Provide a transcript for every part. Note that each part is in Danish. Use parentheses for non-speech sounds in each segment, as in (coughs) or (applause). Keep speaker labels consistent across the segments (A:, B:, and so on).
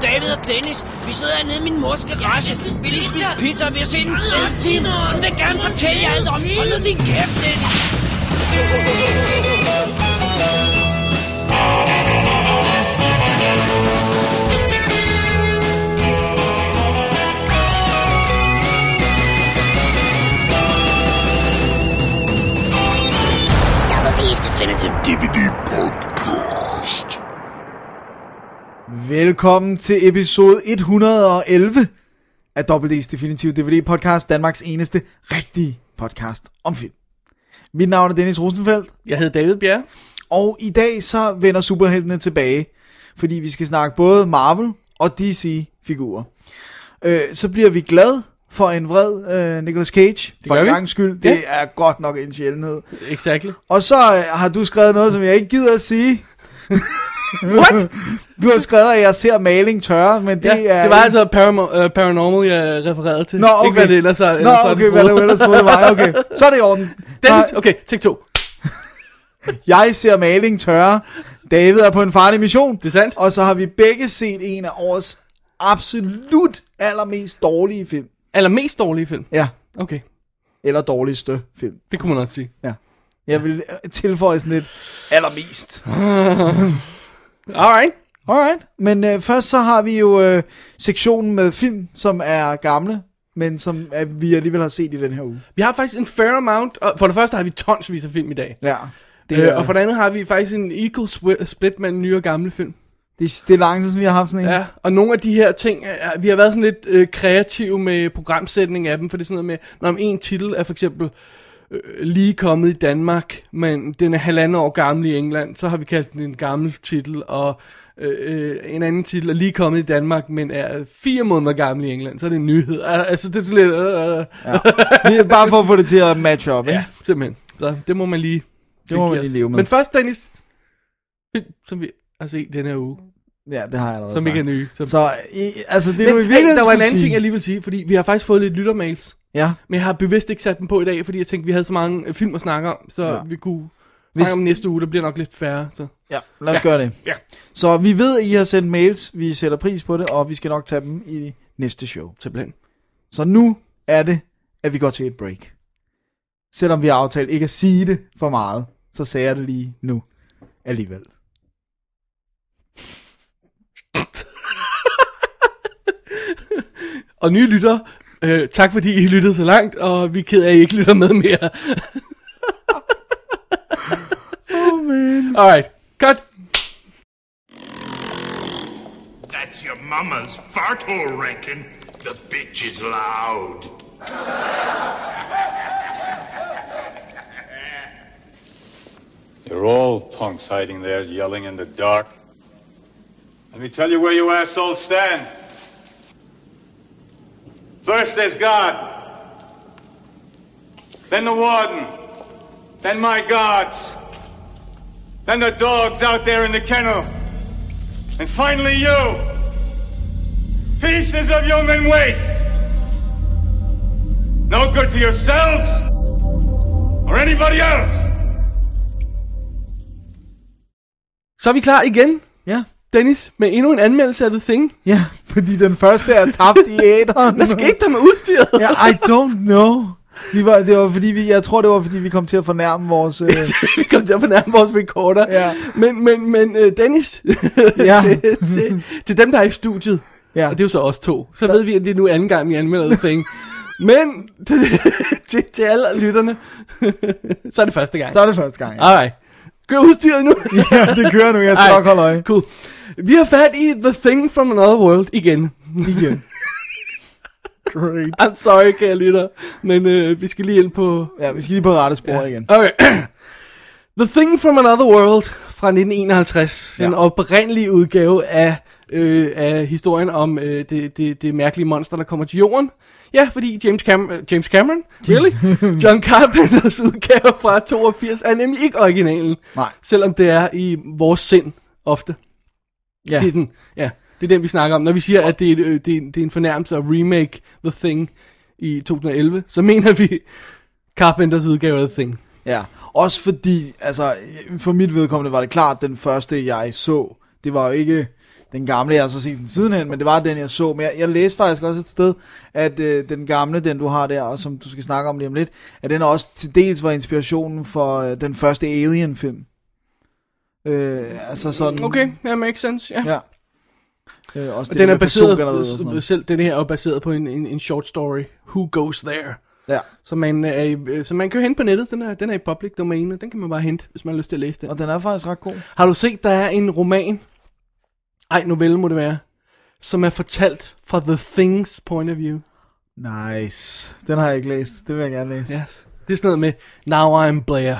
A: Dennis. Vi sidder hernede i min mors garage. Vi lige spise pizza, og vi har set en fed film. Hun vil gerne fortælle jer alt om. Hold nu din kæft, Dennis.
B: Double D's Definitive DVD Podcast.
C: Velkommen til episode 111 af WD's Definitive DVD Podcast, Danmarks eneste rigtige podcast om film. Mit navn er Dennis Rosenfeldt,
D: Jeg hedder David Bjerg.
C: og i dag så vender superheltene tilbage, fordi vi skal snakke både Marvel og DC-figurer. Øh, så bliver vi glad for en vred øh, Nicolas Cage, for
D: gør
C: en
D: vi.
C: gang skyld. Det
D: Ja.
C: er godt nok en sjældenhed.
D: Exactly.
C: Og så øh, har du skrevet noget, som jeg ikke gider at sige.
D: What?
C: Du har skrevet, at jeg ser maling tørre, men det
D: Det, ja,
C: er...
D: det var altså paramo- uh, Paranormal, jeg refererede til.
C: Nå, okay.
D: Ikke hvad det ellers er.
C: Nå, okay, hvad det ellers troede det var. Okay, så er det i orden.
D: (laughs) Dennis,
C: Nej,
D: okay, take to.
C: Jeg ser maling tørre. David er på en farlig mission.
D: Det er sandt.
C: Og så har vi begge set en af årets absolut allermest dårlige film.
D: Allermest dårlige film.
C: Ja,
D: Okay,
C: eller dårligste film.
D: det kunne man også sige.
C: Ja. Jeg vil øh, tilføje sådan lidt allermest.
D: Alright.
C: Alright, men øh, først så har vi jo øh, sektionen med film, som er gamle, men som øh, vi alligevel har set i den her uge.
D: Vi har faktisk en fair amount. Og for det første har vi tonsvis af film i dag.
C: Ja, det,
D: Det,
C: er,
D: øh, og for det andet har vi faktisk en equal swi- split mellem nye og gamle film.
C: det, det er lang tid, siden vi har haft sådan en.
D: Ja, og nogle af de her ting, øh, er- vi har været sådan lidt øh, kreative med programsætning af dem, for det er sådan noget med, når en titel er for eksempel øh, lige kommet i Danmark, men den er halvandet år gammel i England, så har vi kaldt den en gammel titel, og øh, øh, en anden titel er lige kommet i Danmark, men er fire måneder gammel i England, så er det en nyhed. (laughs) Al- Altså, det er sådan lidt... Øh, øh,
C: Lige Bare for at få det til at matche op, ikke?
D: ja, simpelthen. Så det må man lige...
C: Det må man
D: giver
C: lige
D: os.
C: leve med.
D: Men først, Dennis, film, som vi har set den her uge,
C: Ja, det har jeg allerede
D: som ikke er
C: sagt.
D: nye. Som
C: Så i, altså, det er jo i
D: Men hey,
C: virkeligheden
D: der var
C: skulle
D: en anden ting,
C: sige-
D: jeg lige vil sige, fordi vi har faktisk fået lidt lyttermails.
C: Ja,
D: Men jeg har bevidst ikke sat dem på i dag, fordi jeg tænkte, vi havde så mange øh, film at snakke om, så
C: Ja.
D: ja. vi kunne
C: Hvis-
D: Hvis... snakke om næste uge, der bliver nok lidt færre. Så.
C: ja, lad os ja. gøre det.
D: Ja.
C: Så vi ved, at I har sendt mails, vi sætter pris på det, og vi skal nok tage dem i næste show.
D: Simpelthen.
C: Så nu er det, at vi går til et break. Selvom vi har aftalt ikke at sige det for meget, så sagde jeg det lige nu alligevel.
D: Og nye lytter, øh, tak fordi I lyttede så langt, og vi er ked af, at I ikke lytter med
C: (laughs)
D: mere.
C: Oh man.
D: Alright, cut!
E: That's your mama's fart hole, Rankin. The bitch is loud.
F: You're all punks hiding there yelling in the dark. Let me tell you where you assholes stand. First there's God, then the warden, then my guards, then the dogs out there in the kennel, and finally you. Pieces of human waste. No good to yourselves or anybody else.
D: Så er vi klar igen,
C: Ja,
D: Dennis, med endnu en anmeldelse af The Thing.
C: ja, fordi den første er tabt i æderen.
D: Hvad skete der med udstyret?
C: Ja, I don't know. Vi var, det var fordi vi, jeg tror, det var fordi vi kom til at fornærme vores...
D: (laughs)
C: Øh,
D: vi kom til at fornærme vores recorder.
C: Ja.
D: Men, men, men øh, Dennis,
C: Ja.
D: ja. (laughs) til, til, til dem, der er i studiet,
C: Ja.
D: ja. og det er jo så os to, så ved vi, at det er nu anden gang, vi anmelder The Thing. Men til, (laughs) til, til alle lytterne, (laughs) så er det første gang.
C: så er det første gang. Ja.
D: Alright. Gør udstyret nu. (laughs)
C: ja, det kører nu. Jeg skal
D: Ej,
C: nok holde øje.
D: Cool. Vi har fat i The Thing from Another World igen. (laughs)
C: Igen. (laughs) Great.
D: I'm sorry, kære lytter, men øh, vi skal lige ind på
C: Ja, vi skal lige på rette spor ja. igen.
D: Okay. (clears throat) The Thing from Another World fra 1951. Ja. Den
C: Ja.
D: oprindelige udgave af, øh, af historien om øh, det, det, det mærkelige monster, der kommer til jorden. Ja, fordi James, Cam- øh, James Cameron, really? John Carpenters udgave fra 82 er nemlig ikke originalen.
C: Nej.
D: Selvom det er i vores sind ofte.
C: Ja,
D: Det er den, ja, det er den, vi snakker om. Når vi siger, at det er, et, øh, det, er, det er en fornærmelse at remake The Thing i 2011, så mener vi Carpenters udgave af The Thing.
C: ja. Også fordi, altså, for mit vedkommende var det klart, den første jeg så, det var jo ikke Den gamle, jeg har så set den sidenhen, men det var den, jeg så. Men jeg, jeg læste faktisk også et sted, at øh, den gamle, den du har der, og som du skal snakke om lige om lidt, at den også til dels var inspirationen for øh, den første Alien-film. Øh, altså sådan...
D: Okay, that makes sense, ja.
C: Ja. Øh, også
D: Og den
C: med
D: er baseret,
C: persongalleriet og sådan noget.
D: selv den her er baseret på en, en, en short story, Who Goes There?
C: Ja,
D: Så man, er, i- øh, så man kan jo hente på nettet, den er, den er i public domain, og den kan man bare hente, hvis man har lyst til at læse den.
C: og den er faktisk ret god.
D: Har du set, der er en roman, ej, novelle må det være, som er fortalt fra The Things point of view.
C: Nice. Den har jeg ikke læst. Det vil jeg gerne læse. Ja.
D: Yes. Det er sådan noget med, now I'm Blair,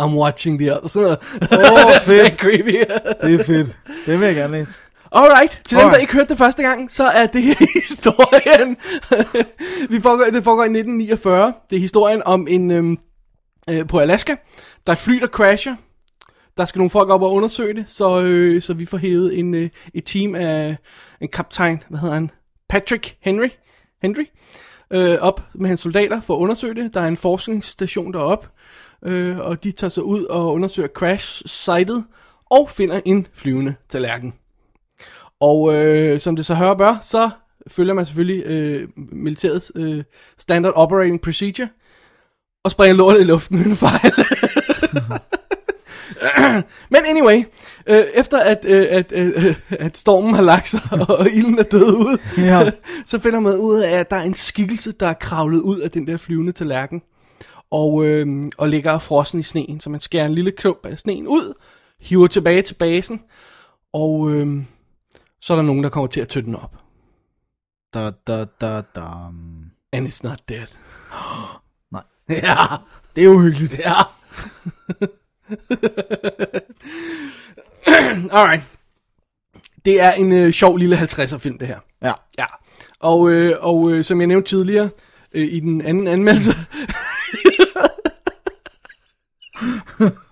D: I'm watching the other, sådan noget.
C: (laughs) Åh,
D: (laughs) det er
C: fedt.
D: creepy.
C: Det er fedt. Det vil jeg gerne læse.
D: Alright, til dem, der
C: Alright.
D: ikke hørte det første gang, så er det (laughs) her historien. Vi foregår, det foregår i 1949. Det er historien om en, øhm, øh, på Alaska, der er et fly, der crasher. Der skal nogle folk op og undersøge det, så, øh, så vi får hævet en, øh, et team af en kaptajn, hvad hedder han? Patrick Henry, Henry øh, op med hans soldater for at undersøge det. Der er en forskningsstation deroppe, øh, og de tager sig ud og undersøger crash-sitet og finder en flyvende tallerken. Og øh, som det så hører bør, så følger man selvfølgelig øh, militærets øh, standard operating procedure, og springer lortet i luften uden fejl. (laughs) Men anyway, øh, efter at, øh, at, øh, at stormen har lagt sig, (laughs) og ilden er død ud,
C: Ja.
D: (laughs) så finder man ud af, at der er en skikkelse, der er kravlet ud af den der flyvende tallerken, og, øh, og ligger og frossen i sneen. Så man skærer en lille klump af sneen ud, hiver tilbage til basen, og øh, så er der nogen, der kommer til at tøtte den op.
C: Da, da, da, da.
D: And it's not dead.
C: (laughs) Nej.
D: Ja,
C: Det er uhyggeligt.
D: ja. Alright. Det er en øh, sjov lille 50'er film, det her.
C: Ja.
D: Ja, og, øh, og øh, som jeg nævnte tidligere øh, i den anden anmeldelse, (laughs)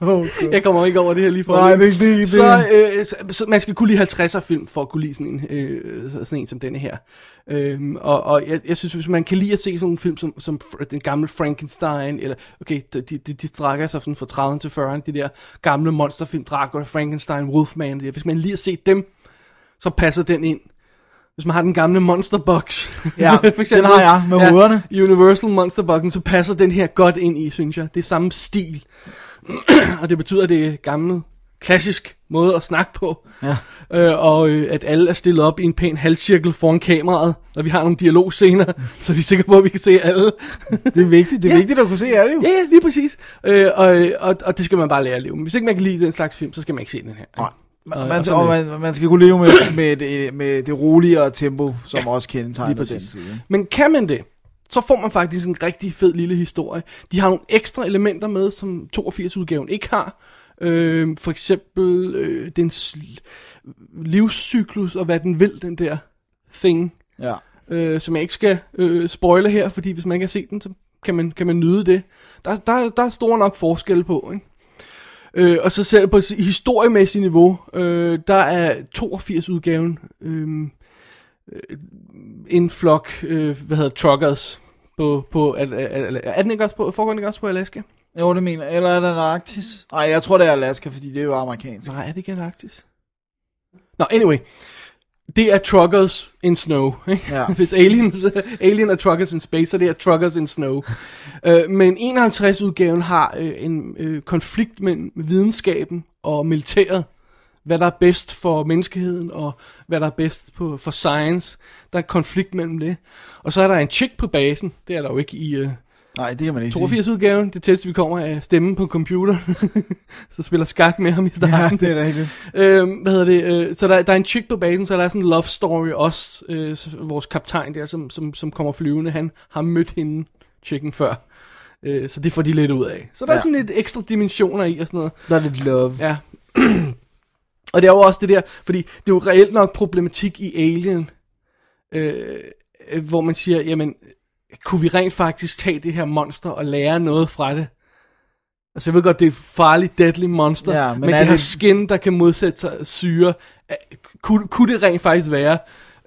C: Okay.
D: jeg kommer ikke over det her lige for
C: Nej, det, det, det,
D: så, øh, så, så man skal kunne lide 50'er film for at kunne lide sådan en, øh, så- sådan en som denne her. Øhm, og og jeg, jeg synes, hvis man kan lide at se sådan en film som, som fr- den gamle Frankenstein, eller okay, de, de, de de strækker sig sådan fra 30'erne til 40'erne, de der gamle monsterfilm, Dracula, Frankenstein, Wolfman, det der. hvis man lige har set dem, så passer den ind. Hvis man har den gamle Monsterbox. (laughs)
C: Ja, den har jeg med hovederne.
D: Universal Monsterboxen, så passer den her godt ind i, synes jeg. Det er samme stil. og det betyder, at det er gammel, klassisk måde at snakke på.
C: Ja.
D: Øh, og øh, at alle er stillet op i en pæn halvcirkel foran kameraet, og vi har nogle dialogscener, (laughs) så vi er sikre på, at vi kan se alle.
C: det er vigtigt. Det er
D: (laughs) Ja.
C: vigtigt at kunne se alle jo.
D: ja, ja, lige præcis. Øh, og, og, og det skal man bare lære at leve med. Hvis ikke man kan lide den slags film, så skal man ikke se den her.
C: Nej. Man,
D: Og-
C: man,
D: og så
C: og
D: med-
C: man, man skal kunne leve med, med, det, med det roligere tempo, som ja, også kendetegner den side. ikke?
D: Men kan man det, så får man faktisk en rigtig fed lille historie. De har nogle ekstra elementer med, som 82-udgaven ikke har. Øh, for eksempel øh, dens livscyklus og hvad den vil, den der thing.
C: Ja.
D: øh, som jeg ikke skal øh, spoile her, fordi hvis man ikke har set den, så kan man, kan man nyde det. Der, der, der er store nok forskelle på, ikke? Øh, og så selv på s- historiemæssigt niveau, øh, der er 82-udgaven øh, øh, en flok, øh, hvad hedder truckers, på, på, er, er, er, er den ikke også på, foregår den ikke også på Alaska?
C: Jo, det mener Eller er det Arktis? Nej, jeg tror, det er Alaska, fordi det er jo amerikansk.
D: Nej, er det ikke Antarktis? Nå, anyway. Det er truckers in snow. Ikke?
C: Ja.
D: (laughs) Hvis aliens, alien er truckers in space, så det er truckers
C: (laughs)
D: in snow. øh, men 51-udgaven har øh, en øh, konflikt mellem videnskaben og militæret. Hvad der er bedst for menneskeheden, og hvad der er bedst på, for science. Der er en konflikt mellem det. Og så er der en chick på basen. Det er der jo ikke i... Øh,
C: Nej, det kan man ikke sige.
D: 82-udgaven, det tætteste vi kommer er stemmen på computer. (laughs) så spiller skak med ham i starten.
C: (laughs) Ja, det er rigtigt.
D: Øhm, hvad hedder det? Øh, så der, der er en chick på basen, så der er sådan en love story også. Øh, s- vores kaptajn der, som, som, som kommer flyvende, han har mødt hende, chicken, før. Øh, så det får de lidt ud af. Så der ja. er
C: Ja.
D: sådan lidt ekstra dimensioner i og sådan noget.
C: Der er lidt love.
D: Ja. (clears throat) og det er jo også det der, fordi det er jo reelt nok problematik i Alien, øh, øh, hvor man siger, jamen, kunne vi rent faktisk tage det her monster og lære noget fra det? Altså, jeg ved godt, det er et farligt, deadly monster,
C: Ja,
D: men,
C: men
D: men
C: er
D: det har
C: det-
D: skin, der kan modsætte sig syre. Øh, Kunne, kunne det rent faktisk være,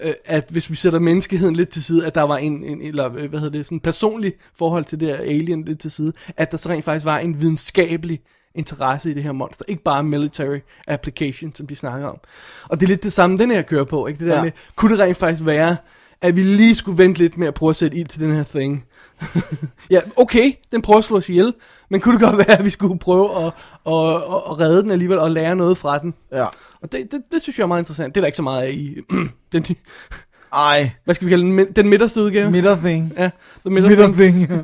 D: øh, at hvis vi sætter menneskeheden lidt til side, at der var en, en eller øh, hvad hedder det, sådan en personlig forhold til det her alien lidt til side, at der så rent faktisk var en videnskabelig interesse i det her monster. Ikke bare military application, som de snakker om. Og det er lidt det samme, den her kører på. Ikke? Det der
C: Ja.
D: ja. med, kunne det rent faktisk være, at vi lige skulle vente lidt med at prøve at sætte ild til den her thing. ja, okay, den prøver at slå os ihjel, men kunne det godt (laughs) være, at vi skulle prøve at, at, at, at redde den alligevel og lære noget fra den?
C: Ja.
D: Og det, det, det synes jeg er meget interessant. Det er der ikke så meget af i (clears throat) den, nye-
C: Ej,
D: hvad skal vi kalde den, min- den midterste udgave.
C: middle thing.
D: ja, den
C: Middle
D: midterste.
C: thing. (laughs)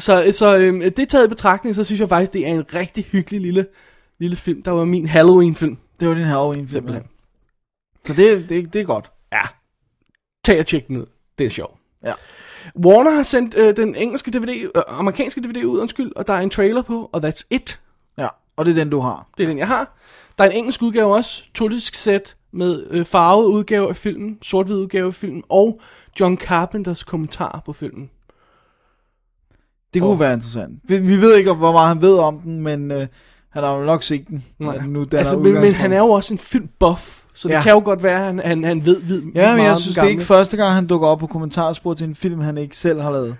D: Så, så øhm, det taget i betragtning, så synes jeg faktisk, det er en rigtig hyggelig lille, lille film, der var min Halloween-film.
C: det var din Halloween film.
D: Simpelthen.
C: Så det, det, det er godt.
D: Tag og tjek den ud. Det er sjovt.
C: Ja.
D: Warner har sendt øh, den engelske DVD, øh, amerikanske DVD ud, undskyld, og der er en trailer på, og that's it.
C: Ja, og det er den, du har.
D: Det er den, jeg har. Der er en engelsk udgave også, tulisk sæt med øh, farvet udgave af filmen, sort udgave af filmen, og John Carpenters kommentar på filmen.
C: Det kunne oh. være interessant. Vi, vi ved ikke, hvor meget han ved om den, men øh, han har jo nok set den. at Nu, den
D: altså, men, men han er jo også en filmbuff, så ja.
C: Ja.
D: det kan jo godt være, at han, han, han ved, ved
C: Ja, men
D: meget
C: jeg
D: om
C: synes,
D: den
C: det er ikke
D: gamle.
C: første gang, han dukker op på kommentarspor til en film, han ikke selv har lavet.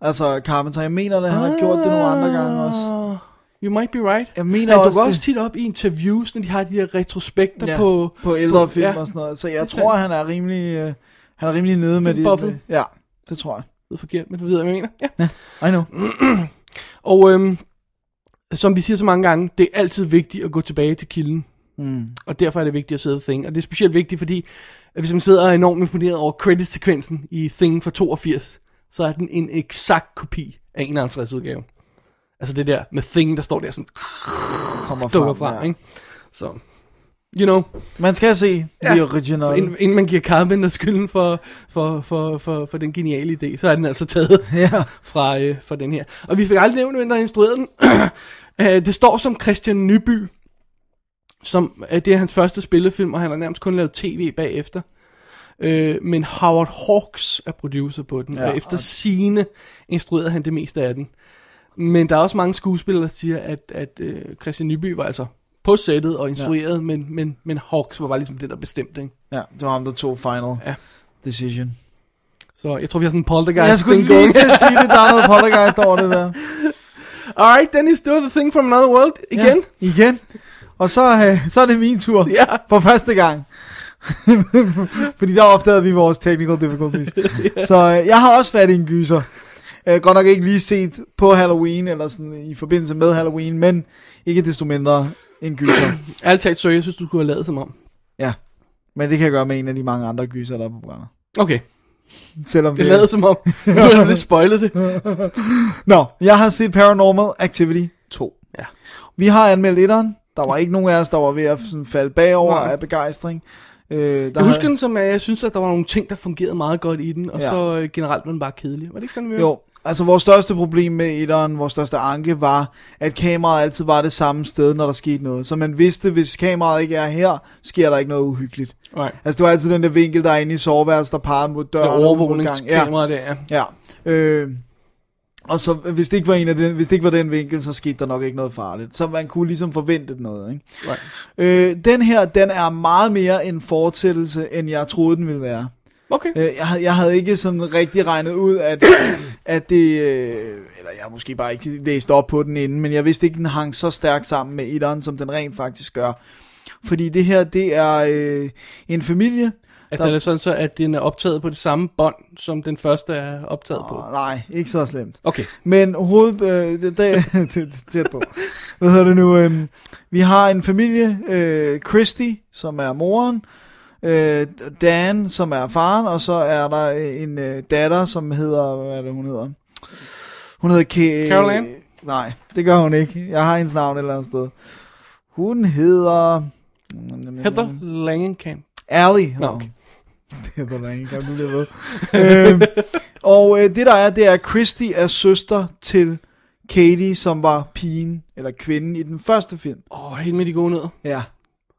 C: Altså, Carpenter, jeg mener det, han har gjort det nogle andre gange også.
D: Ah, You might be right.
C: Jeg mener
D: Han
C: også
D: dukker
C: det.
D: også tit op i interviews, når de har de her retrospekter
C: Ja,
D: på...
C: på ældre film
D: ja.
C: og sådan noget. Så jeg
D: Det er
C: tror, han er rimelig, øh, han er rimelig nede med
D: Filmbuffet.
C: det. Ja, det tror jeg.
D: Det er forkert, men du ved, hvad jeg mener. Ja.
C: I know.
D: Mm. Og øhm, som vi siger så mange gange, det er altid vigtigt at gå tilbage til kilden. Mm. Og derfor er det vigtigt at sidde i Thing. Og det er specielt vigtigt, fordi at hvis man sidder og er enormt imponeret over credit-sekvensen i Thing fra 82, så er den en eksakt kopi af 51 udgave. Altså det der med Thing, der står der sådan,
C: Kommer
D: dukker fra,
C: ja.
D: ikke? Så, you know,
C: Man skal se
D: Ja,
C: The
D: For
C: Original.
D: inden, inden man giver Carpenter skylden for, for, for, for, for den geniale idé, så er den altså taget (laughs)
C: Ja.
D: fra, øh, fra den her. Og vi fik aldrig nævnt, hvem der instruerede den. (clears throat) Øh, det står som Christian Nyby, som øh, det er hans første spillefilm, og han har nærmest kun lavet tv bagefter. Øh, men Howard Hawks er producer på den, ja, og efter sine instruerede han det meste af den. Men der er også mange skuespillere, der siger, at, at øh, Christian Nyby var altså på sættet og instrueret, ja. men, men, men Hawks var bare ligesom det, der bestemte. Ikke?
C: ja, det var ham, der tog Final
D: Ja.
C: Decision.
D: Så jeg tror, vi har sådan en poltergeist.
C: Jeg skulle
D: thing
C: lige
D: going.
C: til at sige det, der er noget poltergeist over det
D: (laughs)
C: der.
D: Alright, Dennis, det var The Thing from Another World igen. (laughs)
C: Ja, igen. Og så, øh, så er det min tur.
D: Ja.
C: For første gang. (laughs) Fordi der opdagede vi vores technical
D: (laughs)
C: difficulties. Så øh, jeg har også fat i en gyser. Øh, godt nok ikke lige set på Halloween, eller sådan i forbindelse med Halloween, men ikke desto mindre en
D: (clears throat)
C: gyser.
D: Ærligt talt, så jeg synes, du kunne have lavet som om.
C: ja. Men det kan jeg gøre med en af de mange andre gyser, der er på programmet.
D: Okay,
C: Selvom
D: det lavede som
C: (laughs)
D: om. Nu har du lidt spoilet det.
C: Nå, jeg har set Paranormal Activity 2.
D: Ja.
C: Vi har anmeldt etteren. Der var ikke nogen af os, der var ved at sådan, falde bagover
D: Nej.
C: af begejstring. Øh, der
D: Jeg husker
C: havde-
D: den som, at jeg synes, at der var nogle ting, der fungerede meget godt i den, og
C: Ja.
D: ja. så øh, generelt var den bare kedelig. Var det ikke sådan, vi
C: Jo, altså vores største problem med etteren, vores største anke var, at kameraet altid var det samme sted, når der skete noget. Så man vidste, hvis kameraet ikke er her, sker der ikke noget uhyggeligt.
D: Right.
C: Altså det var altid den der vinkel, der er inde i soveværelset, der peger mod
D: Det
C: døren. og ud mod gangen.
D: overvågningskamera ja. der, ja.
C: Ja, ja. Øh, og så hvis det, ikke var en af den, hvis det ikke var den vinkel, så skete der nok ikke noget farligt. Så man kunne ligesom forvente noget, ikke?
D: Right.
C: Øh, den her, den er meget mere en fortsættelse, end jeg troede, den ville være.
D: Okay,
C: Øh, jeg, havde- jeg havde ikke sådan rigtig regnet ud, at, at det... Øh, eller jeg har måske bare ikke læst op på den inden, men jeg vidste ikke, den hang så stærkt sammen med etteren, som den rent faktisk gør. Fordi det her, det er øh, en familie.
D: altså er det sådan så, at den er optaget på det samme bånd, som den første er optaget på?
C: Oh, nej, ikke så slemt.
D: Okay,
C: Men hoved... Øh, det, (laughs) det, det- tæt på. Hvad hedder det nu? Øh, vi har en familie, øh, Christy, som er moren, øh, Dan, som er faren, og så er der øh, en øh, datter, som hedder... Hvad er det, hun hedder? Hun hedder... Ke-
D: Caroline?
C: Nej, det gør hun ikke. Jeg har hendes navn et eller andet sted. Hun hedder...
D: Heather
C: Mm.
D: Langenkamp.
C: Ærlig hedder (laughs)
D: Nå, okay.
C: hun. Det hedder der ingen gang, du bliver ved. øhm, og øh, det der er, det er, at Christy er søster til Katie, som var pigen, eller kvinden i den første film.
D: Åh, oh, helt med de gode nødder.
C: Ja.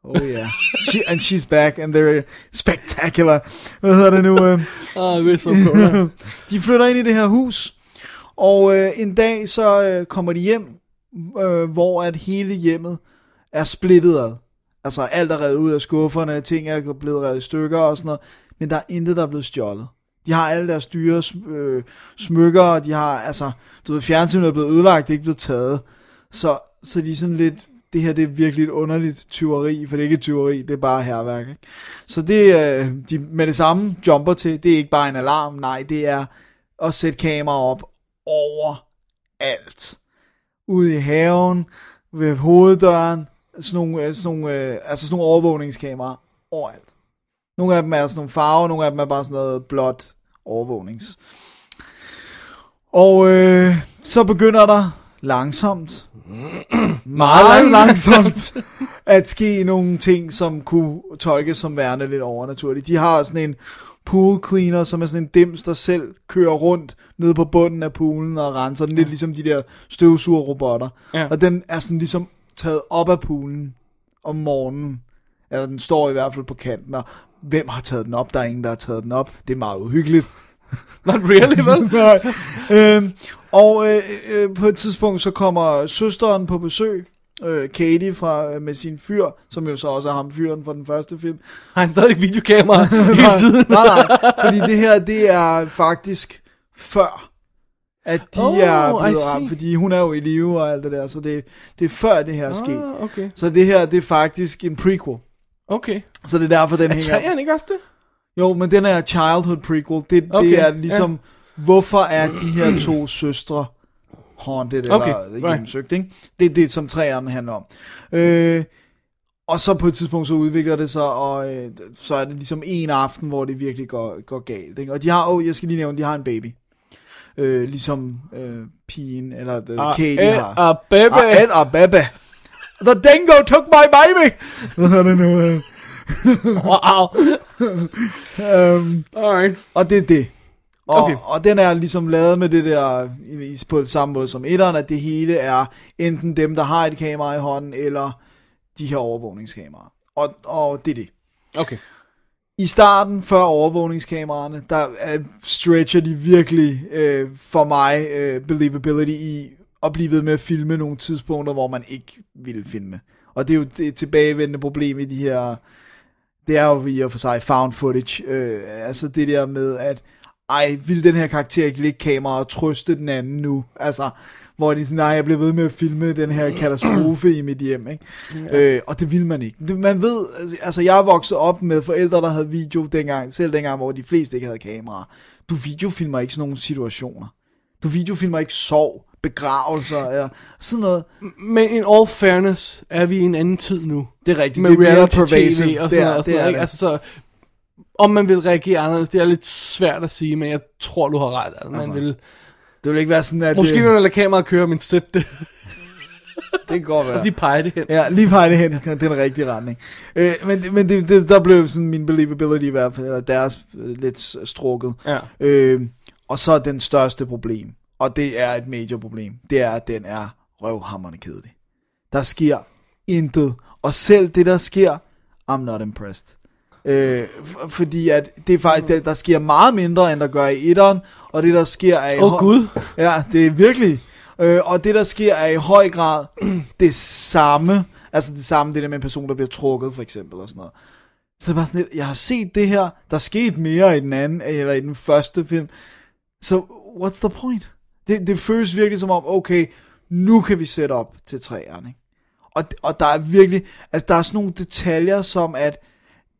C: Oh yeah. She, and she's back, and they're spectacular. Hvad hedder det nu? Øh?
D: Ah, det
C: (laughs)
D: er så cool.
C: De flytter ind i det her hus, og øh, en dag så øh, kommer de hjem, øh, hvor at hele hjemmet er splittet ad. Altså alt er revet ud af skufferne, ting er blevet revet i stykker og sådan noget, men der er intet, der er blevet stjålet. De har alle deres dyre sm- øh, smykker, og de har, altså, du ved, fjernsynet er blevet ødelagt, det er ikke blevet taget. Så, så de er sådan lidt, det her det er virkelig et underligt tyveri, for det er ikke et tyveri, det er bare herværk. Ikke? Så det, øh, de med det samme jumper til, det er ikke bare en alarm, nej, det er at sætte kameraer op over alt. Ude i haven, ved hoveddøren, sådan nogle, øh, sådan nogle, øh, altså sådan nogle overvågningskameraer overalt. Nogle af dem er sådan nogle farver, nogle af dem er bare sådan noget blåt overvågnings. Og øh, så begynder der (clears throat) langsomt, meget langsomt, (laughs) at ske nogle ting, som kunne tolkes som værende lidt overnaturligt. De har sådan en pool cleaner, som er sådan en dims, der selv kører rundt nede på bunden af poolen og renser den, lidt ligesom de der støvsugerrobotter.
D: Ja.
C: Og den er sådan ligesom taget op af poolen om morgenen. Eller den står i hvert fald på kanten, og hvem har taget den op? Der er ingen, der har taget den op. Det er meget uhyggeligt.
D: Not really,
C: (laughs)
D: vel?
C: Nej. Øhm, og øh, øh, på et tidspunkt så kommer søsteren på besøg, øh, Katie fra, øh, med sin fyr, som jo så også er ham fyren fra den første
D: (laughs)
C: film.
D: Har han stadig videokamera hele tiden?
C: (laughs) nej, nej, fordi det her, det er faktisk før, at de
D: Oh,
C: oh, er blevet
D: I see.
C: ramt, fordi hun er jo i live og alt det der, så det, det er før det her er sket.
D: Ah, okay.
C: Så det her, det er faktisk en prequel.
D: Okay.
C: Så det er derfor, den
D: Er
C: hænger...
D: træerne ikke også det?
C: Jo, men den er childhood prequel. Det, okay,
D: Okay,
C: det er ligesom, hvorfor er de her to søstre haunted
D: Okay,
C: eller
D: right.
C: hjemsøgt, ikke? Det er det, som træerne handler om. Øh, og så på et tidspunkt, så udvikler det sig, og øh, så er det ligesom en aften, hvor det virkelig går, går galt. Ikke? Og de har, oh, jeg skal lige nævne, de har en baby. Øh, ligesom øh, pigen, eller øh, Katie har.
D: Ah, baby.
C: Ah, Ed og Bebe. The dingo took my baby! Hvad hedder det nu? øh?
D: Wow.
C: (laughs) Øhm,
D: Alright.
C: Og det er det. Og,
D: Okay.
C: okay. og den er ligesom lavet med det der, i- på samme måde som etteren, at det hele er enten dem, der har et kamera i hånden, eller de her overvågningskameraer. Og, og det er det.
D: Okay.
C: I starten, før overvågningskameraerne, der øh, stretcher de virkelig øh, for mig øh, believability i at blive ved med at filme nogle tidspunkter, hvor man ikke ville filme. Og det er jo et tilbagevendende problem i de her, det er jo i og for sig found footage, øh, altså det der med, at ej, vil den her karakter ikke lægge kamera og trøste den anden nu? Altså, hvor de sådan, nej, jeg bliver ved med at filme den her katastrofe i mit hjem, ikke? Ja. Øh, og det vil man ikke. Det- Man ved, altså jeg er vokset op med forældre, der havde video dengang, selv dengang, hvor de fleste ikke havde kamera. Du videofilmer ikke sådan nogle situationer. Du videofilmer ikke sorg, begravelser, eller sådan noget.
D: Men in all fairness, er vi i en anden tid nu.
C: Det er rigtigt,
D: Med
C: det er mere
D: reality
C: pervasive.
D: TV
C: Det
D: og sådan
C: er-
D: noget. og
C: det
D: sådan
C: er
D: noget, ikke?
C: det.
D: Altså, så, om man vil reagere anderledes, det er lidt svært at sige, men jeg tror, du har ret. Altså, man
C: Altså,
D: vil,
C: Det vil ikke være sådan, at
D: måske vil
C: det,
D: man lade kameraet køre, men sæt det,
C: det går være.
D: og så lige pege det hen.
C: (laughs) Ja, lige pege det hen, det er den rigtige retning. Øh, men men det, det, der blev sådan min believability i hvert fald, eller deres øh, lidt s- strukket.
D: Ja.
C: Øh, og så den største problem, og det er et major problem, det er, at den er røvhammerende kedelig. Der sker intet, og selv det, der sker, I'm not impressed. Øh, f- fordi at det er faktisk, der, der sker meget mindre, end der gør i etteren, og det, der sker er... i
D: Åh,
C: høj-
D: Gud.
C: Ja, det er virkelig. Øh, og det, der sker, er i høj grad (clears throat) det samme. Altså det samme, det der med en person, der bliver trukket, for eksempel, og sådan noget. Så det er bare sådan lidt, jeg har set det her, der skete mere i den anden, øh, eller i den første film. Så what's the point? Det, det føles virkelig som om, okay, nu kan vi sætte op til træerne. Ikke? Og, og der er virkelig, altså der er sådan nogle detaljer, som at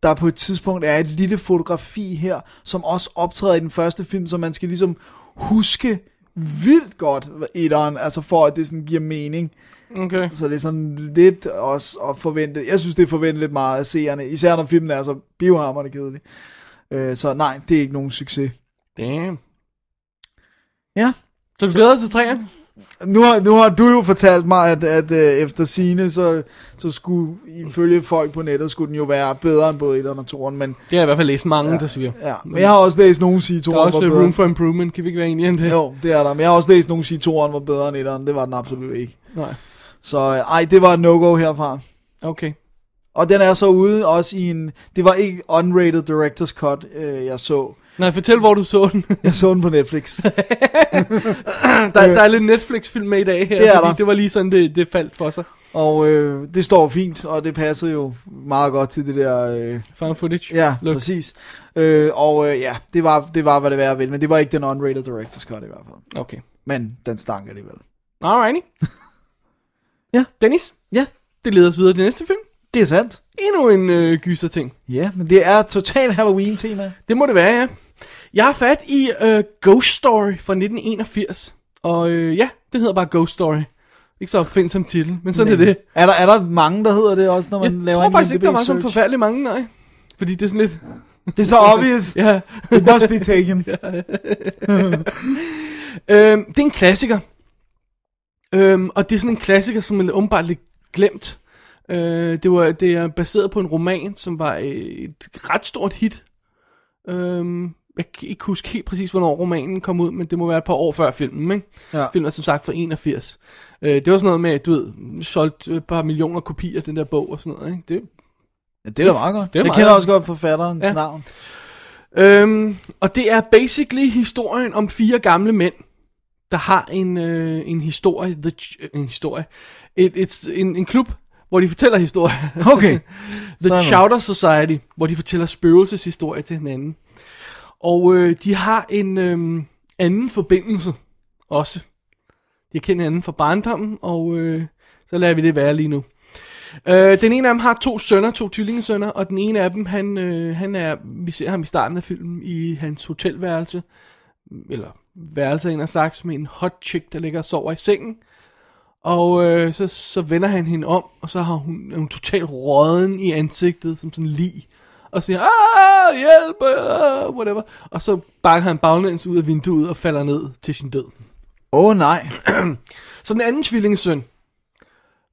C: der på et tidspunkt er et lille fotografi her, som også optræder i den første film, så man skal ligesom huske vildt godt etteren, altså for at det sådan giver mening.
D: Okay.
C: Så det er sådan lidt også at forvente, jeg synes det er forventet lidt meget af seerne, især når filmen er så biohammerne kedelig. Øh, så nej, det er ikke nogen succes.
D: Damn.
C: Ja,
D: Så du glæder dig til træerne?
C: nu har, nu har du jo fortalt mig, at, at øh, efter sine så, så skulle, ifølge folk på nettet, skulle den jo være bedre end både 1'eren og 2'eren, men,
D: Det har jeg i hvert fald læst mange, ja. der siger.
C: ja, men jeg har også læst nogen sige, at 2'eren
D: Der er
C: var
D: også øh,
C: bedre.
D: room for improvement. Kan vi ikke være enige om det?
C: Jo, det er der. Men jeg har også læst nogen sige, at toeren var bedre end etteren. Det var den absolut ikke.
D: Nej.
C: Så øh, ej, det var et no-go herfra.
D: Okay.
C: Og den er så ude også i en... Det var ikke unrated director's cut, øh, jeg så.
D: Nej, fortæl, hvor du så den.
C: Jeg så den på (laughs) Netflix.
D: der, der er lidt Netflix-film med i dag her.
C: Øh, Det er
D: fordi
C: der.
D: Det var lige sådan, det, det faldt for sig.
C: og øh, det står fint, og det passer jo meget godt til det der... Øh,
D: Found footage.
C: ja, Look.
D: Look.
C: præcis. Øh, og øh, ja, det var, det var, hvad det var, jeg ville. Men det var ikke den unrated director's cut i hvert fald.
D: Okay.
C: Men den stank alligevel.
D: Alrighty.
C: (laughs) Ja.
D: Dennis,
C: Ja,
D: det leder os videre til næste film.
C: det er sandt.
D: Endnu en øh, gyser ting.
C: Ja, men det er totalt Halloween-tema.
D: Det må det være, ja. Jeg har fat i øh, Ghost Story fra 1981. Og øh, ja, den hedder bare Ghost Story. Ikke så opfindt som titel, men sådan er det.
C: Er der, er der mange, der hedder det også, når man
D: Jeg
C: laver
D: tror
C: en
D: faktisk ikke, der var så
C: IMDb search?
D: forfærdelig mange, nej. Fordi det er sådan lidt...
C: Det er
D: (laughs)
C: så obvious.
D: Ja.
C: It must be taken.
D: Øhm, det er en klassiker. Øhm, og det er sådan en klassiker, som er åbenbart lidt glemt. Øh, det, var, det er baseret på en roman, som var øh, et ret stort hit. Øhm, jeg kan ikke huske helt præcis, hvornår romanen kom ud, men det må være et par år før filmen, ikke?
C: Ja.
D: Filmen er som sagt fra 81. Øh, det var sådan noget med, at du ved, solgt et par millioner kopier af den der bog og sådan noget, ikke? Det,
C: ja, det er da meget godt.
D: Det er
C: jeg
D: meget
C: kender
D: godt.
C: også godt forfatterens
D: Ja.
C: ja.
D: (laughs)
C: navn.
D: Øhm, og det er basically historien om fire gamle mænd, der har en, øh, en historie, the, Ch- en historie, et, et, en, en klub, hvor de fortæller historier. (laughs)
C: (laughs) Okay.
D: The
C: Sådan.
D: Chowder Society, hvor de fortæller spøgelseshistorier til hinanden. Og øh, de har en øh, anden forbindelse også. De kender hinanden fra barndommen, og øh, så lader vi det være lige nu. Øh, den ene af dem har to sønner, to tvillingesønner, og den ene af dem, han, øh, han er, vi ser ham i starten af filmen, i hans hotelværelse, eller værelse af en af slags, med en hot chick, der ligger og sover i sengen. Og øh, så, så vender han hende om, og så har hun, er hun totalt råden i ansigtet, som sådan lig. Og siger, ah, hjælp, ah, whatever. Og så bakker han baglæns ud af vinduet og falder ned til sin død.
C: Åh oh, nej.
D: Så den anden tvillingesøn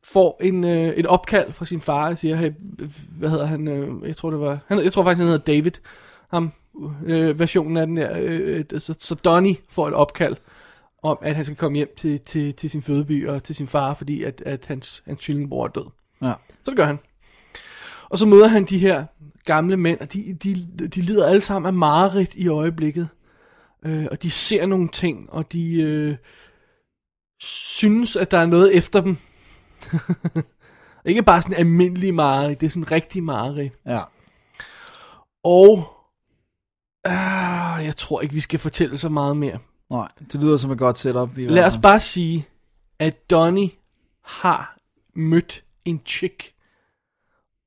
D: får en, øh, et opkald fra sin far og siger, hey, hvad hedder han, øh, jeg tror det var, han, jeg tror faktisk han hedder David, ham, øh, versionen af den der, øh, øh, så, så Donnie får et opkald om, at han skal komme hjem til, til, til sin fødeby og til sin far, fordi at, at hans, hans tvillingbror er død.
C: Ja.
D: Så det gør han. Og så møder han de her gamle mænd, og de, de, de lider alle sammen af mareridt i øjeblikket. Øh, og de ser nogle ting, og de øh, synes, at der er noget efter dem. (laughs) Ikke bare sådan almindelig mareridt, det er sådan rigtig mareridt.
C: Ja.
D: Og øh, jeg tror ikke, vi skal fortælle så meget mere.
C: Nej, det lyder som et godt setup. Vi
D: Lad os bare sige, at Donnie har mødt en chick,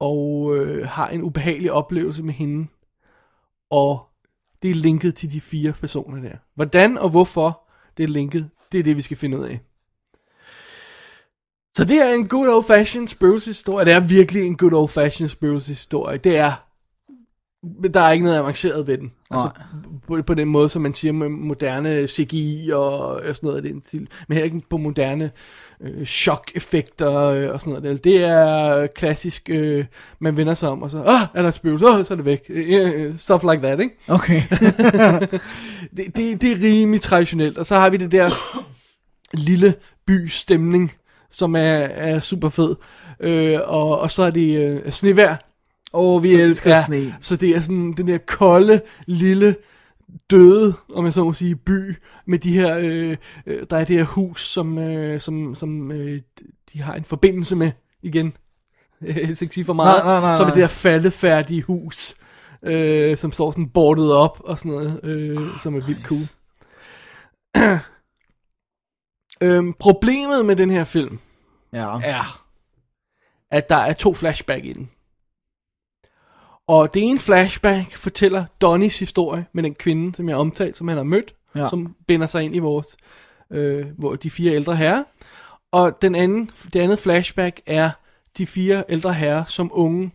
D: og øh, har en ubehagelig oplevelse med hende, og det er linket til de fire personer der. Hvordan og hvorfor det er linket, det er det, vi skal finde ud af. Så det er en good old fashioned spøgelseshistorie. Det er virkelig en good old fashioned spøgelseshistorie. Det er... men Der er ikke noget avanceret ved den. Altså, på, på den måde, som man siger med moderne CGI og, og sådan noget af den stil. Men heller ikke på moderne øh, chok-effekter øh, og sådan noget. Der. Det er øh, klassisk, øh, man vender sig om, og så ah, er der et spøgelse, ah, så er det væk. Øh, øh, stuff like that, ikke? (laughs)
C: Okay.
D: det, det, det er rimelig traditionelt. Og så har vi det der lille bystemning, som er, er super fed. Øh, og, og så er det øh, snevejr.
C: Åh, oh, vi så, elsker ja. sne.
D: Så det er sådan den der kolde, lille, døde, om jeg så må sige, by. Med de her, øh, øh, der er det her hus, som, øh, som, som øh, de har en forbindelse med igen. Jeg skal ikke sige for meget.
C: Nej, nej, nej,
D: så er det
C: nej.
D: det her faldefærdige hus, øh, som står sådan bordet op og sådan noget, øh,
C: Ah,
D: som er vildt cool. (clears throat) øhm, problemet med den her film
C: Ja.
D: er, at der er to flashback i den. Og det ene flashback fortæller Donnies historie med den kvinde, som jeg omtalte, som han har mødt, ja.
C: Ja.
D: som binder sig ind i vores, øh, hvor de fire ældre herrer. Og den anden, det andet flashback er de fire ældre herrer som unge,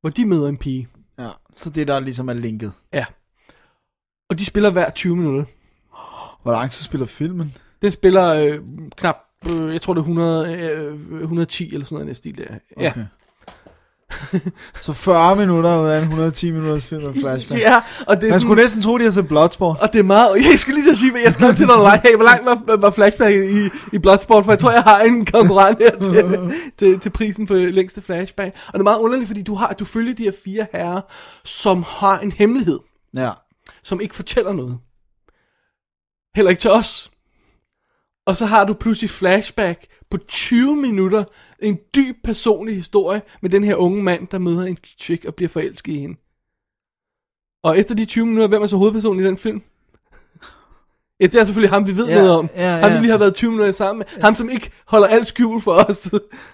D: hvor de møder en pige.
C: ja. Så det der ligesom er linket.
D: Ja. Og de spiller hver 20 minutter.
C: Hvor lang tid spiller filmen?
D: Den spiller øh, knap, øh, jeg tror det er 100, øh, 110 eller sådan noget i den stil der. Okay. Ja.
C: Så 40 minutter ud af en 110 minutters film af flashback.
D: (laughs) Ja, og det er
C: Man
D: sådan,
C: skulle næsten tro, de havde set Bloodsport.
D: og det er meget... Jeg skulle lige til at sige, men jeg skrev til dig, nej, hey, hvor langt var, var flashback i, i Bloodsport, for jeg tror, jeg har en konkurrent
C: (laughs)
D: her til, til, til prisen for længste flashback. Og det er meget underligt, fordi du, har, du følger de her fire herrer, som har en hemmelighed,
C: Ja.
D: som ikke fortæller noget. Heller ikke til os. Og så har du pludselig flashback på 20 minutter, en dyb personlig historie med den her unge mand, der møder en chick og bliver forelsket i hende. Og efter de 20 minutter, hvem er så hovedpersonen i den film? Ja, det er selvfølgelig ham, vi ved
C: Ja,
D: noget om.
C: ja, ja.
D: ham, vi lige har været 20 minutter sammen med. Ham, som ikke holder alt skjult for os. (laughs)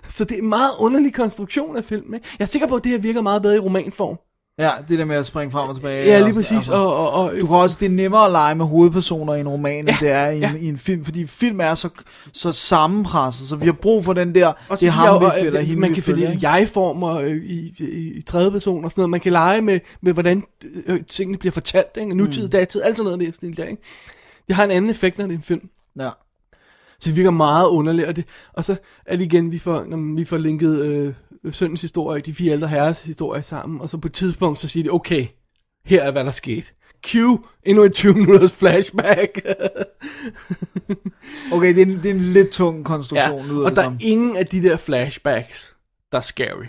D: Så det er en meget underlig konstruktion af filmen. Ikke? Jeg er sikker på, at det her virker meget bedre i romanform.
C: Ja, det der med at springe frem og tilbage.
D: Ja,
C: og
D: lige
C: sådan-
D: præcis.
C: altså,
D: Og, og, og,
C: Du kan også, det er nemmere at lege med hovedpersoner i en roman, ja, end det er i en,
D: ja.
C: ja. i en film, fordi film er så, så sammenpresset, så vi har brug for den der,
D: Også
C: det er
D: fordi jeg-
C: ham, vi
D: og-
C: føler,
D: at
C: hende
D: Man
C: vi
D: kan
C: følger,
D: finde
C: ikke?
D: jeg-former øh, i, i, i tredje person og sådan noget. Man kan lege med, med hvordan øh, tingene bliver fortalt. Ikke? Nutid, mm. datid, alt sådan noget. Det, stil der, ikke? det har en anden effekt, når det er en film.
C: Ja.
D: Så det virker meget underligt. Og, det, og så er det igen, vi får, når man- vi får linket øh, søndens historie, de fire ældre herres historie sammen. Og så på et tidspunkt, så siger de, okay, her er hvad der skete. Q, endnu et 20 minutters flashback.
C: Okay, det er, en, det er en lidt tung konstruktion, (laughs) ja, lyder
D: og
C: det
D: der er
C: som.
D: ingen af de der flashbacks, der er scary.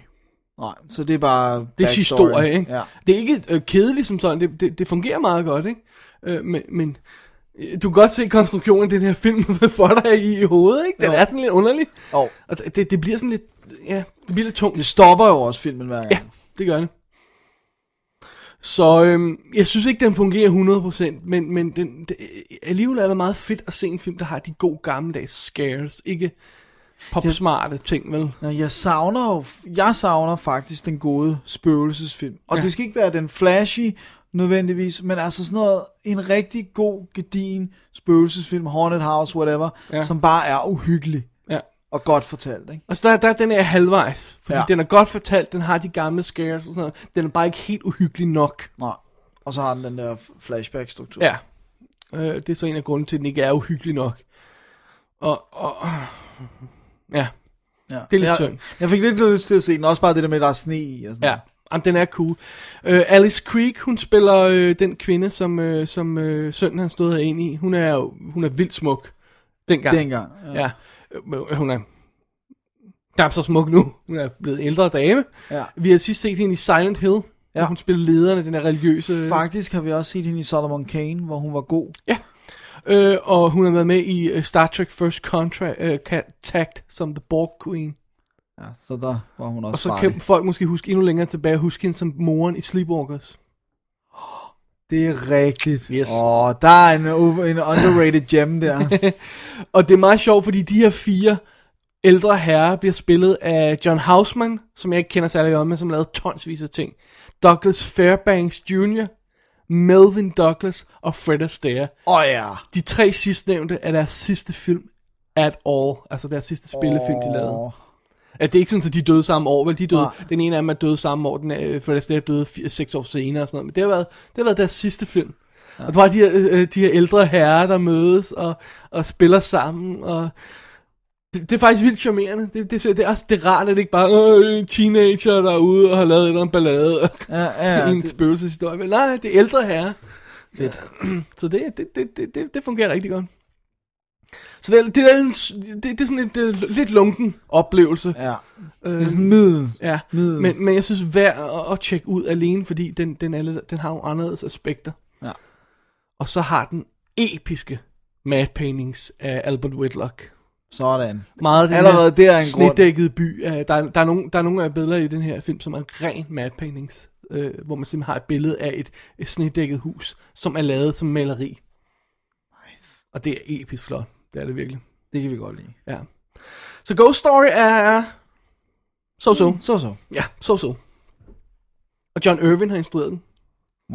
C: Nej, så det er bare
D: Det er
C: backstory.
D: historie, ikke?
C: Ja.
D: Det er ikke øh, kedeligt som sådan, det, det, det fungerer meget godt, ikke? Øh, men, men øh, du kan godt se konstruktionen af den her film (laughs) for dig i, i hovedet, ikke? Den
C: Jo.
D: er sådan lidt underlig.
C: Jo.
D: Og det- det, det bliver sådan lidt, ja, det bliver lidt tungt.
C: Det stopper jo også filmen hver gang.
D: Ja, det gør det. Så øhm, jeg synes ikke, den fungerer 100%, men, men den, det, alligevel er det meget fedt at se en film, der har de gode gammeldags scares. Ikke popsmarte ting, vel?
C: Nå, Jeg savner jo, jeg savner faktisk den gode spøgelsesfilm. Og
D: Ja.
C: ja. det skal ikke være den flashy nødvendigvis, men altså sådan noget, en rigtig god, gedin spøgelsesfilm, Haunted House, whatever,
D: Ja.
C: ja. som bare er uhyggelig
D: Ja.
C: og godt fortalt, ikke?
D: Og så der, der den er halvvejs, fordi ja.
C: Ja.
D: den er godt fortalt, den har de gamle scares og sådan noget. Den er bare ikke helt uhyggelig nok.
C: Nej. Og så har den den der flashback-struktur.
D: Ja. Øh, det er så en af grunden til, at den ikke er uhyggelig nok. Og, og ja,
C: ja.
D: det er lidt
C: jeg,
D: synd.
C: Jeg fik lidt lyst til at se den, også bare det der med, at der er sne i og sådan
D: ja. Jamen, den er cool. Øh, Alice Creek, hun spiller øh, den kvinde, som, øh, som øh, sønnen han stod ind i. Hun er jo, hun er vildt smuk. Dengang.
C: noget. Dengang. Ja.
D: Ja. Øh, men Hun er knap så smuk nu. Hun er blevet ældre dame.
C: Ja.
D: Vi har sidst set hende i Silent Hill. Ja. Hvor
C: Ja.
D: hun spiller lederen af den her religiøse...
C: Faktisk har vi også set hende i Solomon Kane, hvor hun var god.
D: Øh, og hun har været med i øh, Star Trek First Contra- øh, Contact som The Borg Queen.
C: Ja, så der var hun også
D: Og så
C: farlig.
D: kan folk måske huske endnu længere tilbage, huske hende som moren i Sleepwalkers.
C: Det er rigtigt.
D: Yes.
C: Åh, oh, der er en, u- en underrated gem (laughs) der.
D: Og det er meget sjovt, fordi de her fire ældre herrer bliver spillet af John Houseman, som jeg ikke kender særlig godt, men som lavede tonsvis af ting. Douglas Fairbanks Jr., Melvin Douglas og Fred Astaire.
C: Åh oh, ja.
D: De tre sidstnævnte er deres sidste film at all. Altså deres sidste spillefilm, de lavede.
C: Åh,
D: At det er ikke sådan, at de døde samme år, vel? De døde,
C: Nej.
D: den ene af dem er døde samme år, den øh, Fred Astaire døde fi- seks år senere og sådan noget. Men det har været, det har været deres sidste film. Ja. Og det var de her, øh, de her ældre herrer, der mødes og, og spiller sammen. Og det, det er faktisk vildt charmerende. Det, det, det er også det er rart, at det ikke bare øh, en teenager, der er ude og har lavet en eller anden ballade.
C: Ja, ja,
D: (laughs) en
C: det-
D: spøgelseshistorie. Men nej, det er ældre herrer.
C: Fedt.
D: Så det, det, det, det, det, det fungerer rigtig godt. Så det, er- det, er, en s- det, det er sådan en det er lidt lunken oplevelse.
C: Ja.
D: Øh,
C: Det er sådan middel.
D: Ja,
C: Middel.
D: men, men jeg synes værd at, at tjekke ud alene, fordi den, den, er lidt, den har nogle anderledes aspekter.
C: Ja.
D: Og så har den episke mad paintings af Albert Whitlock.
C: Sådan.
D: Meget af den
C: Allerede
D: her
C: der er en grund.
D: snedækkede by. Uh, der, er- der, er nogle, der er nogle af billeder i den her film, som er ren mad paintings. Øh, hvor man simpelthen har et billede af et, et snedækket hus, som er lavet som maleri. Nice. Og det er episk flot. Det er det virkelig.
C: Det kan vi godt lide.
D: Ja. Så Ghost Story er... So-so.
C: Så så.
D: Ja, så så. Og John Irvin har instrueret den.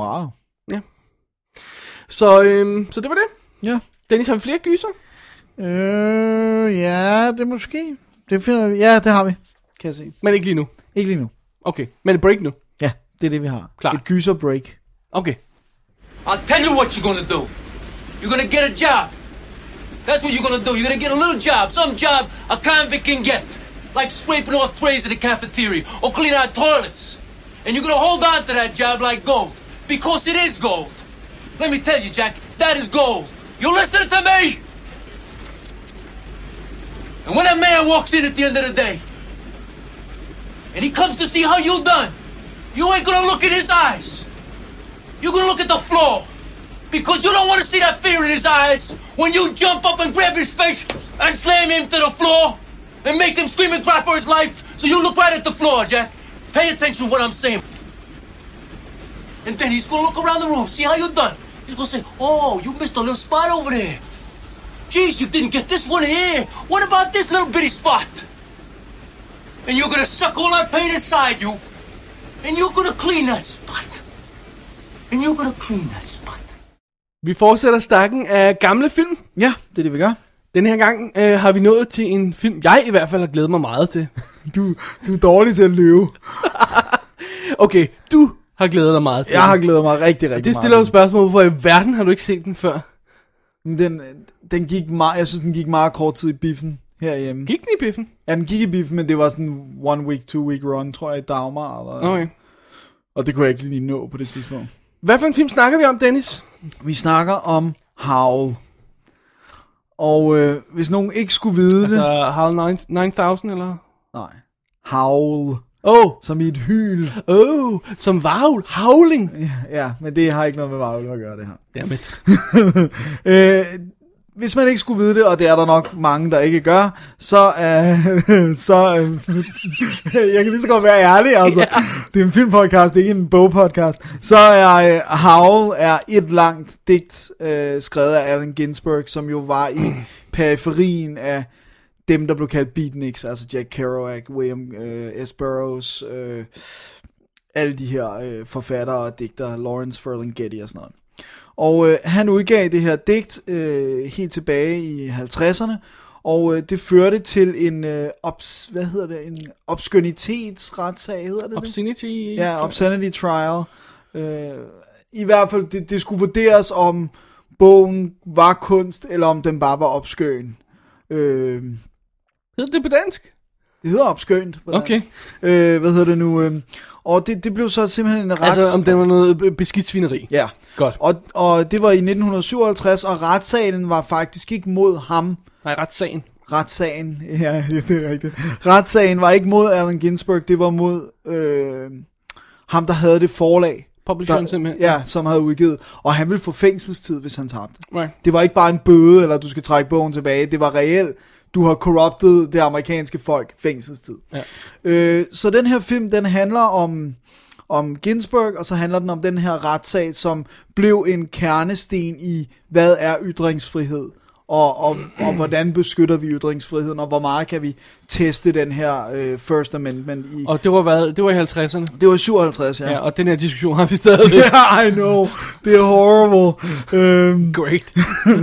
C: Wow.
D: Så, øhm, så det var det.
C: Ja.
D: Dennis, har vi flere gyser?
C: Øh, ja, det måske. Det finder vi. Ja, det har vi. Kan jeg se.
D: Men ikke lige nu.
C: Ikke lige nu.
D: Okay, men et break nu.
C: Ja, det er det, vi har.
D: Klart.
C: Et gyser break.
D: Okay.
G: I'll tell you what you're gonna do. You're gonna get a job. That's what you're gonna do. You're gonna get a little job, some job a convict can get, like scraping off trays in the cafeteria or cleaning out toilets. And you're gonna hold on to that job like gold, because it is gold. Let me tell you, Jack, that is gold. You listen to me. And when that man walks in at the end of the day, and he comes to see how you done, you ain't gonna look in his eyes. You're gonna look at the floor because you don't want to see that fear in his eyes when you jump up and grab his face and slam him to the floor and make him scream and cry for his life. So you look right at the floor, Jack. Pay attention to what I'm saying. And then he's gonna look around the room, see how you done. He's gonna say, oh, you missed a little spot over there. Jeez, you didn't get this one here. What about this little bitty spot? And you're gonna suck all that paint inside you, and you're gonna clean that spot. And you're gonna clean that spot.
D: Vi fortsætter stakken af gamle film.
C: Ja, det er det, vi gør.
D: Den her gang øh, har vi nået til en film, jeg i hvert fald har glædet mig meget til. (laughs)
C: Du, du er dårlig til at løbe.
D: Okay, du har glædet dig meget til
C: Jeg
D: den.
C: har glædet mig rigtig, rigtig
D: Det
C: meget.
D: stiller jo
C: til
D: spørgsmålet, hvorfor i verden har du ikke set den før?
C: den. den. Den gik meget, jeg synes, den gik meget kort tid i biffen herhjemme.
D: Gik den i biffen?
C: Ja, den gik i biffen, men det var sådan one week, two week run, tror jeg, i Dagmar. Eller,
D: Okay.
C: Og det kunne jeg ikke lige nå på det tidspunkt.
D: Hvad for en film snakker vi om, Dennis?
C: Vi snakker om Howl. Og øh, hvis nogen ikke skulle vide altså...
D: Altså,
C: det...
D: Howl 9000, eller?
C: Nej. Howl.
D: Oh,
C: Som i et hyl.
D: oh, som varul, howling.
C: Ja, men det har ikke noget med Marvel at gøre, det her. (laughs)
D: Dammit.
C: øh, hvis man ikke skulle vide det, og det er der nok mange, der ikke gør, så er... (laughs) så, øh, (laughs) jeg kan lige så godt være ærlig, altså. Yeah. Det er en filmpodcast, det er ikke en bogpodcast. Så er øh, Howl er et langt digt, øh, skrevet af Allen Ginsberg, som jo var i periferien af dem, der blev kaldt beatniks, altså Jack Kerouac, William øh, S. Burroughs, øh, alle de her øh, forfattere og digtere, Lawrence Ferlinghetti og sådan noget. Og øh, han udgav det her digt øh, helt tilbage i 50'erne, og øh, det førte til en, øh, obs, hvad hedder det, en obskønitetsretssag, hedder det det?
D: Obscenity.
C: Ja, obscenity trial. Øh, I hvert fald, det, det skulle vurderes, om bogen var kunst, eller om den bare var opskøn. Øh,
D: Hed det på dansk?
C: det hedder opskønt. på dansk.
D: Okay.
C: Øh, hvad hedder det nu? Øh, og det, det blev så simpelthen en rets...
D: Altså, om den var noget øh, beskidt svineri.
C: Ja.
D: Godt.
C: Og, og det var i 1957, og retssagen var faktisk ikke mod ham.
D: Nej, retssagen.
C: Retssagen, (laughs) ja, det er rigtigt. Retssagen var ikke mod Allen Ginsberg, det var mod øh, ham, der havde det forlag.
D: Publisheren simpelthen.
C: Ja, som havde udgivet. Og han ville få fængselstid, hvis han tabte.
D: Right.
C: Det var ikke bare en bøde, eller du skal trække bogen tilbage. Det var reelt. Du har corrupted det amerikanske folk. Fængselstid. Ja. Øh, så den her film, den handler om, om Ginsburg, og så handler den om den her retssag, som blev en kernesten i, hvad er ytringsfrihed? Og, og, og hvordan beskytter vi ytringsfriheden, og hvor meget kan vi teste den her øh, First Amendment i...
D: Og det var hvad? Det var i 50'erne.
C: Det var 57, ja.
D: Ja,
C: ja.
D: og den her diskussion har vi
C: (laughs)
D: stadigvæk.
C: I know, det er horrible. øhm,
D: Great.
C: (laughs)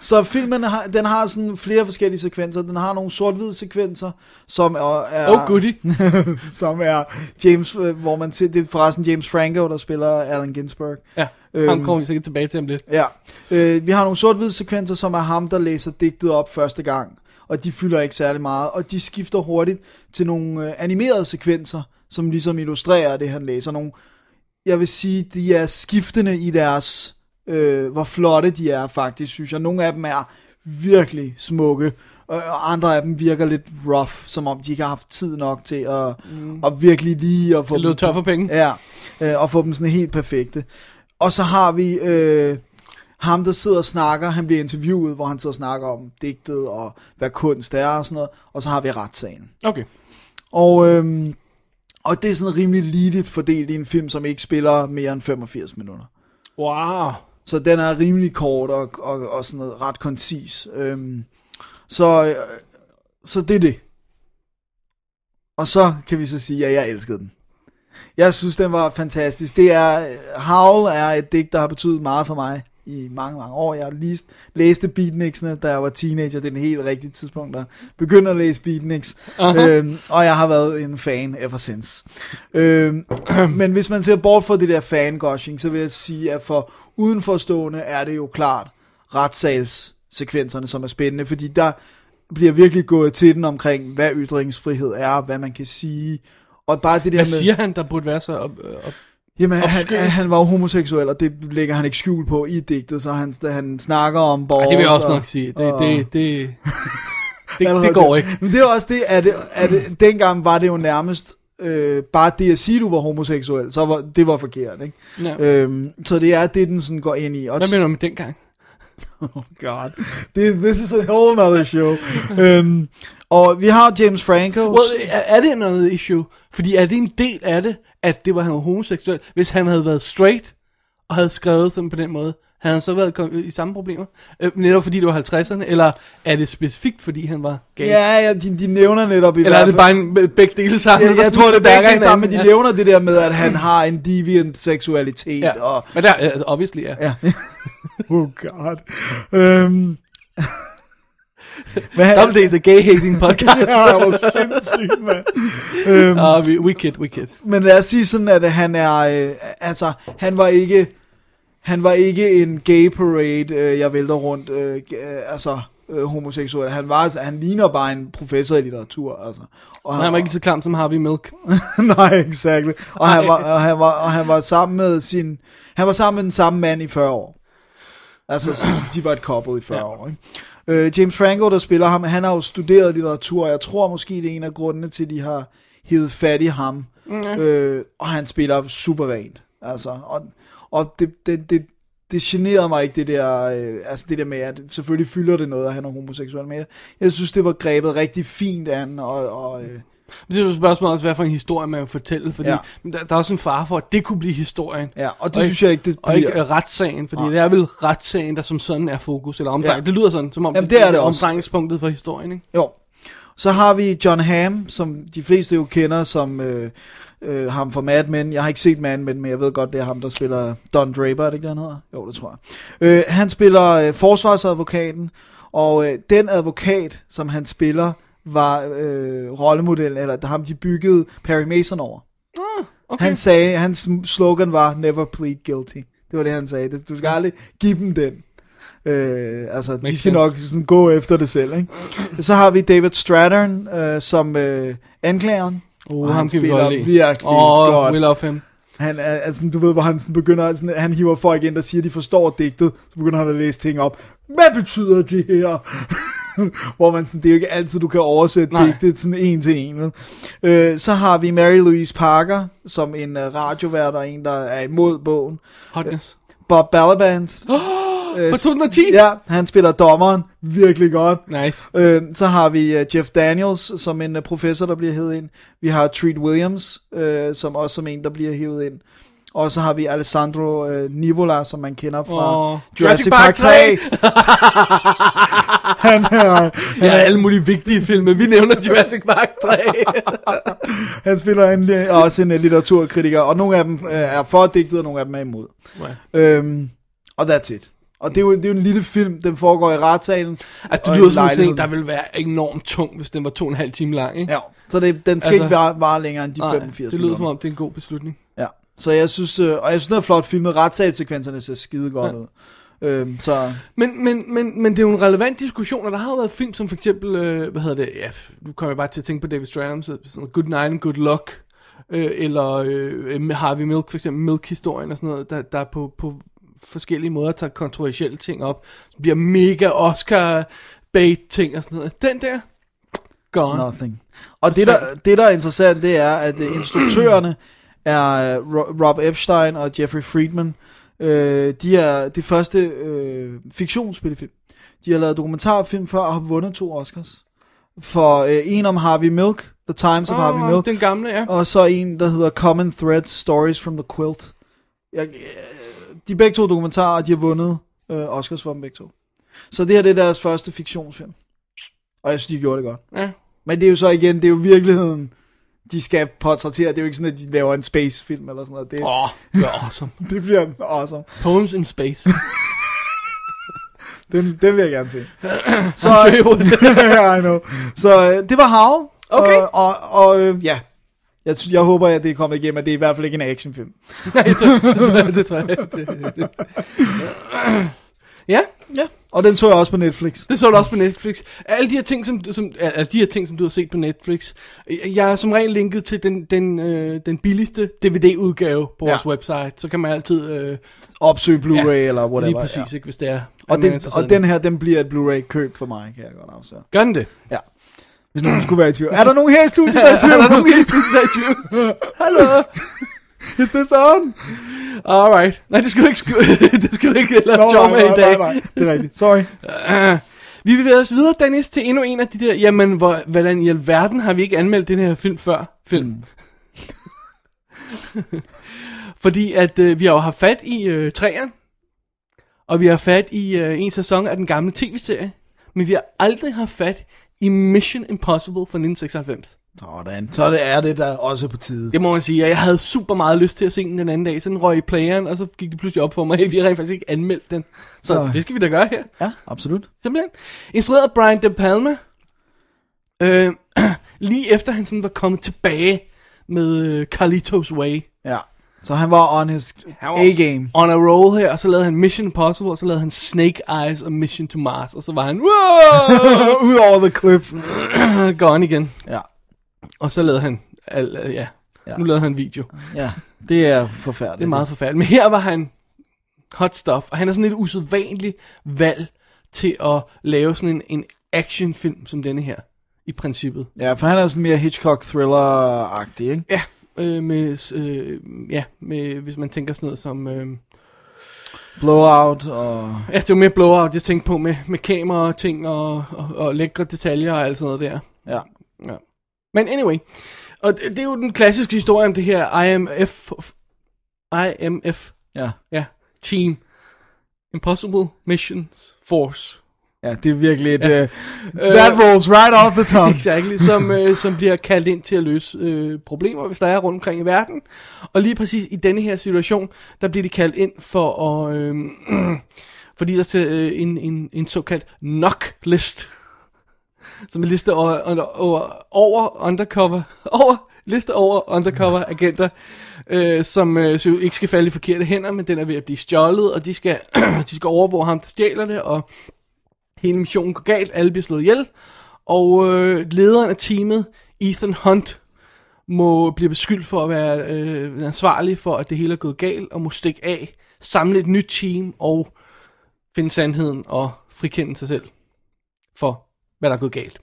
C: Så filmen har, den har sådan flere forskellige sekvenser. Den har nogle sort-hvide sekvenser, som er, er
D: Oh, goody.
C: som er James, øh, hvor man ser, det er forresten James Franco, der spiller Allen Ginsberg.
D: Ja, ham
C: Øhm.
D: kommer vi sikkert tilbage til om lidt.
C: Ja. Øh, vi har nogle sort-hvide sekvenser, som er ham, der læser digtet op første gang, og de fylder ikke særlig meget, og de skifter hurtigt til nogle øh, animerede sekvenser, som ligesom illustrerer det, han læser. Nogle, jeg vil sige, de er skiftende i deres, øh, hvor flotte de er faktisk, synes jeg. Nogle af dem er virkelig smukke, og- og andre af dem virker lidt rough, som om de ikke har haft tid nok til at, mm. at virkelig lige at få
D: Det lød tør for penge.
C: (laughs) Ja, øh, og få dem sådan helt perfekte. Og så har vi øh, ham, der sidder og snakker, han bliver interviewet, hvor han sidder og snakker om digtet og hvad kunst er og sådan noget. Og så har vi retssagen.
D: Okay.
C: Og, øh, og det er sådan rimelig ligeligt fordelt i en film, som ikke spiller mere end 85 minutter.
D: Wow.
C: Så den er rimelig kort og, og, og sådan noget ret koncis. Øhm, så, øh, så det er det. Og så kan vi så sige, at jeg elskede den. Jeg synes, den var fantastisk. Det er, Howl er et digt, der har betydet meget for mig i mange, mange år. Jeg har læst, læste Beatniksene, da jeg var teenager. Det er den helt rigtige tidspunkt, der begynder at læse Beatniks.
D: Aha.
C: Øhm, og jeg har været en fan ever since. Øhm, (clears throat) men hvis man ser bort fra det der fangushing, så vil jeg sige, at for udenforstående er det jo klart retssalssekvenserne, som er spændende, fordi der bliver virkelig gået til den omkring, hvad ytringsfrihed er, hvad man kan sige, og bare det der
D: Hvad
C: med...
D: siger han, der burde være så op, øh, op?
C: Jamen, han,
D: Opskød.
C: han var jo homoseksuel, og det lægger han ikke skjul på i digtet, så han, han snakker om
D: Ej,
C: borgere...
D: det vil jeg også nok sige. Det, det, (laughs) det, det, det går ikke.
C: Men det er også det, at, at dengang var det jo nærmest øh, bare det at sige, du var homoseksuel, så var, det var forkert, ikke?
D: Ja.
C: Øhm, så det er det, den sådan går ind i. Og
D: Hvad mener du med dengang?
C: Oh God. Det, this is a whole other
D: (laughs)
C: show. øhm, og vi har James Franco.
D: Well, er, er det noget issue? Fordi er det en del af det, at det var han var homoseksuel? Hvis han havde været straight, og havde skrevet sådan på den måde, havde han så været kom- i samme problemer? Øh, netop fordi det var 50'erne, eller er det specifikt, fordi han var gay?
C: Ja, ja de, de nævner netop i
D: eller er
C: hvert
D: det
C: fald.
D: bare en, begge dele sammen?
C: Jeg,
D: der
C: jeg tror, det
D: smitter
C: er Mm.
D: stærkere
C: begge sammen, men de
D: hinanden?
C: nævner det der med, at han har en deviant seksualitet,
D: Ja.
C: og...
D: Men der, altså, obviously, ja.
C: Ja. (laughs) oh god. (laughs) Øhm. Hvad er
D: Double Date, the gay hating podcast.
C: (laughs) Ja, hvor sindssygt, mand. Øhm,
D: Åh, vi, wicked, wicked.
C: men lad os sige sådan, at han er, øh, altså, han var ikke, han var ikke en gay parade, øh, jeg vælter rundt, øh, g- øh, altså, øh, homoseksuel. Han var, altså, han ligner bare en professor i litteratur, altså. Og
D: Han var ikke så klam som Harvey Milk.
C: (laughs) Nej, exakt. Og han,
D: Nej.
C: var, og, han var, og han var sammen med sin... Han var sammen med den samme mand i 40 år. Altså, s- de var et couple i 40 ja. år, ikke? Øh, James Franco, der spiller ham, han har jo studeret litteratur, og jeg tror måske, det er en af grundene til, de har hivet fat i ham. Mm. Øh, og han spiller suverænt. Altså, og, og det, det, det, det generede mig ikke, det der, øh, altså det der med, at selvfølgelig fylder det noget, at han er homoseksuel, men jeg, jeg synes, det var grebet rigtig fint an, og, og øh,
D: Men Det er jo spørgsmålet også, hvad for en historie man vil fortælle, fordi
C: Ja.
D: ja. der, der er også en fare for, at det kunne blive historien.
C: Ja, og det synes jeg ikke, det
D: Og ikke
C: bliver.
D: øh, retssagen, fordi det er vel retssagen, der som sådan er fokus, eller omdrejning.
C: Ja.
D: Ja. Det lyder sådan, som om
C: Jamen, det er det også.
D: omdrejningspunktet for historien, ikke?
C: Jo. Så har vi John Hamm, som de fleste jo kender som øh, øh, ham fra Mad Men. Jeg har ikke set Mad Men, men jeg ved godt, det er ham, der spiller Don Draper, er det ikke, det, han hedder? Jo, det tror jeg. Øh, han spiller øh, forsvarsadvokaten, og øh, den advokat, som han spiller, var øh, rollemodellen, eller ham de byggede Perry Mason over. Okay. Han sagde, hans slogan var, never plead guilty. Det var det, han sagde. Det- Du skal aldrig give dem den. Øh, altså, de skal
D: sense.
C: nok sådan gå efter det selv, ikke? Så har vi David Strattern øh, som øh, anklageren.
D: Uh,
C: Og han
D: ham kan vi
C: spiller
D: godt lide.
C: virkelig
D: oh,
C: godt.
D: we love him.
C: Han er, altså, du ved, hvor han sådan begynder, sådan, han hiver folk ind, der siger, at de forstår digtet, så begynder han at læse ting op. Hvad betyder det her? (laughs) hvor man sådan, det er jo ikke altid, du kan oversætte Nej.
D: Nej.
C: digtet sådan en til en. vel? Øh, så har vi Mary Louise Parker, som en uh, radiovært og en, der er imod bogen.
D: Hotness.
C: Bob
D: (gasps)
C: Balaban. øh,
D: Fra 2010?
C: ja, han spiller dommeren virkelig godt.
D: Nice.
C: Øh, så har vi øh, Jeff Daniels som en øh, professor, der bliver hævet ind. Vi har Treat Williams, øh, som også som en, der bliver hævet ind. Og så har vi Alessandro øh, Nivola, som man kender fra
D: Åh,
C: oh, Jurassic Park 3. (laughs) han, er,
D: Ja, alle mulige vigtige film, men vi nævner Jurassic Park
C: (laughs)
D: 3.
C: han spiller en, øh, også en øh, litteraturkritiker, og nogle af dem øh, er for digtet, og nogle af dem er imod.
D: Right.
C: Øhm, og that's it. Og det er, jo, det er jo en lille film, den foregår i retssalen.
D: altså,
C: og
D: det
C: i
D: lyder som sådan
C: lejligheden.
D: en, der ville være enormt tung, hvis den var to og en halv time lang, ikke?
C: Ja, så det, den skal altså,
D: Altså-
C: ikke vare, vare længere end de
D: Nej,
C: 85
D: det lyder
C: minutter.
D: som om, det er en god beslutning.
C: Ja, så jeg synes, øh, og jeg synes, det er flot filmet. Retssagssekvenserne ser skide godt ja. ud. Øhm, så
D: Men, men, men, men det er jo en relevant diskussion, og der har jo været film som for eksempel, øh, hvad hedder det, ja, f- nu kommer jeg bare til at tænke på David Stratham, så sådan Good Night and Good Luck, øh, eller øh, med Harvey Milk, for eksempel Milk-historien og sådan noget, der, der på, på forskellige måder tager kontroversielle ting op, som bliver mega Oscar-bait-ting og sådan noget. Den der, gone.
C: nothing. Og det der, det, der er interessant, det er, at øh, instruktørerne er øh, Ro- Rob Epstein og Jeffrey Friedman. Øh, de er det første øh, fiktionsspillefilm. De har lavet dokumentarfilm før og har vundet to Oscars. For øh, en om Harvey Milk, The Times of oh, Harvey Milk,
D: Den gamle, ja.
C: og så en, der hedder Common Threads, Stories from the Quilt. Jeg, øh, de er begge to dokumentarer, og de har vundet øh, Oscars for dem begge to. Så det her det er deres første fiktionsfilm. Og jeg synes, de gjorde det godt.
D: ja.
C: Men det er jo så igen, det er jo virkeligheden, de skal portrættere. Det er jo ikke sådan, at de laver en spacefilm eller sådan noget. Det,
D: Åh, oh, det var awesome.
C: det bliver awesome.
D: Poems in Space.
C: Den, den vil jeg gerne
D: (clears throat)
C: se. så,
D: Seriøst.
C: yeah, (laughs) I know. så øh, det var Hav.
D: Okay.
C: Og, og, og øh, ja, jeg, sy- jeg håber, at det er kommet igennem, at det er i hvert fald ikke en actionfilm.
D: Nej, det tror (laughs) jeg, det tror jeg. det- det- Ja,
C: Ja. Og den så jeg også på Netflix.
D: det så du også på Netflix. Alle de her ting, som, som, alle de her ting, som du har set på Netflix, jeg- jeg er som regel linket til den, den, øh, den billigste DVD-udgave på
C: Ja.
D: vores website. Så kan man altid øh,
C: opsøge Blu-ray ja, eller whatever.
D: lige præcis, ikke, hvis det er.
C: Ja. Og,
D: at man er
C: den,
D: interesseret
C: og
D: i
C: den her, den bliver et Blu-ray-køb for mig, kan jeg godt afsætte.
D: Gør den det?
C: Ja. Hvis nogen skulle være i tvivl. Er der nogen her i studiet, der er i tvivl?
D: (laughs) Er der nogen, der er i tvivl? Hallo?
C: Is this on?
D: Alright. Nej, det skal du ikke, sku- (laughs) det skal du ikke lave
C: Nå,
D: no, job
C: nej,
D: med i
C: nej,
D: dag.
C: nej, nej. Det er rigtigt. Sorry.
D: Ah. (clears throat) Vi bevæger os videre, Dennis, til endnu en af de der, jamen, hvor, hvordan i alverden har vi ikke anmeldt den her film før? Film. Mm. (laughs) Fordi at øh, vi har jo haft fat i øh, træerne, og vi har fat i øh, en sæson af den gamle tv-serie, men vi har aldrig haft fat i Mission Impossible fra 1996.
C: Sådan. Så det er det der også er på tide.
D: Det må man sige, at jeg havde super meget lyst til at se den den anden dag, så den røg i playeren, og så gik det pludselig op for mig, at vi rent faktisk ikke anmeldte den. Så
C: Nej.
D: det skal vi da gøre her.
C: Ja, absolut.
D: Simpelthen. Instrueret af Brian De Palma. Øh, (clears throat) lige efter han sådan var kommet tilbage med øh, Carlitos Way.
C: Ja. Så han var on his
D: (laughs)
C: A-game.
D: On a roll her, og så lavede han Mission Impossible, og så lavede han Snake Eyes og Mission to Mars, og så var han, wow,
C: Ud over the cliff.
D: (clears throat) gone igen.
C: Ja.
D: Og så lavede han, al, øh, ja,
C: Ja.
D: nu lavede han video.
C: Ja, det er forfærdeligt.
D: Det er meget forfærdeligt. Men her var han hot stuff, og han er sådan et usædvanligt valg til at lave sådan en, en actionfilm som denne her, i princippet.
C: Ja, for han er jo sådan mere Hitchcock-thriller-agtig, ikke?
D: Ja, øh, med, øh, ja med, hvis man tænker sådan noget som... Øh,
C: Blowout og...
D: ja, det var mere blowout, jeg tænkte på med, med kamera og ting og, og, og lækre detaljer og alt sådan noget der.
C: Ja.
D: Ja. Men anyway, og det, det er jo den klassiske historie om det her IMF... IMF,
C: Ja.
D: ja, Team Impossible Missions Force. Øh,
C: Ja, det er virkelig et... Ja. Uh, that rolls right off the tongue.
D: (laughs) Exactly, som, øh, som bliver kaldt ind til at løse øh, problemer, hvis der er rundt omkring i verden. Og lige præcis i denne her situation, der bliver de kaldt ind for at... Øh, (clears throat) fordi der er øh, en, en, en såkaldt knock-list, som er liste over, under, over, over undercover... (laughs) Over, liste over undercover agenter, øh, som øh, så ikke skal falde i forkerte hænder, men den er ved at blive stjålet, og de skal, (clears throat) de skal overvåge ham, der stjæler det, og hele missionen går galt, alle bliver slået ihjel, og øh, lederen af teamet, Ethan Hunt, må blive beskyldt for at være øh, ansvarlig for, at det hele er gået galt, og må stikke af, samle et nyt team og finde sandheden og frikende sig selv for, hvad der er gået galt.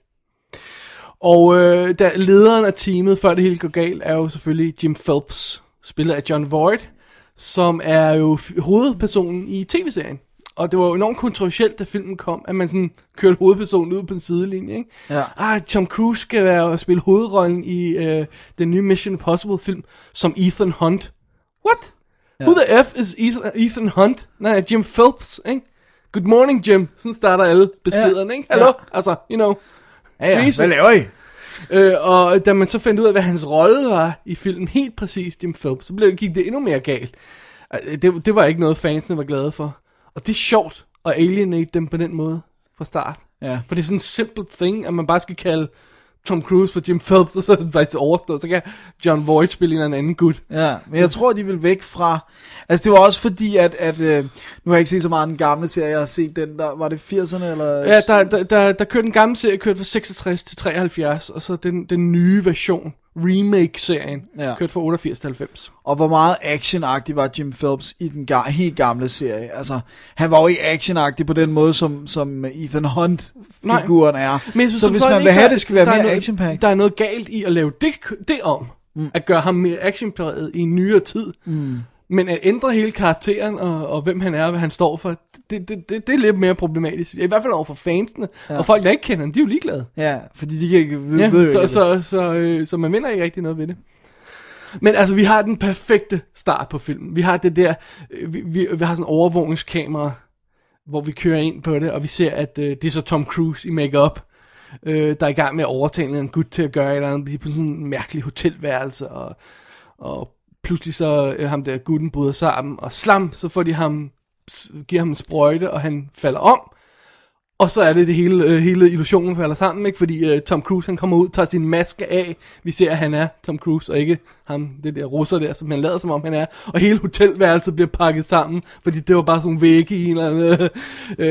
D: Og øh, da lederen af teamet, før det hele går galt, er jo selvfølgelig Jim Phelps, spiller af John Voight, som er jo f- hovedpersonen i tv-serien. Og det var jo enormt kontroversielt, da filmen kom, at man sådan kørte hovedpersonen ud på en sidelinje. Ikke?
C: Ja.
D: Ah, Tom Cruise skal være og spille hovedrollen i øh, den nye Mission Impossible film, som Ethan Hunt. What? Who the F is Ethan- Ethan Hunt? Nej, Jim Phelps, ikke? Good morning, Jim. Sådan starter alle beskederne, ikke? Hallo?
C: Ja.
D: Altså, you know.
C: Ja, ja.
D: Jesus.
C: Hvad laver I?
D: Øh, og da man så fandt ud af, hvad hans rolle var i filmen, helt præcis Jim Phelps, så blev, gik det endnu mere galt. Øh, Det, det var ikke noget, fansene var glade for. Og det er sjovt at alienate dem på den måde fra start.
C: Ja.
D: For det er sådan en simple thing, at man bare skal kalde Tom Cruise for Jim Phelps, og så er det faktisk overstået. Så kan John Voight spille en eller anden gut.
C: Ja, men jeg tror, de vil væk fra... Altså, det var også fordi, at... at øh, nu har jeg ikke set så meget af den gamle serie. Jeg har set den der... Var det 80'erne, eller...
D: Ja, der, der, der, der kørte den gamle serie, kørte fra 66 til 73, og så den, den nye version, remake-serien,
C: Ja.
D: kørte fra 88 til 90.
C: Og hvor meget actionagtig var Jim Phelps i den ga- helt gamle serie? Altså, han var jo ikke actionagtig på den måde, som, som Ethan Hunt-figuren er. så
D: som
C: hvis
D: sådan
C: man vil
D: ikke,
C: have
D: der-
C: det, skal være
D: der er
C: mere
D: noget-
C: action
D: Der er noget galt i at lave det, det om, mm. at gøre ham mere actionpræget i nyere tid. Mm. Men at ændre hele karakteren, og, og hvem han er, og hvad han står for, det, det, det, det er lidt mere problematisk. I hvert fald over for fansene, ja. og folk, der ikke kender ham, de er jo ligeglade.
C: Ja, fordi de kan ikke vide,
D: Ja,
C: ved jo
D: så,
C: ikke, altså.
D: så, så, øh, så man vinder ikke rigtig noget ved det. Men altså, vi har den perfekte start på filmen. Vi har det der, øh, vi, vi, vi har sådan en overvågningskamera, hvor vi kører ind på det, og vi ser, at øh, det er så Tom Cruise i makeup, øh, der er i gang med at overtale en gut til at gøre et eller andet. De er på sådan en mærkelig hotelværelse, og, og pludselig så øh, ham der gutten bryder sammen, og slam, så får de ham, s- giver ham en sprøjte, og han falder om. Og så er det det hele, øh, hele illusionen falder sammen, ikke? Fordi øh, Tom Cruise, han kommer ud, tager sin maske af. Vi ser, at han er Tom Cruise, og ikke ham, det der russer der, som han lader som om han er. Og hele hotelværelset bliver pakket sammen, fordi det var bare sådan nogle vægge i en eller anden, (laughs) øh,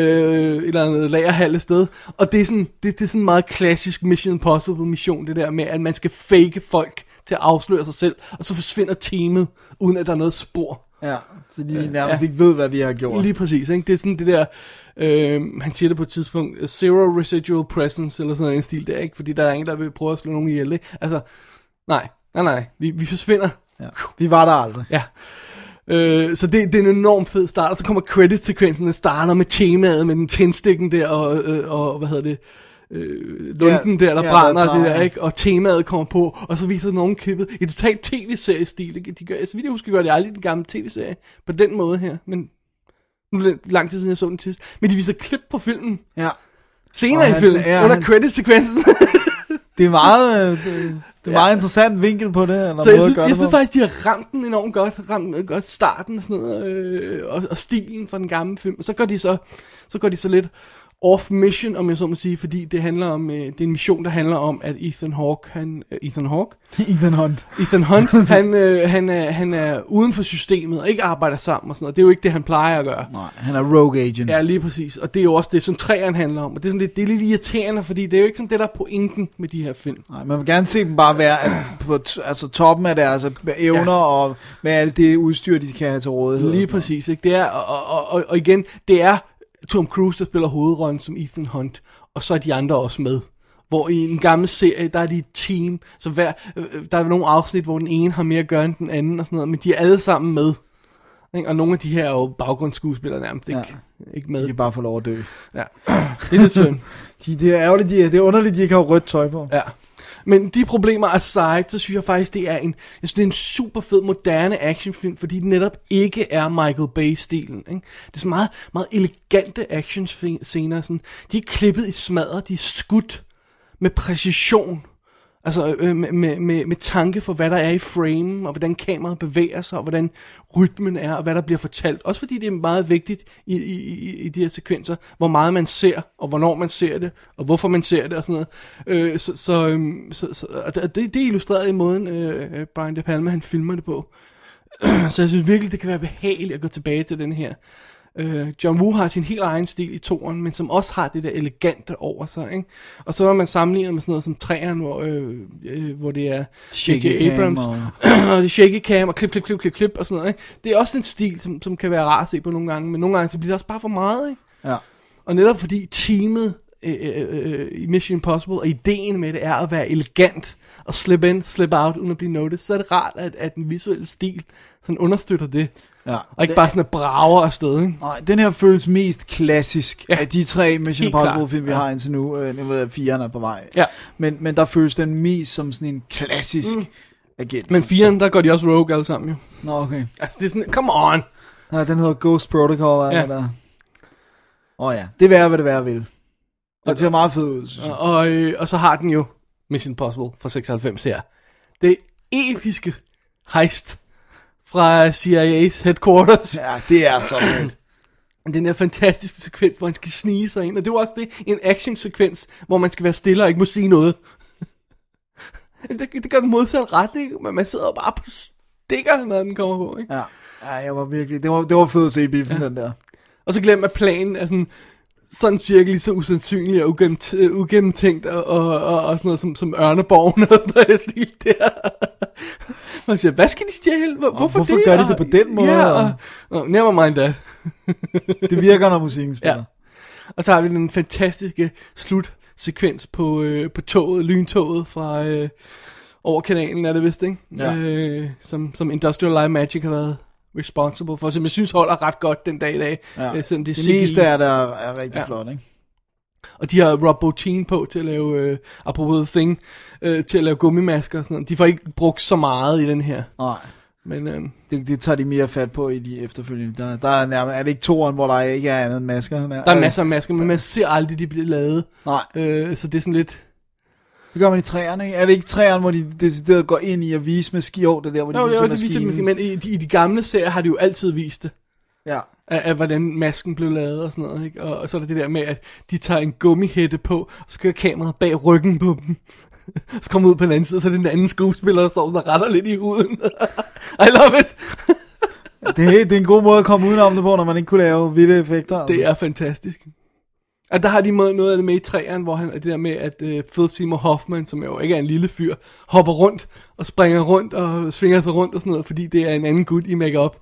D: et eller andet lagerhal et sted. Og det er, sådan, det, det er sådan en meget klassisk Mission Impossible mission, det der med, at man skal fake folk til at afsløre sig selv, og så forsvinder teamet, uden at der er noget spor.
C: Ja, så de nærmest ikke ved, hvad de har gjort.
D: Lige præcis, ikke? Det er sådan det der, øh, han siger det på et tidspunkt, zero residual presence, eller sådan noget i den stil der, ikke? Fordi der er ingen, der vil prøve at slå nogen ihjel, ikke? Altså, nej, nej, nej, vi, vi forsvinder.
C: Ja. Vi var der aldrig.
D: Ja. Øh, så det, det er en enorm fed start, og så kommer credit-sekvensen, der starter med temaet, med den tændstikken der, og, øh, og hvad hedder det, øh, lunden
C: Ja,
D: der, der
C: ja,
D: brænder,
C: der
D: og det der,
C: brænder.
D: ikke? Og temaet kommer på, og så viser nogen klippet i totalt tv-seriestil. ikke? De gør, altså, vidt jeg husker, gør det aldrig i den gamle tv-serie på den måde her, men nu er det lang tid siden, jeg så den sidst. Men de viser klip fra filmen,
C: Ja.
D: senere
C: Og
D: i
C: han-
D: filmen,
C: ja,
D: under
C: han-
D: credit-sekvensen. (laughs)
C: Det er meget, øh, det, det er meget interessant vinkel på det. Eller
D: Så
C: måde
D: jeg
C: at
D: synes,
C: gøre
D: jeg
C: det
D: synes
C: på.
D: faktisk, de har ramt den enormt godt, ramt øh, godt starten og sådan noget, øh, og, og stilen fra den gamle film. Og så går de så, så, går de så lidt off mission, om jeg så må sige, fordi det handler om, øh, det er en mission, der handler om, at Ethan Hawke, han, øh, Ethan Hawke?
C: Ethan Hunt.
D: Ethan
C: (laughs)
D: Hunt, han, øh, han, er, han er uden for systemet og ikke arbejder sammen og sådan noget. Det er jo ikke det, han plejer at gøre.
C: Nej, han er rogue agent.
D: Ja, lige præcis. Og det er jo også det, som træerne handler om. Og det er, sådan lidt, det er lidt irriterende, fordi det er jo ikke sådan det, der er pointen med de her film.
C: Nej, man vil gerne se dem bare være at- på t- altså toppen af deres evner ja. og med alt det udstyr, de kan have til rådighed.
D: Lige præcis, ikke? Det er, og, og, og, og igen, det er Tom Cruise, der spiller hovedrollen som Ethan Hunt, og så er de andre også med. Hvor i en gammel serie, der er de et team, så hver, øh, der er nogle afsnit, hvor den ene har mere at gøre end den anden og sådan noget, men de er alle sammen med. Ikke? Og nogle af de her er jo baggrundsskuespillere nærmest ikke, ja. ikke
C: De
D: med.
C: kan bare få lov at dø.
D: Ja. Det er lidt synd.
C: De, det er ærgerligt, de, det er underligt, de ikke har rødt tøj på.
D: Ja. Men de problemer aside, så synes jeg faktisk, det er en, jeg synes, det er en super fed, moderne actionfilm, fordi den netop ikke er Michael Bay-stilen. Ikke? Det er så meget, meget elegante actionscener. Sådan. De er klippet i smadre, de er skudt med præcision. Altså øh, med, med, med, med tanke for, hvad der er i frame, og hvordan kameraet bevæger sig, og hvordan rytmen er, og hvad der bliver fortalt. Også fordi det er meget vigtigt i, i, i, i de her sekvenser, hvor meget man ser, og hvornår man ser det, og hvorfor man ser det, og sådan noget. Øh, så, så, øhm, så, så, og det, det er illustreret i måden, øh, øh, Brian De Palma han filmer det på. (clears throat) så jeg synes virkelig, det kan være behageligt at gå tilbage til den her. Øh, John Woo har sin helt egen stil i toren, men som også har det der elegante over sig. Ikke? Og så når man sammenligner med sådan noget som træerne, hvor, øh, øh, hvor det er
C: Shaky
D: J.J.
C: cam
D: Abrams,
C: og-
D: (clears throat) og det shaky cam, og klip, klip, klip, klip, klip, og sådan noget. Ikke? Det er også en stil, som, som kan være rar at se på nogle gange, men nogle gange så bliver det også bare for meget. Ikke?
C: Ja.
D: Og netop fordi teamet øh, øh, øh, i Mission Impossible, og ideen med det er at være elegant, og slippe in, slippe out, uden at blive noticed, så er det rart, at, at den visuelle stil sådan understøtter det.
C: Ja.
D: Og ikke bare sådan at brager afsted, ikke?
C: Nej, den her føles mest klassisk ja.
D: Ja.
C: af de tre Mission
D: Helt klart.
C: Impossible film, vi
D: Ja.
C: har indtil nu. Øh, Jeg ved, at firen er på vej.
D: Ja.
C: Men, men der føles den mest som sådan en klassisk mm. agent.
D: Men firen, der går de også rogue alle sammen, jo.
C: Nå, okay.
D: Altså, det er sådan, come on!
C: Nej, den hedder Ghost Protocol.
D: Ja.
C: Ja. Eller... Åh oh, ja, det værre, hvad det værre vil. Og det ser meget fedt ud, synes jeg.
D: Og, og, øh, og så har den jo Mission Impossible fra 96 her. Det episke heist fra CIA's headquarters.
C: Ja, det er så
D: (clears throat)
C: fedt.
D: Den der fantastiske sekvens, hvor han skal snige sig ind. Og det var også det, en action-sekvens, hvor man skal være stille og ikke må sige noget. (laughs) det, det gør den modsatte retning, men man sidder bare på stikker, når den kommer på. Ikke?
C: Ja. ja, jeg var virkelig... Det var, det var fedt at se i biffen, ja. den der.
D: Og så glem, at planen er sådan, sådan cirka lige så usandsynlig og ugennemt, øh, ugennemtænkt og, og, og, og sådan noget som, som Ørneborgen (laughs) og sådan noget i den stil der. Man siger, hvad skal de stjæle? Hvor, hvorfor,
C: hvorfor
D: det?
C: gør de det
D: Og-
C: på den måde?
D: Ja, og, og, never mind that.
C: Det virker, når musikken spiller.
D: Ja. Og så har vi den fantastiske slutsekvens på, øh, på toget, lyntoget fra øh, over kanalen, er det vist, ikke?
C: Ja.
D: Øh, som, som Industrial Light Magic har været responsible for, som jeg synes holder ret godt den dag i dag.
C: Ja.
D: øh, selvom det er
C: Det
D: CGI.
C: meste af det er, er rigtig ja.
D: Ja.
C: flot, ikke?
D: Og de har Rob Bottin på til at lave, øh, apropos Thing, øh, til at lave gummimasker og sådan noget. De får ikke brugt så meget i den her.
C: Nej,
D: Men øh,
C: det, det tager de mere fat på i de efterfølgende. Der, der er, nærmest, er det ikke toeren, hvor der ikke er andet end masker?
D: der er masser af masker, men man ser aldrig, de bliver lavet.
C: Nej,
D: Øh, så det er sådan lidt...
C: det gør man i træerne, ikke? Er det ikke træerne, hvor de decideret går ind i at vise med ski? Jo, det er der, hvor de
D: Nå,
C: viser
D: jo, det viser,
C: maskinen.
D: det, men i de, i de gamle serier har de jo altid vist det.
C: Ja,
D: Af, af, hvordan masken blev lavet og sådan noget. Ikke? Og, og så er der det der med, at de tager en gummihætte på, og så kører kameraet bag ryggen på dem. (laughs) så kommer ud på den anden side, og så er det den anden skuespiller, der står sådan og retter lidt i huden. (laughs) I love it!
C: det, det er en god måde at komme udenom det på, når man ikke kunne lave vilde effekter.
D: Det er fantastisk. Og der har de måde noget af det med i træerne, hvor han er det der med, at øh, Philip Seymour Hoffman, som jo ikke er en lille fyr, hopper rundt og springer rundt og svinger sig rundt og sådan noget, fordi det er en anden gut i makeup.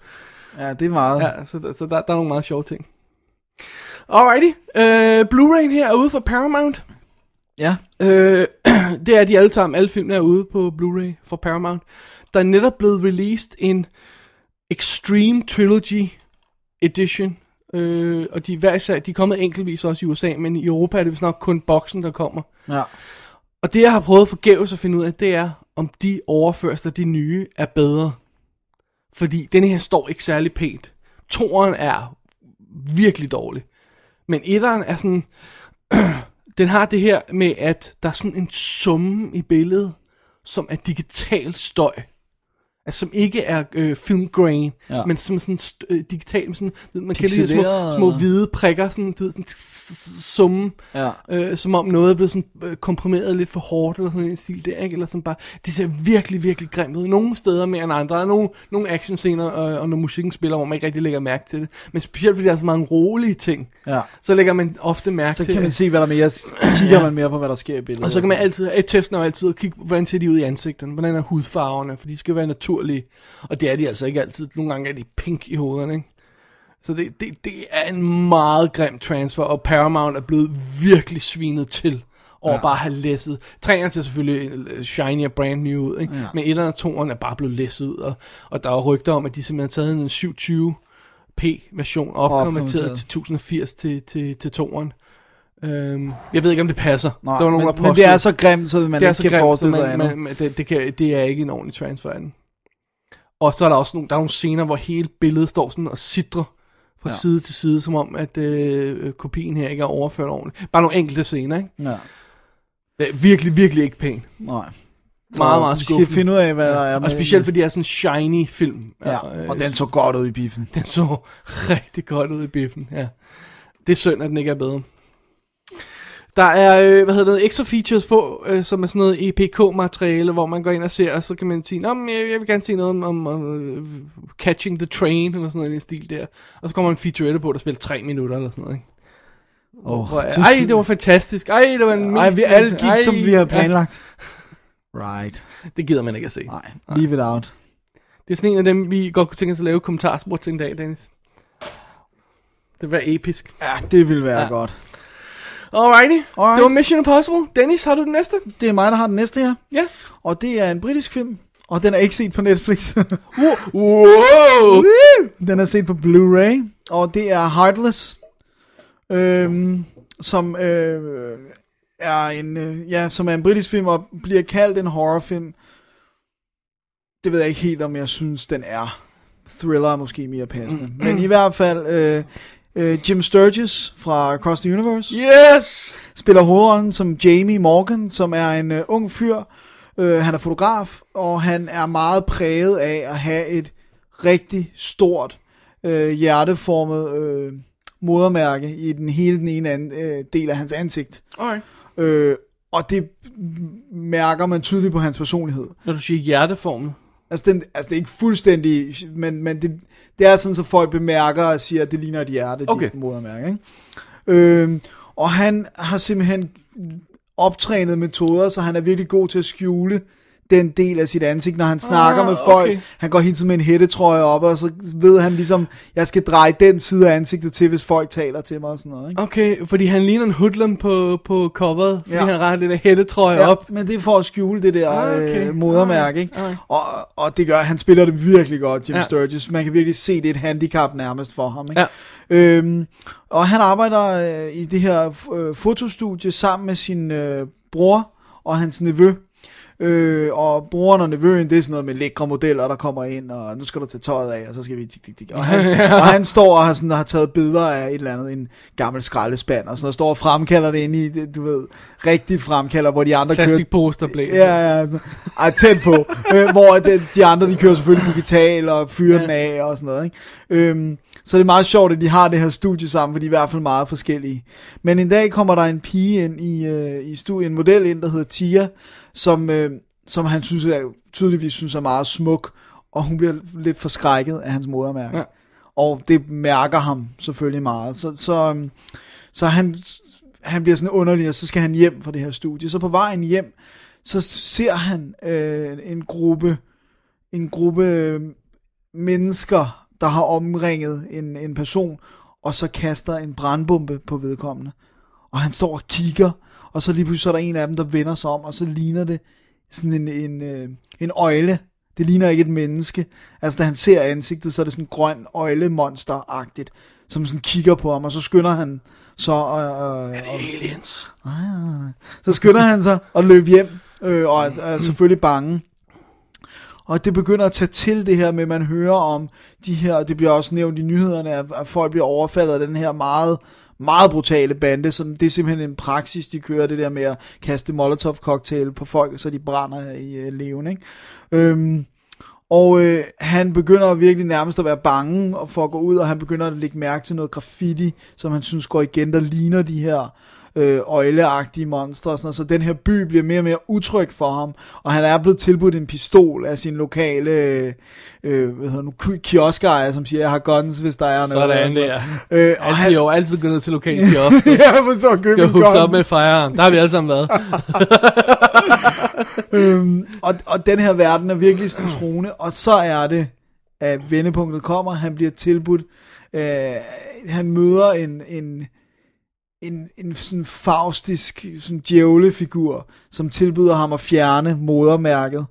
C: Ja, det er meget. Ja.
D: Ja, så, der- så der, der er nogle meget sjove ting. Alrighty, øh, Blu-ray'en her er ude for Paramount.
C: ja.
D: Øh, (clears throat) det er de alle sammen, alle filmene er ude på Blu-ray for Paramount. Der er netop blevet released en Extreme Trilogy Edition Øh, og de, er hver især, de er kommet enkeltvis også i USA, men i Europa er det vist nok kun boksen, der kommer.
C: Ja.
D: Og det, jeg har prøvet forgæves at finde ud af, det er, om de overførsler, de nye, er bedre. Fordi denne her står ikke særlig pænt. Toren er virkelig dårlig. Men etteren er sådan... (clears throat) den har det her med, at der er sådan en summe i billedet, som er digital støj. Altså, som ikke er øh, filmgrain,
C: Ja.
D: ja. men som er sådan st- øh, digital, med sådan, du ved, man kan lide små,
C: Pixeleret,
D: små
C: eller?
D: hvide prikker, sådan, du ved, sådan summe,
C: Ja.
D: øh, som om noget er blevet sådan, øh, komprimeret lidt for hårdt, eller sådan en stil der, ikke? eller sådan bare, det ser virkelig, virkelig grimt ud, nogle steder mere end andre, der er nogle, nogle actionscener, øh, og, og når musikken spiller, hvor man ikke rigtig lægger mærke til det, men specielt fordi der er så mange rolige ting,
C: Ja.
D: så lægger man ofte mærke
C: Så
D: til,
C: kan man
D: at-
C: se, hvad der mere, kigger man mere på, hvad der sker i billedet.
D: og så kan man altid, et testen er jo altid at kigge, hvordan ser de ud i ansigterne, hvordan er hudfarverne, for de skal være naturlige, og det er de altså ikke altid, nogle gange er de pink i hovederne, ikke? Så det, det, det er en meget grim transfer, og Paramount er blevet virkelig svinet til over ja. bare at have læsset. Træerne ser selvfølgelig øh, shiny og brand new ud, ikke? Ja. men et og toeren er bare blevet læsset ud, og, og der er jo rygter om, at de simpelthen har taget en 720p version opkonverteret
C: Opkonverteret.
D: til 1080 til, til, til toeren. Øhm, jeg ved ikke, om det passer.
C: Nej,
D: der var nogen,
C: men,
D: der
C: men det
D: påstod-
C: er så grimt, så man
D: det er
C: ikke
D: så
C: kan
D: grimt, så
C: forestille sig
D: man,
C: andet.
D: man, man, det, det, kan, det er ikke en ordentlig transfer af den. Og så er der også nogle, der er nogle scener, hvor hele billedet står sådan og sidrer fra
C: Ja.
D: ja. side til side, som om, at øh, øh, kopien her ikke er overført ordentligt. Bare nogle enkelte scener, ikke?
C: Ja.
D: Det er virkelig, virkelig ikke pænt.
C: Nej.
D: Meget, meget
C: vi
D: skuffende.
C: skal finde ud af, hvad der er med
D: og specielt fordi det er sådan en shiny film.
C: Ja,
D: øh,
C: og den så godt ud i biffen.
D: den (laughs) så rigtig godt ud i biffen, ja. Det er synd, at den ikke er bedre. Der er, øh, hvad hedder det, ekstra features på, øh, som er sådan noget EPK-materiale, hvor man går ind og ser, og så kan man sige, Nå, men jeg, jeg vil gerne se noget om, om, om øh, Catching the Train, eller sådan noget i den stil der. Og så kommer en featurette på, der spiller tre minutter, eller sådan noget, ikke?
C: Oh,
D: Hvor, jeg- ej, det var fantastisk. Ej, det var en
C: Ej, vi alle gik, som vi havde planlagt. Right.
D: Ja, det gider man ikke at se.
C: Nej, leave it out.
D: Det er sådan en af dem, vi godt kunne tænke os at lave kommentarspor til en dag, Dennis. Det var episk.
C: Ja, det ville være godt.
D: Alrighty.
C: Alright.
D: Alright. Det var Mission Impossible. Dennis, har du den næste?
C: Det er mig, der har den næste her,
D: Ja.
C: og det er en britisk film, og den er ikke set på Netflix. (laughs)
D: Wow.
C: den er set på Blu-ray, og det er Heartless, øhm, som øh, er en øh, ja, som er en britisk film og bliver kaldt en horrorfilm. Det ved jeg ikke helt om jeg synes den er. Thriller er måske mere passende, men i hvert fald øh, øh, Jim Sturgis fra Across the Universe
D: Yes.
C: spiller hovedrollen som Jamie Morgan, som er en øh, ung fyr. Øh, han er fotograf, og han er meget præget af at have et rigtig stort øh, hjerteformet øh, modermærke i den hele den ene anden, øh, del af hans ansigt.
D: Alright.
C: Øh, og det mærker man tydeligt på hans personlighed.
D: Når du siger hjerteformen.
C: Altså, den, altså det er ikke fuldstændig, men, men det, det er sådan, så folk bemærker og siger, at det ligner et hjerte, okay.
D: Okay.
C: dit modermærke. Ikke? Øhm, og han har simpelthen optrænet metoder, så han er virkelig god til at skjule den del af sit ansigt, når han snakker ah,
D: Ah,
C: med folk. Okay.
D: okay.
C: Han går hele tiden med en hættetrøje op, og så ved han ligesom, jeg skal dreje den side af ansigtet til, hvis folk taler til mig og sådan noget. Ikke?
D: Okay, fordi han ligner en hoodlum på, på coveret. Ja.
C: Ja.
D: Fordi han har det der hættetrøje ja. Ah, op.
C: men det er for at skjule det der
D: Ah,
C: okay.
D: okay.
C: øh, modermærke, ikke?
D: Alright.
C: Og, og det gør, han spiller det virkelig godt, Jim ja.
D: Ja.
C: Sturgis. Man kan virkelig se, det er et handicap nærmest for ham, ikke?
D: Ja.
C: Øhm, og han arbejder øh, i det her øh, fotostudie sammen med sin øh, bror og hans nevø. Øh, og broren og nevøen, det er sådan noget med lækre modeller, der kommer ind, og nu skal du tage tøjet af, og så skal vi... Dik, dik, dik. Og, han, og han står og har, sådan, har taget billeder af et eller andet, en gammel skraldespand, og sådan noget, står og fremkalder det inde i, det, du ved, rigtig fremkalder, hvor de andre kører...
D: Plastikposter blev.
C: Ja, ja, altså. Ej, tæt på. øh, hvor de, de andre, de kører selvfølgelig digital og fyrer ja. den af og sådan noget. Ikke? Øhm, så det er meget sjovt, at de har det her studie sammen, for de er i hvert fald meget forskellige. Men en dag kommer der en pige ind i, øh, i studiet, en model ind, der hedder Tia, som, øh, som han synes er, tydeligvis synes er meget smuk, og hun bliver lidt forskrækket af hans modermærke. Ja.
D: Ja.
C: Og det mærker ham selvfølgelig meget. Så, så, øhm, så han, han bliver sådan underlig, og så skal han hjem fra det her studie. Så på vejen hjem, så ser han øh, en gruppe en gruppe øh, mennesker, der har omringet en, en person, og så kaster en brandbombe på vedkommende. Og han står og kigger, og så lige pludselig så er der en af dem, der vender sig om, og så ligner det sådan en, en, øh, en øjle. Det ligner ikke et menneske. Altså, da han ser ansigtet, så er det sådan grøn øjlemonster-agtigt. som sådan kigger på ham, og så skynder han så og, øh, og
D: Aliens.
C: så skynder han sig og løber hjem, øh, og er, er selvfølgelig bange. Og det begynder at tage til det her med, at man hører om de her, og det bliver også nævnt i nyhederne, at, at folk bliver overfaldet af den her meget, meget brutale bande, som det er simpelthen en praksis, de kører det der med at kaste molotov cocktail på folk, så de brænder i øh, leven, ikke? Øhm, og øh, han begynder virkelig nærmest at være bange og- for at gå ud, og han begynder at lægge mærke til noget graffiti, som han synes går igen, der ligner de her øh, øjleagtige monstre og sådan noget. Så den her by bliver mere og mere utryg for ham, og han er blevet tilbudt en pistol af sin lokale øh, øh, hvad hedder nu, ki- kioskejer, som siger, jeg har guns, hvis der er noget.
D: Sådan der.
C: Øh, og
D: Altid,
C: han,
D: jo, altid gå ned til lokalt (laughs) kiosk.
C: (laughs) ja, for så at købe
D: Jeg
C: en
D: hooks op
C: gun.
D: med firearm. Der har vi alle sammen (laughs) været.
C: øhm, og, og den her verden er virkelig sådan troende, og så er det, at vendepunktet kommer, han bliver tilbudt, øh, han møder en, en, en, en sådan faustisk sådan djævlefigur, som tilbyder ham at fjerne modermærket.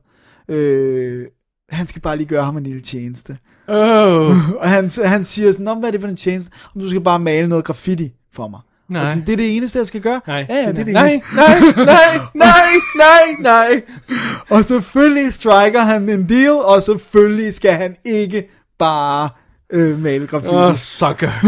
C: Øh, han skal bare lige gøre ham en lille tjeneste.
D: Oh.
C: Og han, han siger sådan, "Nå, hvad er det for en tjeneste? Om du skal bare male noget graffiti for mig.
D: Nej.
C: Og Sådan, det er det eneste, jeg skal gøre.
D: Nej,
C: ja, ja, det er det
D: nej,
C: eneste.
D: nej, nej, nej, nej, nej.
C: Og selvfølgelig striker han en deal, og selvfølgelig skal han ikke bare øh, male graffiti.
D: (laughs) Åh, oh, sucker.
C: (laughs)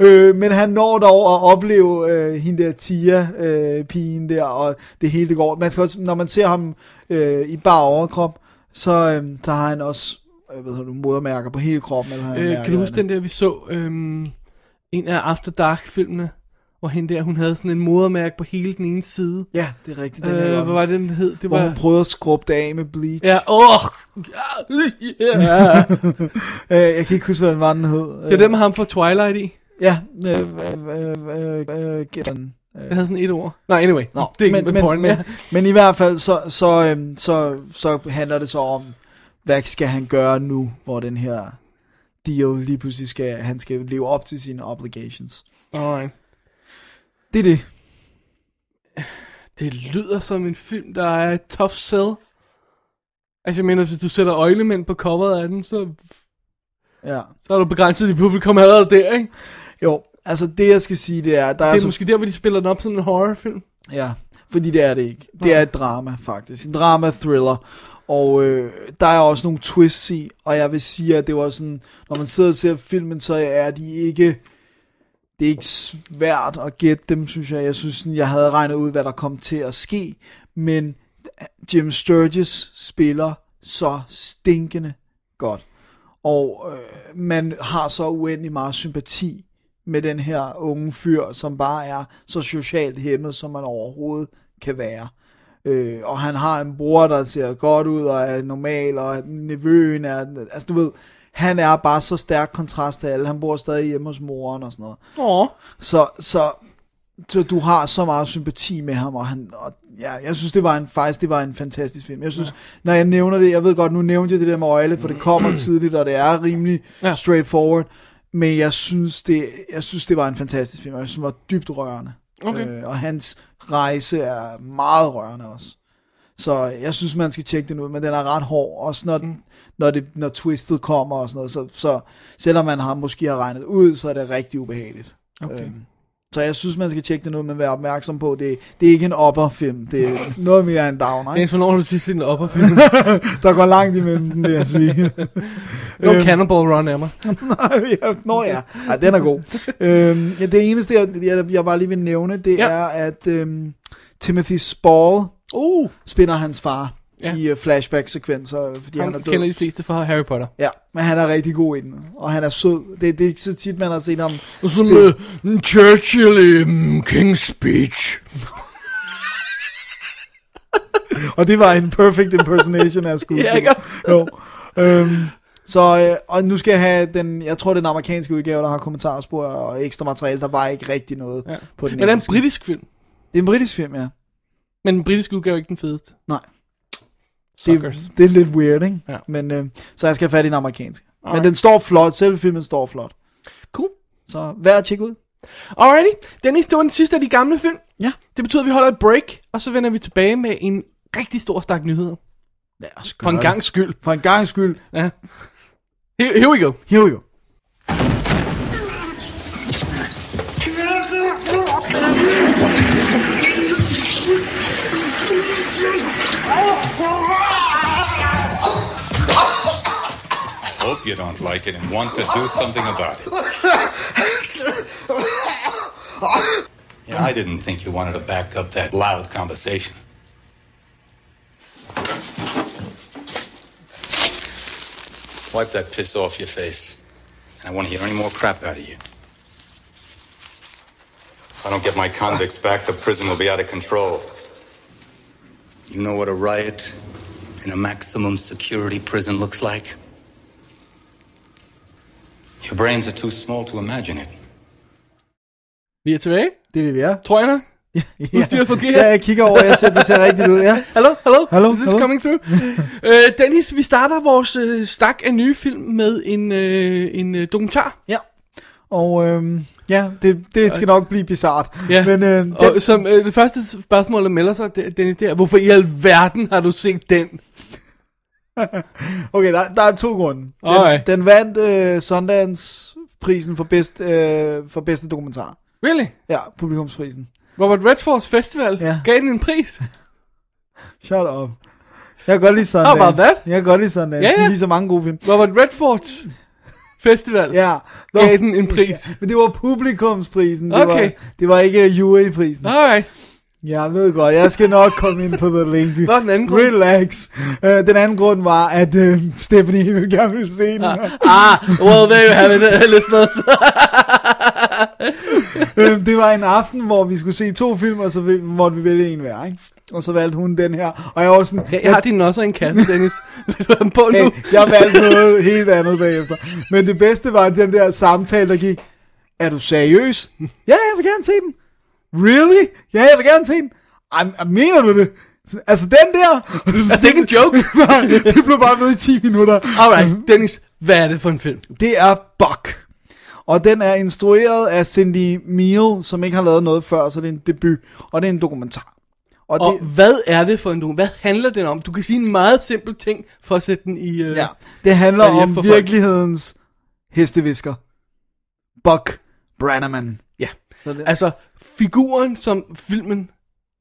C: Øh, men han når dog at opleve øh, hende der Tia-pigen øh, pigen der, og det hele det går. Man skal også, når man ser ham øh, i bare overkrop, så, øh, så har han også øh, hvad hedder du, modermærker på hele kroppen. Eller han har
D: Øh,
C: mærket
D: kan du huske
C: af
D: den der, vi så øhm, en af After Dark-filmene, hvor hende der, hun havde sådan en modermærke på hele den ene side.
C: Ja, det er rigtigt. Den
D: Øh,
C: øh,
D: hvad var det, den hed? Det
C: hvor
D: var...
C: hun prøvede at skrubbe det af med bleach.
D: Ja, åh. Oh, yeah.
C: (laughs) Øh, jeg kan ikke huske, hvad den var, den hed.
D: Det er dem, ham fra Twilight i.
C: Ja. Øh, øh, øh, øh, øh, gæt den.
D: Jeg havde sådan et ord. Nej, anyway.
C: Nå,
D: det er ikke men, pointen.
C: men,
D: (laughs) ja.
C: men i hvert fald, så, så, øhm, så, så handler det så om, hvad skal han gøre nu, hvor den her deal lige pludselig skal, han skal leve op til sine obligations.
D: Alright.
C: Det er det.
D: Det lyder som en film, der er et tough sell. Altså, jeg mener, hvis du sætter øjlemænd på coveret af den, så,
C: Ja.
D: så er du begrænset i publikum allerede der, ikke?
C: Jo, altså det jeg skal sige, det er, at der
D: Det
C: er,
D: er
C: så,
D: måske der, hvor de spiller den op som en horrorfilm.
C: ja, fordi det er det ikke. Det er et drama, faktisk. En drama thriller. Og øh, der er også nogle twists i, og jeg vil sige, at det var sådan, når man sidder og ser filmen, så er de ikke det er ikke svært at gætte dem, synes jeg. Jeg synes, sådan, jeg havde regnet ud, hvad der kom til at ske, men øh, Jim Sturgis spiller så stinkende godt. Og øh, man har så uendelig meget sympati med den her unge fyr, som bare er så socialt hæmmet, som man overhovedet kan være. Øh, og han har en bror, der ser godt ud og er normal, og nevøen er... Altså du ved, han er bare så stærk kontrast til alle. Han bor stadig hjemme hos moren og sådan noget.
D: Åh.
C: Så, så, så du har så meget sympati med ham, og, han, og ja, jeg synes, det var en, faktisk det var en fantastisk film. Jeg synes, ja. når jeg nævner det, jeg ved godt, nu nævnte jeg det der med øjle, for det kommer tidligt, og det er rimelig
D: Ja.
C: ja. straightforward, men jeg synes, det, jeg synes, det var en fantastisk film, og jeg synes, den var dybt rørende.
D: Okay.
C: Øh, og hans rejse er meget rørende også. Så jeg synes, man skal tjekke den ud, men den er ret hård, også når, mm. når, det, når twistet kommer og sådan noget. Så, så selvom man har måske har regnet ud, så er det rigtig ubehageligt.
D: Okay.
C: Øhm, så jeg synes, man skal tjekke den ud, men være opmærksom på, det, det er ikke en upper-film. Det er noget mere en downer.
D: (laughs)
C: Ikke?
D: Jens, hvornår har du sidst set en opperfilm?
C: Der går langt imellem den, vil jeg sige. (laughs)
D: No Cannonball Run af mig.
C: Ja, Nå ja, Ej, den er god. øhm, ja, det eneste, jeg, jeg, jeg bare lige vil nævne, det
D: Ja.
C: ja. er, at øhm, Timothy Spall
D: Uh,
C: spinner hans far
D: Ja.
C: ja. i uh, flashback-sekvenser, fordi han,
D: han
C: han er død.
D: kender de fleste fra Harry Potter.
C: Ja, men han er rigtig god i den, og han er sød. Det, det er ikke så tit, man har set ham.
D: Som uh, Churchill i um, King's Speech.
C: Og det var en perfect impersonation af skuespillet.
D: (laughs) Ja, ikke også?
C: Jo. Øhm, så, øh, og nu skal jeg have den, jeg tror det er den amerikanske udgave, der har kommentarspor og ekstra materiale. Der var ikke rigtig noget
D: Ja.
C: ja. på den
D: Men det er en
C: engelske.
D: britisk film.
C: det er en britisk film, ja.
D: Men den britiske udgave er ikke den fedeste.
C: Nej.
D: Suckers.
C: Det, det er lidt weird, ikke?
D: Ja.
C: Men, øh, så jeg skal have fat i den amerikanske. Alright.
D: Alright.
C: Men den står flot, selve filmen står flot.
D: Cool.
C: Så værd at tjekke ud.
D: Alrighty. Dennis, det var den sidste af de gamle film.
C: Ja.
D: Det betyder, at vi holder et break, og så vender vi tilbage med en rigtig stor stak nyheder.
C: Lad os
D: For en
C: gøre det.
D: gang skyld.
C: For en gang skyld.
D: Ja. Here, here we go.
C: Here we go.
H: Hope you don't like it and want to do something about it. Yeah, I didn't think you wanted to back up that loud conversation. Wipe that piss off your face. And I want to hear any more crap out of you. If I don't get my convicts back, the prison will be out of control. You know what a riot in a maximum security prison looks like? Your brains are too small to imagine it.
D: Vi er tilbage,
C: Det er det, vi er.
D: tror jeg nok. (laughs) Udstyret fungerer.
C: Ja, jeg kigger over, jeg ser, det ser rigtigt ud, ja.
D: Hallo, hallo,
C: Hallo,
D: is this
C: hallo.
D: coming (laughs) through? øh, Dennis, vi starter vores øh, stak af nye film med en, øh, en øh, dokumentar,
C: Ja. Og øhm, ja, det, det skal nok blive bizart.
D: Ja.
C: Men øhm, den,
D: og som øh, det første spørgsmål, der melder sig, det- Dennis, det er, hvorfor i alverden har du set den?
C: okay, der, der er to grunde. Den,
D: Alright.
C: den vandt øh, Sundance prisen for, bedst, øh, for bedste dokumentar.
D: Really?
C: Ja, publikumsprisen.
D: Robert Redfords Festival
C: Ja.
D: gav den en pris?
C: Shut up. Jeg kan godt lide Sundance.
D: about that?
C: Jeg kan godt lide Sundance.
D: Ja, ja.
C: De viser mange gode film.
D: Robert Redfords Festival
C: Ja. Nå,
D: gav den en pris.
C: Men det var publikumsprisen. Det,
D: Okay.
C: var, det var ikke juryprisen.
D: Alright.
C: Jeg ved godt, jeg skal nok komme ind på The Link.
D: Hvad er den anden grund?
C: Relax. Øh, den anden grund var, at øh, Stephanie ville gerne ville se den. Ah.
D: Ah, well there you (laughs) have it, uh, listeners.
C: Øh, det var en aften, hvor vi skulle se to film, og så vi- måtte vi vælge en hver, ikke? Og så valgte hun den her, og jeg var sådan...
D: Ja, jeg har din også en kasse, Dennis. Vil du have den på nu?
C: Hey, jeg valgte noget helt andet bagefter. Men det bedste var den der samtale, der gik, er du seriøs? Ja, jeg vil gerne se den. Really? Ja, jeg vil gerne se den. Ej, men- mener du det? Altså den der? Altså
D: det er ikke en joke?
C: (laughs) Nej, det blev bare ved i 10 minutter.
D: Alright, Dennis, hvad er det for en film?
C: Det er Buck. Og den er instrueret af Cindy Meal, som ikke har lavet noget før, så det er en debut. Og det er en dokumentar. Og,
D: Og
C: det,
D: hvad er det for en dokumentar? Hvad handler den om? Du kan sige en meget simpel ting for at sætte den i... Øh...
C: ja, det handler
D: relief
C: om
D: for folk.
C: virkelighedens hestevisker. Buck Brannaman.
D: ja.
C: Så det-
D: Altså, figuren som filmen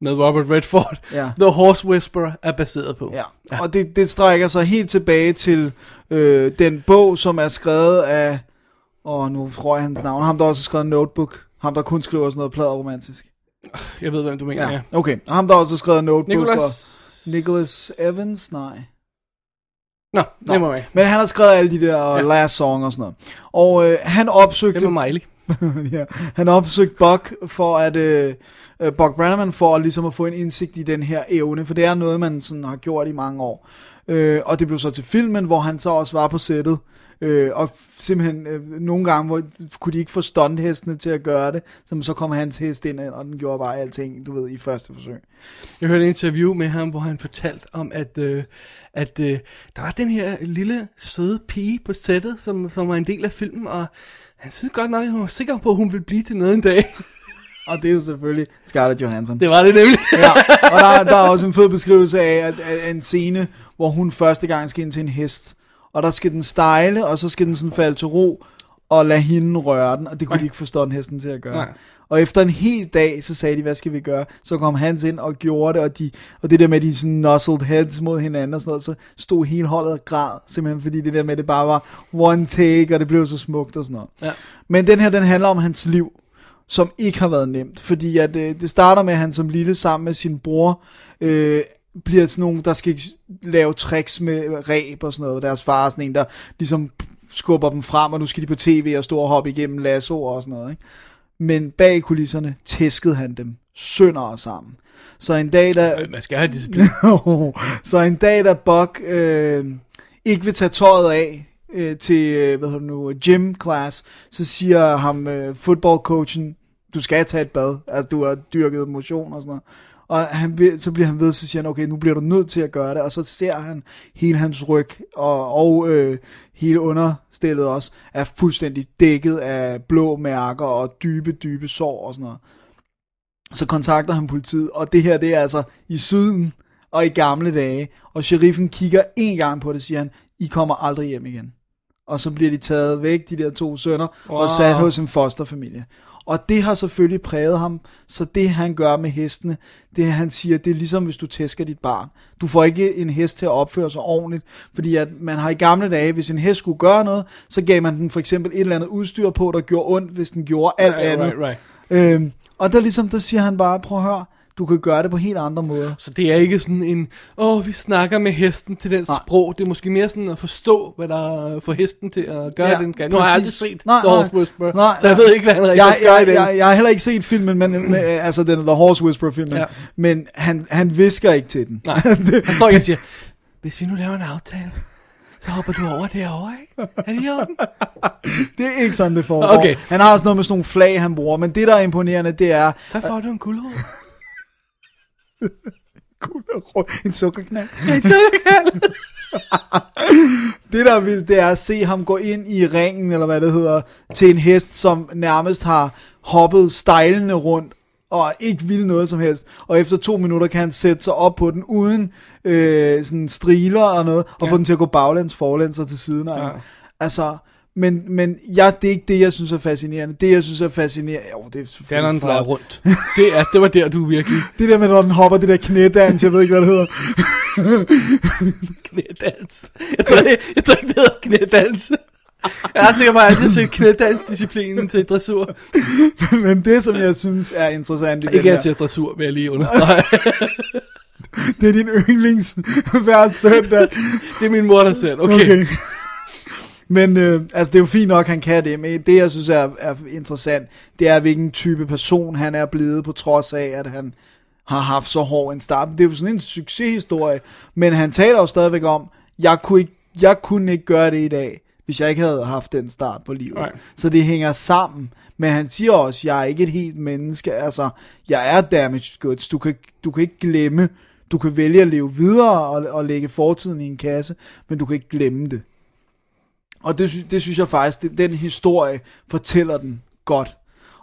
D: med Robert Redford,
C: Ja.
D: (laughs) The Horse Whisperer, er baseret på.
C: Ja, og det, det strækker sig helt tilbage til øh, den bog, som er skrevet af, og nu tror jeg hans navn, ham der også har skrevet Notebook, ham der kun skriver sådan noget pladeromantisk.
D: Jeg ved, hvem du mener. Ja.
C: Ja,
D: ja.
C: okay, og ham der også har skrevet Notebook
D: Nicholas...
C: og Nicholas Evans, nej.
D: Nå,
C: Nå,
D: det må jeg.
C: Men han har skrevet alle de der ja. last song og sådan noget. Og øh, han opsøgte...
D: Det var Miley.
C: (laughs) ja, han opsøgte Buck for at... Øh, øh, Buck Brannaman for ligesom at få en indsigt i den her evne, for det er noget, man sådan har gjort i mange år. Øh, og det blev så til filmen, hvor han så også var på sættet. Øh, og simpelthen øh, nogle gange hvor, kunne de ikke få stunthestene til at gøre det, så, så kom hans hest ind, og den gjorde bare alting, du ved, i første forsøg.
D: Jeg hørte et interview med ham, hvor han fortalte om, at, øh, at øh, der var den her lille søde pige på sættet, som, som var en del af filmen, og han synes godt nok, at hun var sikker på, at hun ville blive til noget en dag. (laughs)
C: Og det er jo selvfølgelig Scarlett Johansson.
D: Det var det nemlig.
C: ja, og der, der er også en fed beskrivelse af, at, af en scene, hvor hun første gang skal ind til en hest, og der skal den stejle, og så skal den sådan falde til ro, og lade hende røre den, og det kunne de ikke forstå en hesten til at gøre.
D: Nej.
C: Og efter en hel dag, så sagde de, hvad skal vi gøre? Så kom Hans ind og gjorde det, og, de, og det der med, at de sådan nuzzled heads mod hinanden og sådan noget, så stod hele holdet og græd, simpelthen fordi det der med, at det bare var one take, og det blev så smukt og sådan noget.
D: Ja.
C: Men den her, den handler om hans liv, som ikke har været nemt. Fordi at, øh, det starter med, at han som lille sammen med sin bror øh, bliver sådan nogen, der skal lave tricks med ræb og sådan noget. Deres far er sådan en, der ligesom skubber dem frem, og nu skal de på tv og stå og hoppe igennem lasso og sådan noget. Ikke? Men bag kulisserne tæskede han dem sønder og sammen. Så en dag, der...
D: Man skal have disciplin.
C: (laughs) så en dag, da Buck øh, ikke vil tage tøjet af øh, til øh, hvad hedder det nu, gym class, så siger ham øh, fodboldcoachen, du skal tage et bad, altså du har dyrket motion og sådan noget. Og han, vil- så bliver han ved, så siger han, okay, nu bliver du nødt til at gøre det, og så ser han hele hans ryg og, og øh, hele understillet også, er fuldstændig dækket af blå mærker og dybe, dybe sår og sådan noget. Så kontakter han politiet, og det her, det er altså i syden og i gamle dage. Og sheriffen kigger en gang på det, siger han, I kommer aldrig hjem igen. Og så bliver de taget væk, de der to sønner, wow. og sat hos en fosterfamilie. Og det har selvfølgelig præget ham, så det han gør med hestene, det han siger, det er ligesom hvis du tæsker dit barn. Du får ikke en hest til at opføre sig ordentligt, fordi at man har i gamle dage, hvis en hest skulle gøre noget, så gav man den for eksempel et eller andet udstyr på, der gjorde ondt, hvis den gjorde alt
D: Right,
C: andet.
D: right, right.
C: Øhm, og der ligesom, der siger han bare, prøv at høre, du kan gøre det på helt andre måder.
D: Så det er ikke sådan en, åh, oh, vi snakker med hesten til den
C: Nej.
D: sprog. Det er måske mere sådan at forstå, hvad der får hesten til at gøre ja,
C: Ja,
D: den skal. Nu har jeg aldrig
C: præcis.
D: set
C: Nej,
D: The
C: nej.
D: Horse Whisperer,
C: Nej,
D: så jeg
C: nej.
D: ved ikke, hvad han rigtig
C: Jeg,
D: skal i
C: jeg,
D: den.
C: jeg, jeg har heller ikke set filmen, men, men, altså den The Horse Whisperer filmen,
D: Ja.
C: ja. men han, han visker ikke til den. (laughs)
D: Nej, han står ikke og siger, hvis vi nu laver en aftale, så hopper du over derovre, ikke? Er det i orden?
C: Det er ikke sådan, det foregår.
D: Okay.
C: Han har også noget med sådan nogle flag, han bruger, men det, der er imponerende, det er (laughs)
D: Så får du en guldrød.
C: en sukkerknald. Det, der er vildt, det er at se ham gå ind i ringen, eller hvad det hedder, til en hest, som nærmest har hoppet stejlende rundt, og ikke vil noget som helst. Og efter to minutter kan han sætte sig op på den, uden øh, sådan striler og noget, og ja. få den til at gå baglæns, forlæns og til siden af. Ja. Altså, men, men ja, det er ikke det, jeg synes er fascinerende. Det, jeg synes er fascinerende... Jo, det er
D: Det er, når
C: selvfølgelig
D: den drejer
C: flot.
D: rundt. Det, er, det var der, du virkelig
C: Det der med, når den hopper, det der knædans, jeg ved ikke, hvad det hedder. (laughs)
D: knædans. Jeg tror, det, jeg tror ikke, det hedder knædans. Jeg har sikkert bare aldrig set knædansdisciplinen til dressur.
C: Men det, som jeg synes er interessant i den
D: Ikke
C: her,
D: at til dressur, vil jeg lige understrege.
C: det er din (laughs) yndlings hver søndag.
D: (laughs) Det er min mor, der selv. Okay. okay.
C: Okay. Men øh, altså, det er jo fint nok, han kan det, men det, jeg synes er, er interessant, det er, hvilken type person han er blevet, på trods af, at han har haft så hård en start. Det er jo sådan en succeshistorie, men han taler jo stadigvæk om, jeg kunne ikke, jeg kunne ikke gøre det i dag, hvis jeg ikke havde haft den start på livet.
D: Nej.
C: Så det hænger sammen. Men han siger også, jeg er ikke et helt menneske, altså, jeg er damaged goods. Du kan, du kan ikke glemme, du kan vælge at leve videre og, og lægge fortiden i en kasse, men du kan ikke glemme det. Og det, sy- det synes jeg faktisk, det, den historie fortæller den godt.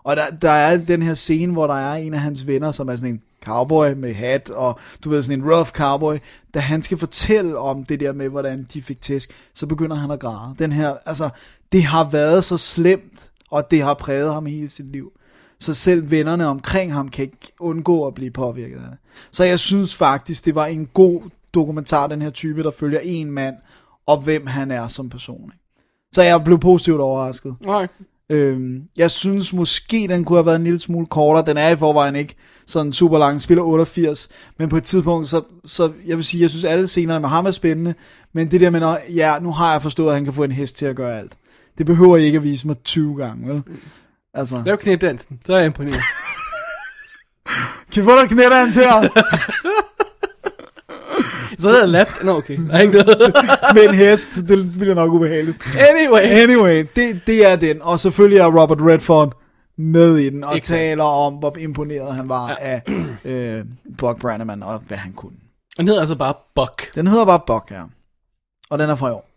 C: Og der, der er den her scene, hvor der er en af hans venner, som er sådan en cowboy med hat, og du ved, sådan en rough cowboy, da han skal fortælle om det der med, hvordan de fik tæsk, så begynder han at græde. Den her, altså, det har været så slemt, og det har præget ham hele sit liv. Så selv vennerne omkring ham kan ikke undgå at blive påvirket af det. Så jeg synes faktisk, det var en god dokumentar, den her type, der følger en mand, og hvem han er som person. Ikke? Så jeg blev positivt overrasket.
D: Nej.
C: Øhm, jeg synes måske, den kunne have været en lille smule kortere. Den er i forvejen ikke sådan super lang. Den Spiller 88. Men på et tidspunkt, så, så jeg vil sige, jeg synes alle scenerne med ham er spændende. Men det der med, når, ja, nu har jeg forstået, at han kan få en hest til at gøre alt. Det behøver I ikke at vise mig 20 gange, vel? Altså,
D: Lav knædansen, så er jeg imponeret.
C: kan vi få dig knætteren til at
D: Så er det lap. Nå, okay. Der er ikke noget.
C: med en hest? Det bliver nok ubehageligt.
D: (laughs) Anyway.
C: Anyway, det, det er den. Og selvfølgelig er Robert Redford med i den, og
D: Exakt.
C: Exakt. taler om, hvor imponeret han var ja. af øh, Buck Brannaman, og hvad han kunne.
D: Han hedder altså bare Buck.
C: Den hedder bare Buck, ja. Og den er fra i år.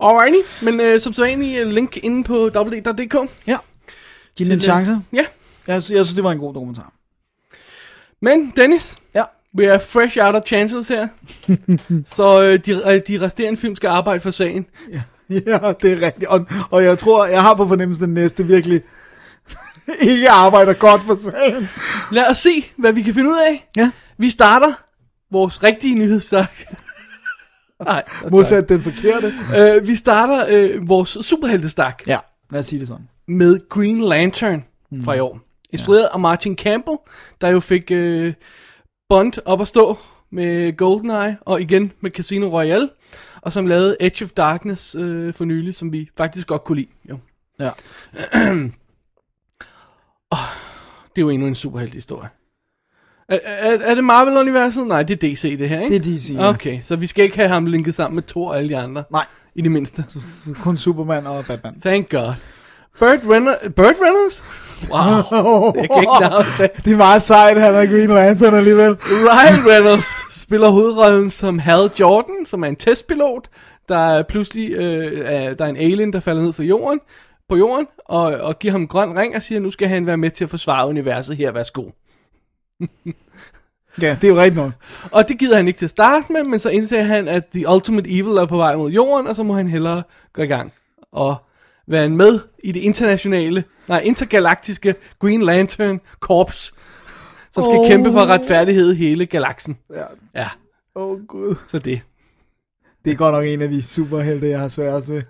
D: Alrighty. Men øh, som så egentlig link inde på E www.dk.
C: Ja. Giv den en
D: Til, øh,
C: chance.
D: Ja.
C: Jeg, sy- jeg synes, det var en god dokumentar.
D: Men Dennis,
C: Ja.
D: vi er fresh out of chances (laughs) her. så øh, de, øh, de resterende film skal arbejde for sagen.
C: (laughs) Ja, det er rigtigt. Og, og jeg tror, jeg har på fornemmelsen, den næste virkelig (laughs) ikke arbejder godt for sagen.
D: Lad os se, hvad vi kan finde ud af.
C: Ja.
D: Vi starter vores rigtige nyhedssak. (laughs) Nej,
C: Modsat den forkerte.
D: øh, vi starter øh, vores superheltestak.
C: Ja, lad os sige det sådan.
D: med Green Lantern fra i
C: Mm.
D: år. Instrueret af Martin Campbell, der jo fik øh, Bond op at stå med GoldenEye, og igen med Casino Royale, og som lavede Edge of Darkness øh, for nylig, som vi faktisk godt kunne lide. Jo.
C: Ja.
D: Det er jo endnu en superheldig historie. Er, er, er det Marvel-universet? Nej, det er DC det her, ikke?
C: Det er DC, ja.
D: Okay, så vi skal ikke have ham linket sammen med Thor og alle de andre.
C: Nej,
D: I det mindste.
C: kun Superman og Batman.
D: Thank God. Bird, Renner, Bird
C: (laughs)
D: Reynolds? Wow. Jeg kan ikke lave det.
C: det er meget sejt, han er Green Lantern alligevel.
D: Ryan Reynolds spiller hovedrollen som Hal Jordan, som er en testpilot, der er pludselig øh, er, der er en alien, der falder ned fra jorden, på jorden, og, og giver ham en grøn ring og siger, nu skal han være med til at forsvare universet her, værsgo.
C: Ja, det er jo rigtigt nok.
D: Og det gider han ikke til at starte med, men så indser han, at The Ultimate Evil er på vej mod jorden, og så må han hellere gå i gang og være med i det internationale, nej, intergalaktiske Green Lantern Corps, som skal oh. kæmpe for retfærdighed i hele galaksen.
C: Ja.
D: Ja,
C: Åh, oh, Gud.
D: så det.
C: Det er godt nok en af de superhelte, jeg har sværest ved.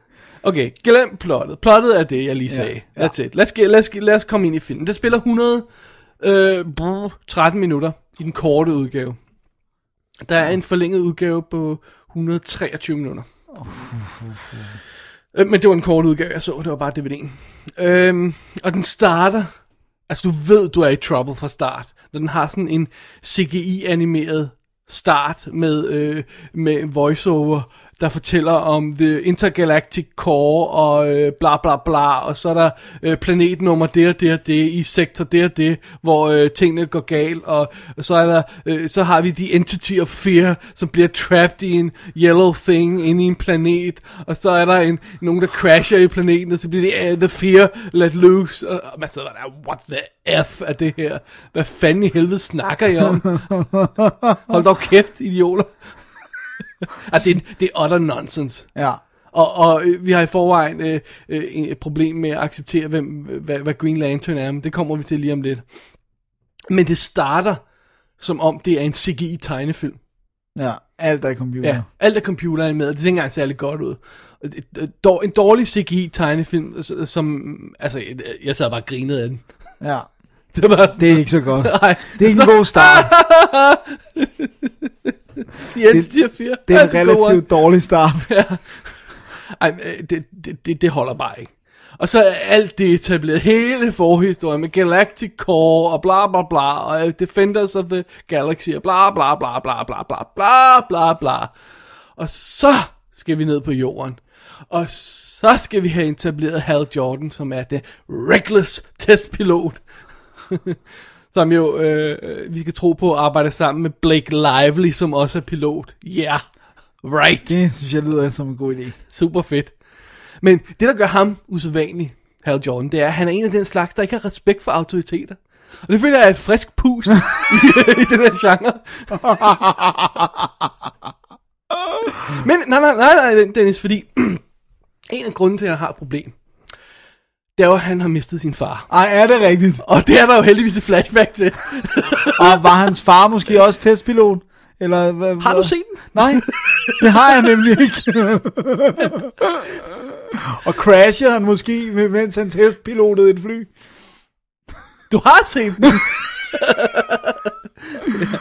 D: Okay, glem plottet. Plottet er det, jeg lige sagde. Ja, ja. That's it. Lad os, lad, os, lad os komme ind i filmen. Det spiller 100, øh, brr, 13 minutter i den korte udgave. Der er en forlænget udgave på 123 minutter. Uhuh. Øh, Men det var en kort udgave, jeg så. Det var bare DVD'en. Øhm, og den starter... Altså, du ved, du er i trouble fra start. Når den har sådan en CGI-animeret start med, øh, med voiceover, der fortæller om The Intergalactic Core og øh, bla bla bla, og så er der øh, planetnummer det og det og det i sektor det og det, hvor øh, tingene går galt, og, og så er der øh, så har vi The Entity of Fear, som bliver trapped i en yellow thing inde i en planet, og så er der en nogen der crasher i planeten, og så bliver det uh, The Fear let loose, og, og man sidder der, what the f er det her? Hvad fanden i helvede snakker jeg om? Hold dog kæft, idioter. (laughs) altså, det, er- det er utter nonsense.
C: Ja.
D: Og, og øh, vi har i forvejen øh, øh, et problem med at acceptere, hvem, hvad, hvad Green Lantern er, men det kommer vi til lige om lidt. Men det starter, som om det er en CGI-tegnefilm.
C: Ja, alt er i computer.
D: Ja, alt er computeren med, og det ser ikke engang særlig godt ud. Og det- øh, dår- En dårlig CGI-tegnefilm, s- som... Altså, øh, jeg sad bare og grinede af den.
C: ja.
D: Det var (laughs)
C: Det er ikke så godt.
D: Nej,
C: Det er ikke en god (laughs) start.
D: (laughs) Jens siger fire.
C: Det er en
D: Altså, god one.
C: relativt dårlig start.
D: Ej, men, øh, det, det, det, det holder bare ikke. Og så er alt det etableret, hele forhistorien med Galactic Core og bla bla bla, og øh, Defenders of the Galaxy og bla bla bla bla bla bla bla bla bla. Og så skal vi ned på jorden. Og så skal vi have etableret Hal Jordan, som er det reckless testpilot. (laughs) som jo, øh, øh, vi skal tro på, arbejder sammen med Blake Lively, som også er pilot. Yeah, right.
C: Det synes jeg lyder som en god idé.
D: Super fedt. Men det, der gør ham usædvanlig, Hal Jordan, det er, at han er en af den slags, der ikke har respekt for autoriteter. Og det føler jeg er et frisk pust i, i den her genre. Men nej, nej, nej, nej, Dennis, fordi (clears throat) en af grunden til, at jeg har et problem, det er jo, at han har mistet sin far.
C: Ej, er det rigtigt?
D: Og det er der jo heldigvis et flashback til.
C: (laughs)
D: (laughs)
C: Og var hans far måske også testpilot? Eller, hvad,
D: Har du
C: hvad?
D: set den?
C: Nej, det har jeg nemlig ikke. og crashede han måske, mens han testpilotede et fly?
D: Du har set den. Ja.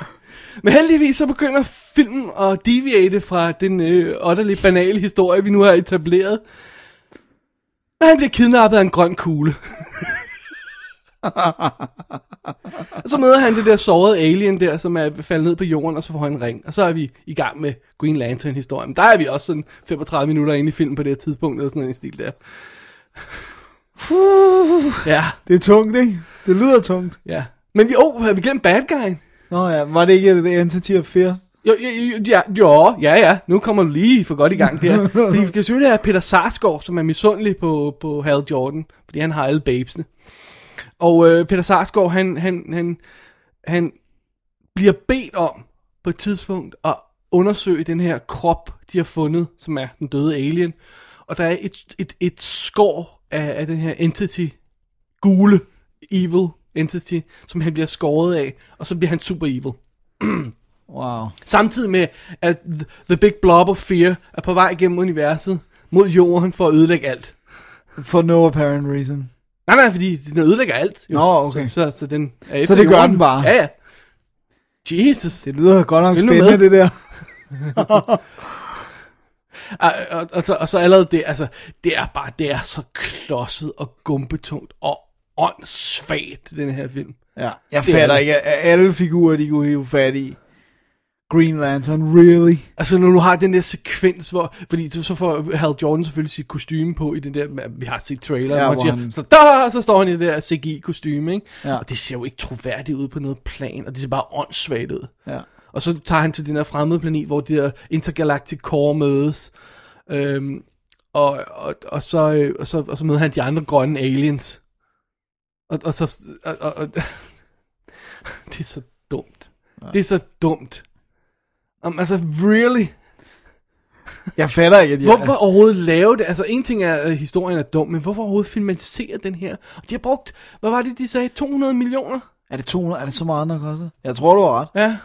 D: Men heldigvis så begynder filmen at deviate fra den øh, otterlige banale historie, vi nu har etableret. Når han bliver kidnappet af en grøn kugle. og så møder han det der sårede alien der, som er faldet ned på jorden, og så får han en ring. Og så er vi i gang med Green Lantern-historien. Men der er vi også sådan 35 minutter inde i filmen på det her tidspunkt, eller sådan en stil der. ja,
C: Det er tungt, ikke? Det lyder tungt.
D: Ja. Men vi, oh, havde vi glemt bad guyen?
C: Nå ja, var det ikke The Entity of Fear?
D: Jo, jo, jo, ja, jo, ja, ja, nu kommer du lige for godt i gang der. Fordi vi kan selvfølgelig have Peter Sarsgaard, som er misundelig på, på Hal Jordan, fordi han har alle babesene. Og øh, Peter Sarsgaard, han, han, han, han bliver bedt om på et tidspunkt at undersøge den her krop, de har fundet, som er den døde alien. Og der er et, et, et skår af, af den her entity, gule, evil entity, som han bliver skåret af, og så bliver han super evil.
C: Wow.
D: Samtidig med, at th- The Big Blob of Fear er på vej gennem universet mod jorden for at ødelægge alt.
C: For no apparent reason.
D: Nej, nej, fordi den ødelægger alt. Jo.
C: Nå, okay.
D: Så, så, så, den er
C: Så
D: efter
C: det gør
D: jorden.
C: den bare?
D: Ja, ja. Jesus.
C: Det lyder godt nok
D: Vil du
C: spændende,
D: med?
C: det
D: (laughs)
C: der.
D: Og, og, og, så, og så allerede det, altså, det er bare, det er så klodset og gumbetungt og åndssvagt, den her film.
C: Ja, jeg
D: Det er
C: fatter
D: det.
C: ikke, at alle figurer, de kunne hive fat i. Green Lantern, really?
D: Altså når du har den der sekvens, hvor, fordi så så får Hal Jordan selvfølgelig sit kostume på i den der, vi har set trailer,
C: Ja,
D: ja, hvor han
C: hvor
D: siger,
C: han-
D: så der, så står han i det der CGI kostume, ikke?
C: Ja.
D: Ja. Og det ser jo ikke troværdigt ud på noget plan, og det ser bare åndssvagt ud.
C: Ja.
D: Og så tager han til den her fremmede planet, hvor det der intergalactic core mødes, øhm, og, og, og, så, øh, og, så, og så møder han de andre grønne aliens. Og, og så, og, og, og, (laughs) det er så dumt. Ja. Det er så dumt. Um, altså, really?
C: Jeg fatter ikke, at jeg...
D: Hvorfor overhovedet lave det? Altså, en ting er, at historien er dum, men hvorfor overhovedet filmatisere den her? Og de har brugt, hvad var det, de sagde? 200 millioner?
C: Er det 200? Er det så meget, der koster? Jeg tror, du har ret.
D: Ja.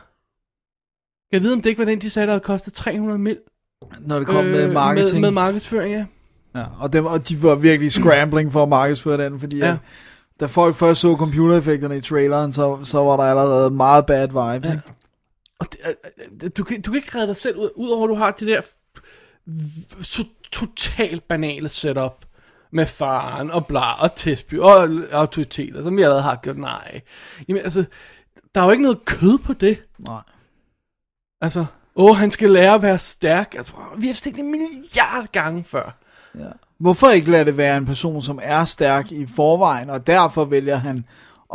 D: Jeg ved, om det ikke var den, de sagde, der havde kostet 300 mil.
C: Når det kom øh, med marketing.
D: Med, med markedsføring, ja.
C: ja, og, dem, og de var virkelig scrambling for at markedsføre den, fordi
D: Ja.
C: ja. da folk først så computereffekterne i traileren, så, så var der allerede meget bad vibes. Ja.
D: Og det, øh, øh, du, kan, du kan ikke redde dig selv ud, udover at du har det der f- v- så totalt banale setup med faren og bla og Tesby og l- autoriteter, som vi allerede har gjort. Nej. Jamen altså, der er jo ikke noget kød på det.
C: Nej.
D: Altså, åh, han skal lære at være stærk. Altså, wow, vi har set det en milliard gange før.
C: Hvorfor ikke lade det være en person, som er stærk i forvejen, og derfor vælger han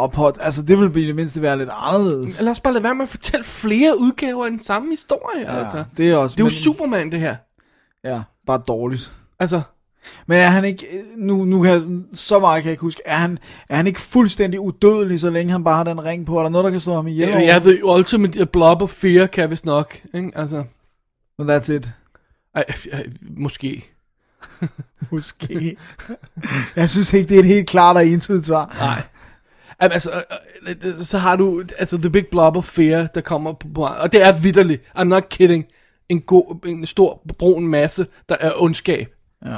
C: at på... Altså, det vil blive det mindste være lidt anderledes.
D: Lad os bare lade være med at fortælle flere udgaver af den samme historie, ja, altså.
C: det er også...
D: Det er jo
C: men-
D: Superman, det her.
C: Ja, bare dårligt.
D: Altså,
C: Men er han ikke, nu, nu kan jeg, så meget kan jeg ikke huske, er han, er han ikke fuldstændig udødelig, så længe han bare har den ring på? Er der noget, der kan slå ham ihjel?
D: jeg, jeg ved jo, Ultimate Blob og Fear kan jeg vist nok, ikke? Altså,
C: Men that's it.
D: Ej, f- ej, måske.
C: Måske. (laughs) jeg synes ikke, det er et helt klart og entydigt svar. Nej.
D: Jamen, altså, øh, øh, øh, så har du altså The Big Blob of Fear, der kommer på programmet. Og det er vidderligt. I'm not kidding. En, god, en stor brun masse, der er ondskab.
C: Ja.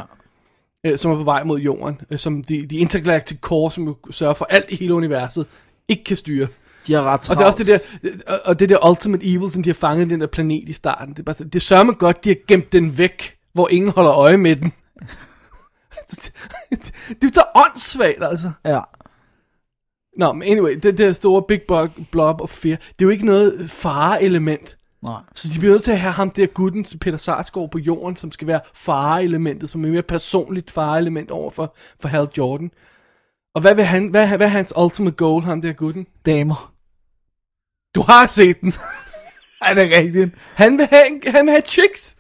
D: øh, som er på vej mod jorden, øh, som de, de intergalactic core, som jo sørger for alt i hele universet, ikke kan styre.
C: De har ret
D: Og
C: travlt.
D: så også det der, og- og det der ultimate evil, som de har fanget i den der planet i starten. Det, er bare, så- det sørger man godt, de har gemt den væk, hvor ingen holder øje med den. (laughs) det, det, det er jo så åndssvagt, altså.
C: Ja.
D: Nå, men anyway, det der store Big Bug, Blob og Fear, det er jo ikke noget fareelement.
C: Nej.
D: Så de bliver nødt til at have ham der gutten, som Peter Sarsgaard på jorden, som skal være fareelementet, som er mere personligt fareelement over for, for Hal Jordan. Og hvad, vil han, hvad, hvad er hans ultimate goal, ham der gutten?
C: Damer.
D: Du har set den.
C: Er det rigtigt?
D: Han vil have, en- han vil have chicks.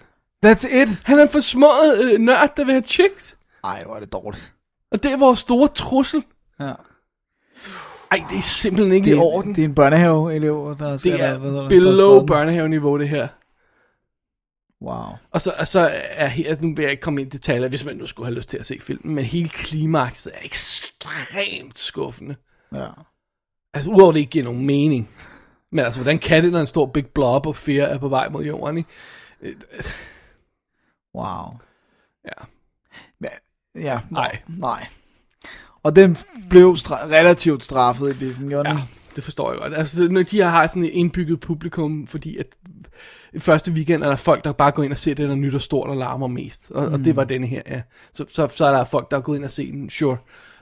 C: That's it.
D: Han er en forsmået øh, nørd, der vil have chicks.
C: Ej, hvor er det dårligt.
D: Og det er vores store trussel.
C: Ja.
D: Ej, det er simpelthen ikke
C: Det
D: i
C: er,
D: orden.
C: det er en børnehave-elev, der skal
D: det er
C: der, hvad hedder det, der skal
D: below
C: den.
D: børnehaveniveau, det her.
C: Wow.
D: Og så, og så er her, altså nu vil jeg ikke komme ind i detaljer, hvis man nu skulle have lyst til at se filmen, men hele klimakset er ekstremt skuffende.
C: Ja.
D: Altså udover det ikke giver nogen mening. Men altså, hvordan kan det, når en stor big blob og fear er på vej mod jorden, ikke?
C: Wow.
D: Ja.
C: Men- Ja.
D: Nej.
C: Nej. Og den blev stra- relativt straffet i biffen, gjorde den?
D: Ja, Mm. det forstår jeg godt. Altså, når de har sådan et indbygget publikum, fordi at første weekend er der folk, der bare går ind og ser det, der er nyt og stort og larmer mest. Og, mm. og det var den her, ja. Så, så, så er der folk, der er gået ind og set den, sure.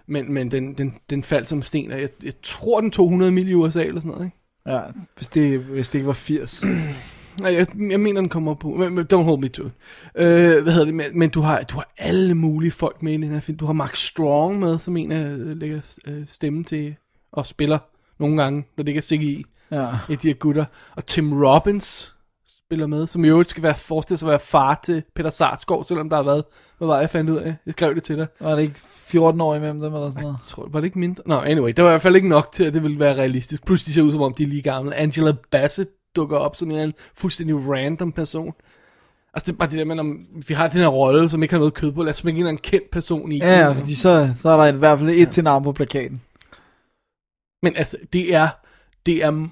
D: Men, men den, den, den faldt som sten, og jeg, jeg tror, den tog 100 mil i USA eller sådan noget, ikke?
C: Ja, hvis det, hvis det ikke var 80.
D: Nej, jeg, jeg mener, den kommer på. Men, men don't hold me to it. Øh, hvad hedder det? Men, men du, har, du har alle mulige folk med i den her film. Du har Mark Strong med, som en af øh, lægger øh, stemme til og spiller nogle gange, når det ikke er CGI.
C: Ja.
D: Et af de her gutter. Og Tim Robbins spiller med, som i øvrigt skal være forestillet sig at være far til Peter Sarsgaard, selvom der har været, hvad var det, jeg fandt ud af? Jeg skrev det til dig.
C: Var det ikke 14 år imellem dem eller sådan noget?
D: Jeg tror, var det ikke mindre? Nå, anyway, det var i hvert fald ikke nok til, at det ville være realistisk. Plus, de ser ud, som om de er lige gamle. Angela Bassett dukker op som en eller anden fuldstændig random person. Altså, det er bare det der med, om vi har den her rolle, som ikke har noget kød på. Lad os smække en eller anden kendt person i.
C: Ja, ja, fordi så, så er der i hvert fald et ja. til navn på plakaten.
D: Men altså, det er, det er,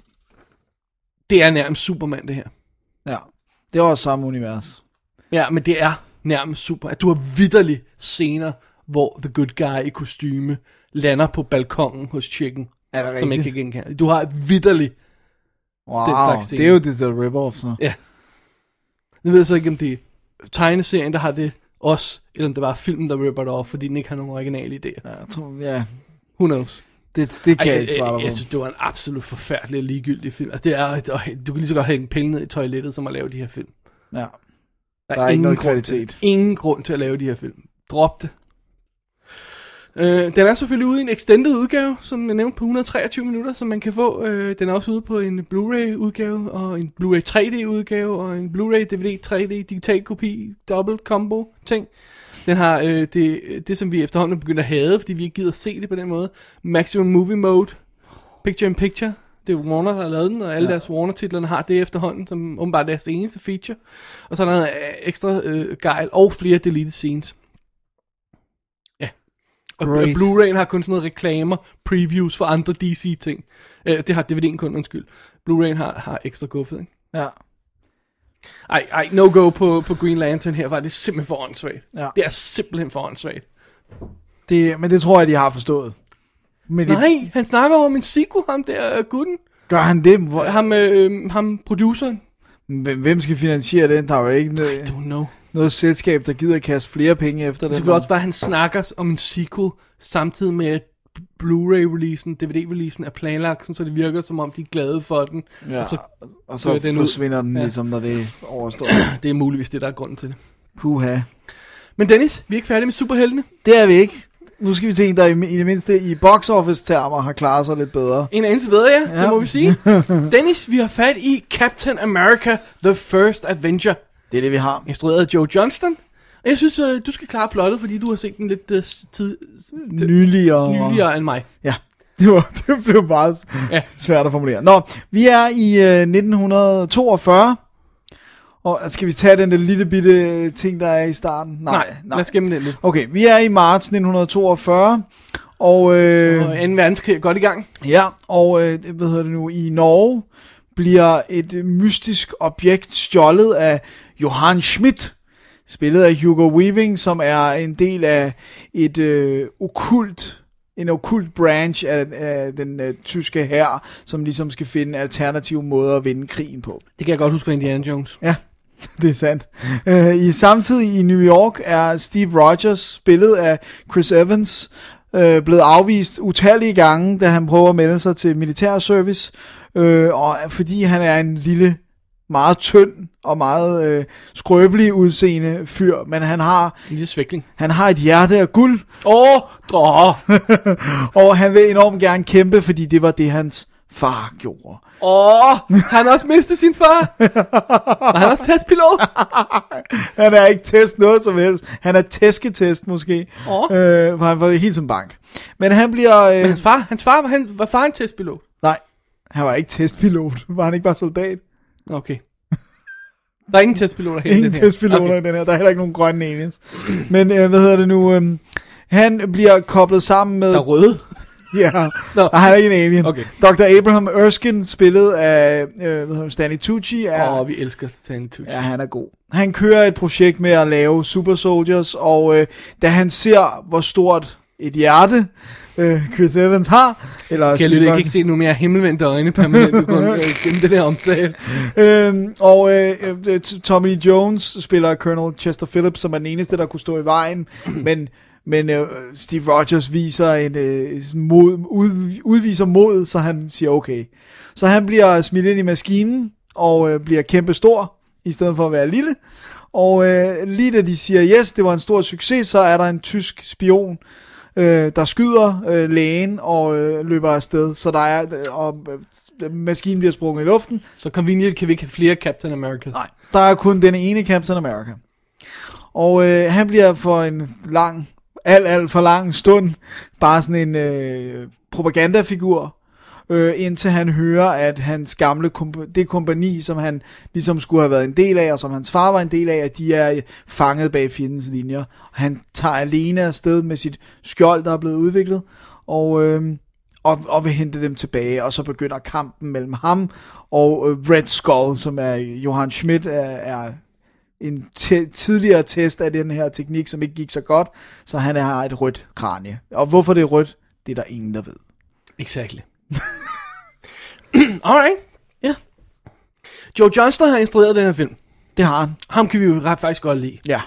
D: det er nærmest Superman, det her.
C: Ja. Det er også samme univers.
D: Ja, men det er nærmest super. At du har vidderlige scener, hvor The Good Guy i kostyme lander på balkongen hos Chicken.
C: Er det
D: Som
C: rigtigt?
D: ikke kan genkende. Du har vidderlig.
C: Wow,
D: den slags
C: det er jo det der rip-off, så.
D: Ja. Nu ved jeg så ikke, om det er tegneserien, der har det også, eller om det var filmen, der ripper det off, fordi den ikke har nogen originale idéer.
C: Ja, jeg tror, ja.
D: Who knows?
C: Det, det kan
D: Ej,
C: jeg ikke svare
D: jeg,
C: dig
D: jeg
C: på.
D: synes, det var en absolut forfærdelig og ligegyldig film. Altså, det er, og du kan lige så godt hænge penge ned i toilettet, som at lave de her film.
C: Ja. Der er ikke noget
D: grund til-
C: kvalitet.
D: ingen grund til at lave de her film. Drop det. Øh, den er selvfølgelig ude i en extended udgave, som jeg nævnte på 123 minutter, som man kan få. Øh, den er også ude på en Blu-ray udgave, og en Blu-ray 3D udgave, og en Blu-ray DVD 3D digital kopi, dobbelt combo ting. Den har øh, det, det, som vi efterhånden er begyndt at have, fordi vi ikke gider se det på den måde. Maximum Movie Mode, Picture in Picture, Det er Warner, der har lavet den, og alle ja. deres Warner-titlerne har det efterhånden, som åbenbart er deres eneste feature. Og så er der noget øh, ekstra øh, gejl og flere deleted scenes. Ja. Og
C: Great.
D: Blu- Blu-ray'en har kun sådan noget reklamer, previews for andre DC-ting. Øh, det har DVD'en kun, undskyld. Blu-ray'en har, har ekstra guffet, ikke?
C: Ja.
D: Ej, ej, no go på, på Green Lantern her, var det er simpelthen for åndssvagt.
C: Ja.
D: Det er simpelthen for åndssvagt.
C: Det, men det tror jeg, de har forstået. Men det,
D: Nej, han snakker om en sequel, ham der øh, gutten.
C: gør han det? Hvor,
D: Ham, øh, ham produceren.
C: hvem- hvem skal finansiere den? Der er jo ikke noget,
D: Don't know.
C: noget selskab, der gider kaste flere penge efter den.
D: Det kan også være, at han snakker om en sequel, samtidig med, at Blu-ray-releasen, DVD-releasen er planlagt, sådan, så det virker, som om de er glade for den.
C: Ja,
D: Og så, (clears throat)
C: og
D: dør
C: så
D: den
C: den
D: ud.
C: forsvinder den
D: Ja.
C: ligesom, når
D: (clears throat)
C: det overstår.
D: det er muligvis det, der er grunden til det.
C: Puha.
D: Men Dennis, vi er ikke færdige med superheltene.
C: Det er vi ikke. Nu skal vi til en, der i, i det mindste i box office termer har klaret sig lidt bedre.
D: En anelse bedre, ja. ja. Det må vi (laughs) sige. Dennis, vi har fat i Captain America The First Avenger,
C: Det er det, vi har.
D: instrueret af Joe Johnston. Og jeg synes, øh, du skal klare plottet, fordi du har set den lidt øh, tid, det-
C: Nyligere.
D: nyligere end mig.
C: Ja, det, var, (laughs) det blev bare s-
D: Ja.
C: svært at formulere. Nå, vi er i øh, 1942. Og skal vi tage den der lille bitte ting, der er i starten?
D: Nej, nej. lad os gemme den lidt.
C: Okay, vi er i marts 1942. Og øh,
D: Og 2. verdenskrig er godt i gang.
C: Ja, og øh, det- hvad hedder det nu, i Norge bliver et øh, mystisk objekt stjålet af Johan Schmidt, spillet af Hugo Weaving, som er en del af et øh, okult, en okult branch af, af den øh, tyske hær, som ligesom skal finde alternative måder at vinde krigen på.
D: Det kan jeg godt huske fra Indiana Jones.
C: Ja, (laughs) det er sandt. Øh, I samtidig i New York er Steve Rogers, spillet af Chris Evans, øh, blevet afvist utallige gange, da han prøver at melde sig til militærservice, øh, og fordi han er en lille, meget tynd og meget øh, skrøbelig udseende fyr, men han har,
D: En lille svækling.
C: han har et hjerte af guld, (laughs)
D: Åh, drå.
C: og han vil enormt gerne kæmpe, fordi det var det, hans far gjorde.
D: Åh, han har også mistet sin far. Var han også testpilot?
C: han er ikke test noget som helst. Han er tæsketest måske.
D: Åh.
C: Øh, for han var helt som bank. Men han bliver... Øh,
D: Men hans far, hans far var, han, var far en testpilot?
C: Nej, han var ikke testpilot. (laughs) Var han ikke bare soldat?
D: Nå, Okay. Der er ingen testpiloter her. i
C: Ingen
D: den her.
C: testpiloter okay. i den her. Der er heller ikke nogen grønne aliens. Men øh, hvad hedder det nu? Øh, han bliver koblet sammen med...
D: Der er røde.
C: Ja,
D: Nå.
C: no. han er ikke en alien.
D: Okay.
C: Dr. Abraham Erskine, spillet af øh, hvad hedder han, Stanley Tucci, er,
D: Åh, vi elsker Stanley Tucci.
C: Ja,
D: Ja.
C: han er god. Han kører et projekt med at lave Super Soldiers, og øh, da han ser, hvor stort et hjerte øh, Chris Evans har, eller
D: Kan jeg
C: Steve
D: lytte, jeg kan
C: Rogers-
D: ikke se nu mere himmelvendte øjne permanent, du kunne øh, gennem den her
C: (laughs)
D: omtale.
C: Øhm, og øh, øh, t- Tommy Lee Jones spiller Colonel Chester Phillips, som er den eneste, der kunne stå i vejen, (clears throat) men, men øh, Steve Rogers viser en, øh, sådan mod, ud, udviser mod, så han siger okay. Så han bliver smidt ind i maskinen, og øh, bliver kæmpestor, i stedet for at være lille. Og øh, lige da de siger, yes, det var en stor succes, så er der en tysk spion, øh, der skyder øh, lægen og øh, løber afsted. Så der er, og, øh, maskinen bliver sprunget i luften,
D: Så convenient kan vi ikke have flere Captain Americas.
C: Nej, der er kun den ene Captain America. Og øh, han bliver for en lang, alt, alt for lang stund, bare sådan en øh, propagandafigur, øh, indtil han hører, at hans gamle, komp- det kompani, som han ligesom skulle have været en del af, og som hans far var en del af, at de er fanget bag fjendens linjer. Han tager alene afsted med sit skjold, der er blevet udviklet, og... Øh, og, og vil hente dem tilbage, og så begynder kampen mellem ham og øh, Red Skull, som er Johan Schmidt, er, er en te- tidligere test af den her teknik, som ikke gik så godt, så han har et rødt kranie. Og hvorfor det er rødt, det er der ingen, der ved.
D: Exactly. (clears throat) Alright.
C: Ja.
D: Joe Johnston har instrueret den her film.
C: Det har han.
D: Ham kan vi jo ret faktisk godt lide.
C: Ja.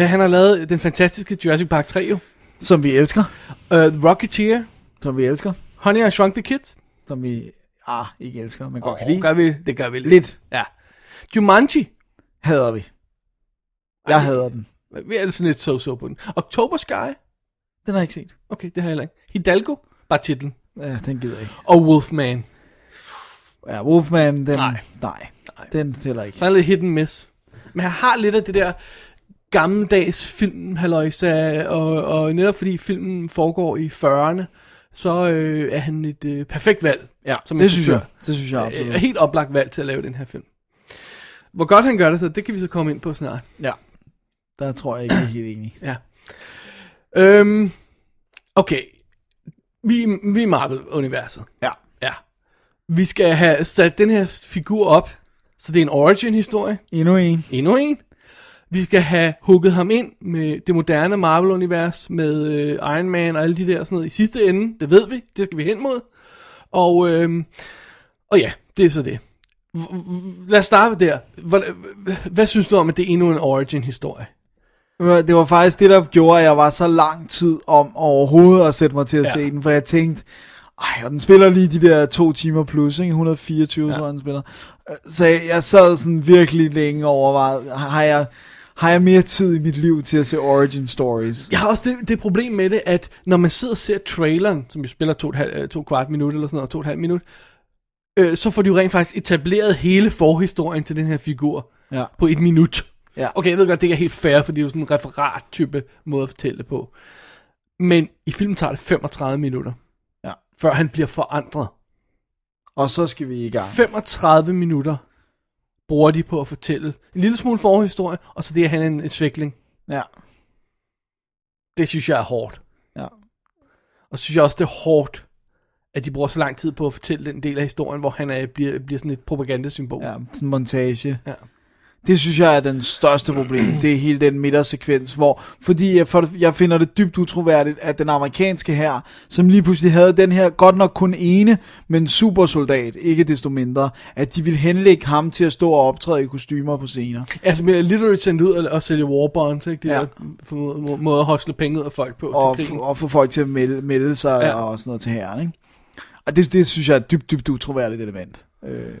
D: Uh, han har lavet den fantastiske Jurassic Park 3 jo.
C: Som vi elsker.
D: Uh, The Rocketeer,
C: Som vi elsker.
D: Honey, I Shrunk the Kids.
C: Som vi, ah, ikke elsker, men godt kan
D: Åh,
C: lide.
D: gør vi, det gør vi lidt.
C: Lidt.
D: Ja. Jumanji.
C: Hader vi. Jeg hader den.
D: Vi er altså lidt so-so på den. October Sky.
C: Den har jeg ikke set.
D: Okay, det har jeg heller ikke. Hidalgo. Bare titlen.
C: Ja, den gider jeg ikke.
D: Og Wolfman.
C: Ja, Wolfman, den...
D: Nej.
C: Nej. Den tæller ikke.
D: Der er lidt hit and miss. Men han har lidt af det der gammeldags film, halløjsa, og, og netop fordi filmen foregår i 40'erne, så øh, er han et øh, perfekt valg.
C: Ja,
D: som
C: det synes
D: instruktør.
C: jeg. Det synes jeg
D: Øh,
C: absolut.
D: er helt oplagt valg til at lave den her film. Hvor godt han gør det, så det kan vi så komme ind på snart.
C: Ja. Der tror jeg ikke, jeg er helt enig.
D: Ja. Øhm, okay. Vi, vi er Marvel-universet.
C: Ja.
D: Ja. Vi skal have sat den her figur op, så det er en origin-historie.
C: Endnu en.
D: Endnu en. Vi skal have hugget ham ind med det moderne Marvel-univers, med øh, Iron Man og alle de der og sådan noget i sidste ende. Det ved vi, det skal vi hen mod. Og, øh, og ja, det er så det. H- h- Lad os starte der. Hvad, hvad synes du om, at det er endnu en origin-historie?
C: Det var faktisk det, der gjorde, at jeg var så lang tid om overhovedet at sætte mig til at
D: Ja.
C: ja. se den, for jeg tænkte, ej, og den spiller lige de der to timer plus, ikke? 124, ja. tror jeg, den spiller. Så jeg, jeg sad sådan virkelig længe og overvejede, har jeg, har jeg mere tid i mit liv til at se origin stories?
D: Jeg har også det, det problem med det, at når man sidder og ser traileren, som jo spiller to, og et halv- øh, to kvart minut eller sådan noget, to og et halvt minut, øh, så får de jo rent faktisk etableret hele forhistorien til den her figur
C: Ja.
D: på et minut.
C: Ja.
D: Okay, jeg ved godt, det ikke er helt fair, for det er jo sådan en referat-type måde at fortælle det på. Men i filmen tager det 35 minutter,
C: Ja.
D: før han bliver forandret.
C: Og så skal vi i gang.
D: 35 minutter bruger de på at fortælle en lille smule forhistorie, og så det, at han er en, en svikling.
C: Ja.
D: Det synes jeg er hårdt.
C: Ja.
D: Og så synes jeg også, det er hårdt, at de bruger så lang tid på at fortælle den del af historien, hvor han er, bliver, bliver sådan et propagandasymbol.
C: Ja, sådan en montage.
D: Ja.
C: Det synes jeg er den største problem. Det er hele den midtersekvens, hvor... Fordi jeg, for, det- jeg finder det dybt utroværdigt, at den amerikanske her, som lige pludselig havde den her, godt nok kun ene, men supersoldat, ikke desto mindre, at de ville henlægge ham til at stå og optræde i kostymer på scener.
D: Altså, bliver literally sendt ud og, og sælge war bonds, ikke? Det
C: Ja.
D: ja. er måde at hosle penge ud af folk på
C: Og,
D: til krigen.
C: og få folk til at melde, melde sig
D: Ja.
C: ja. og sådan noget til herren, ikke? Og det, det synes jeg er et dybt, dybt utroværdigt element. Øh.
D: ja,
C: Jeg,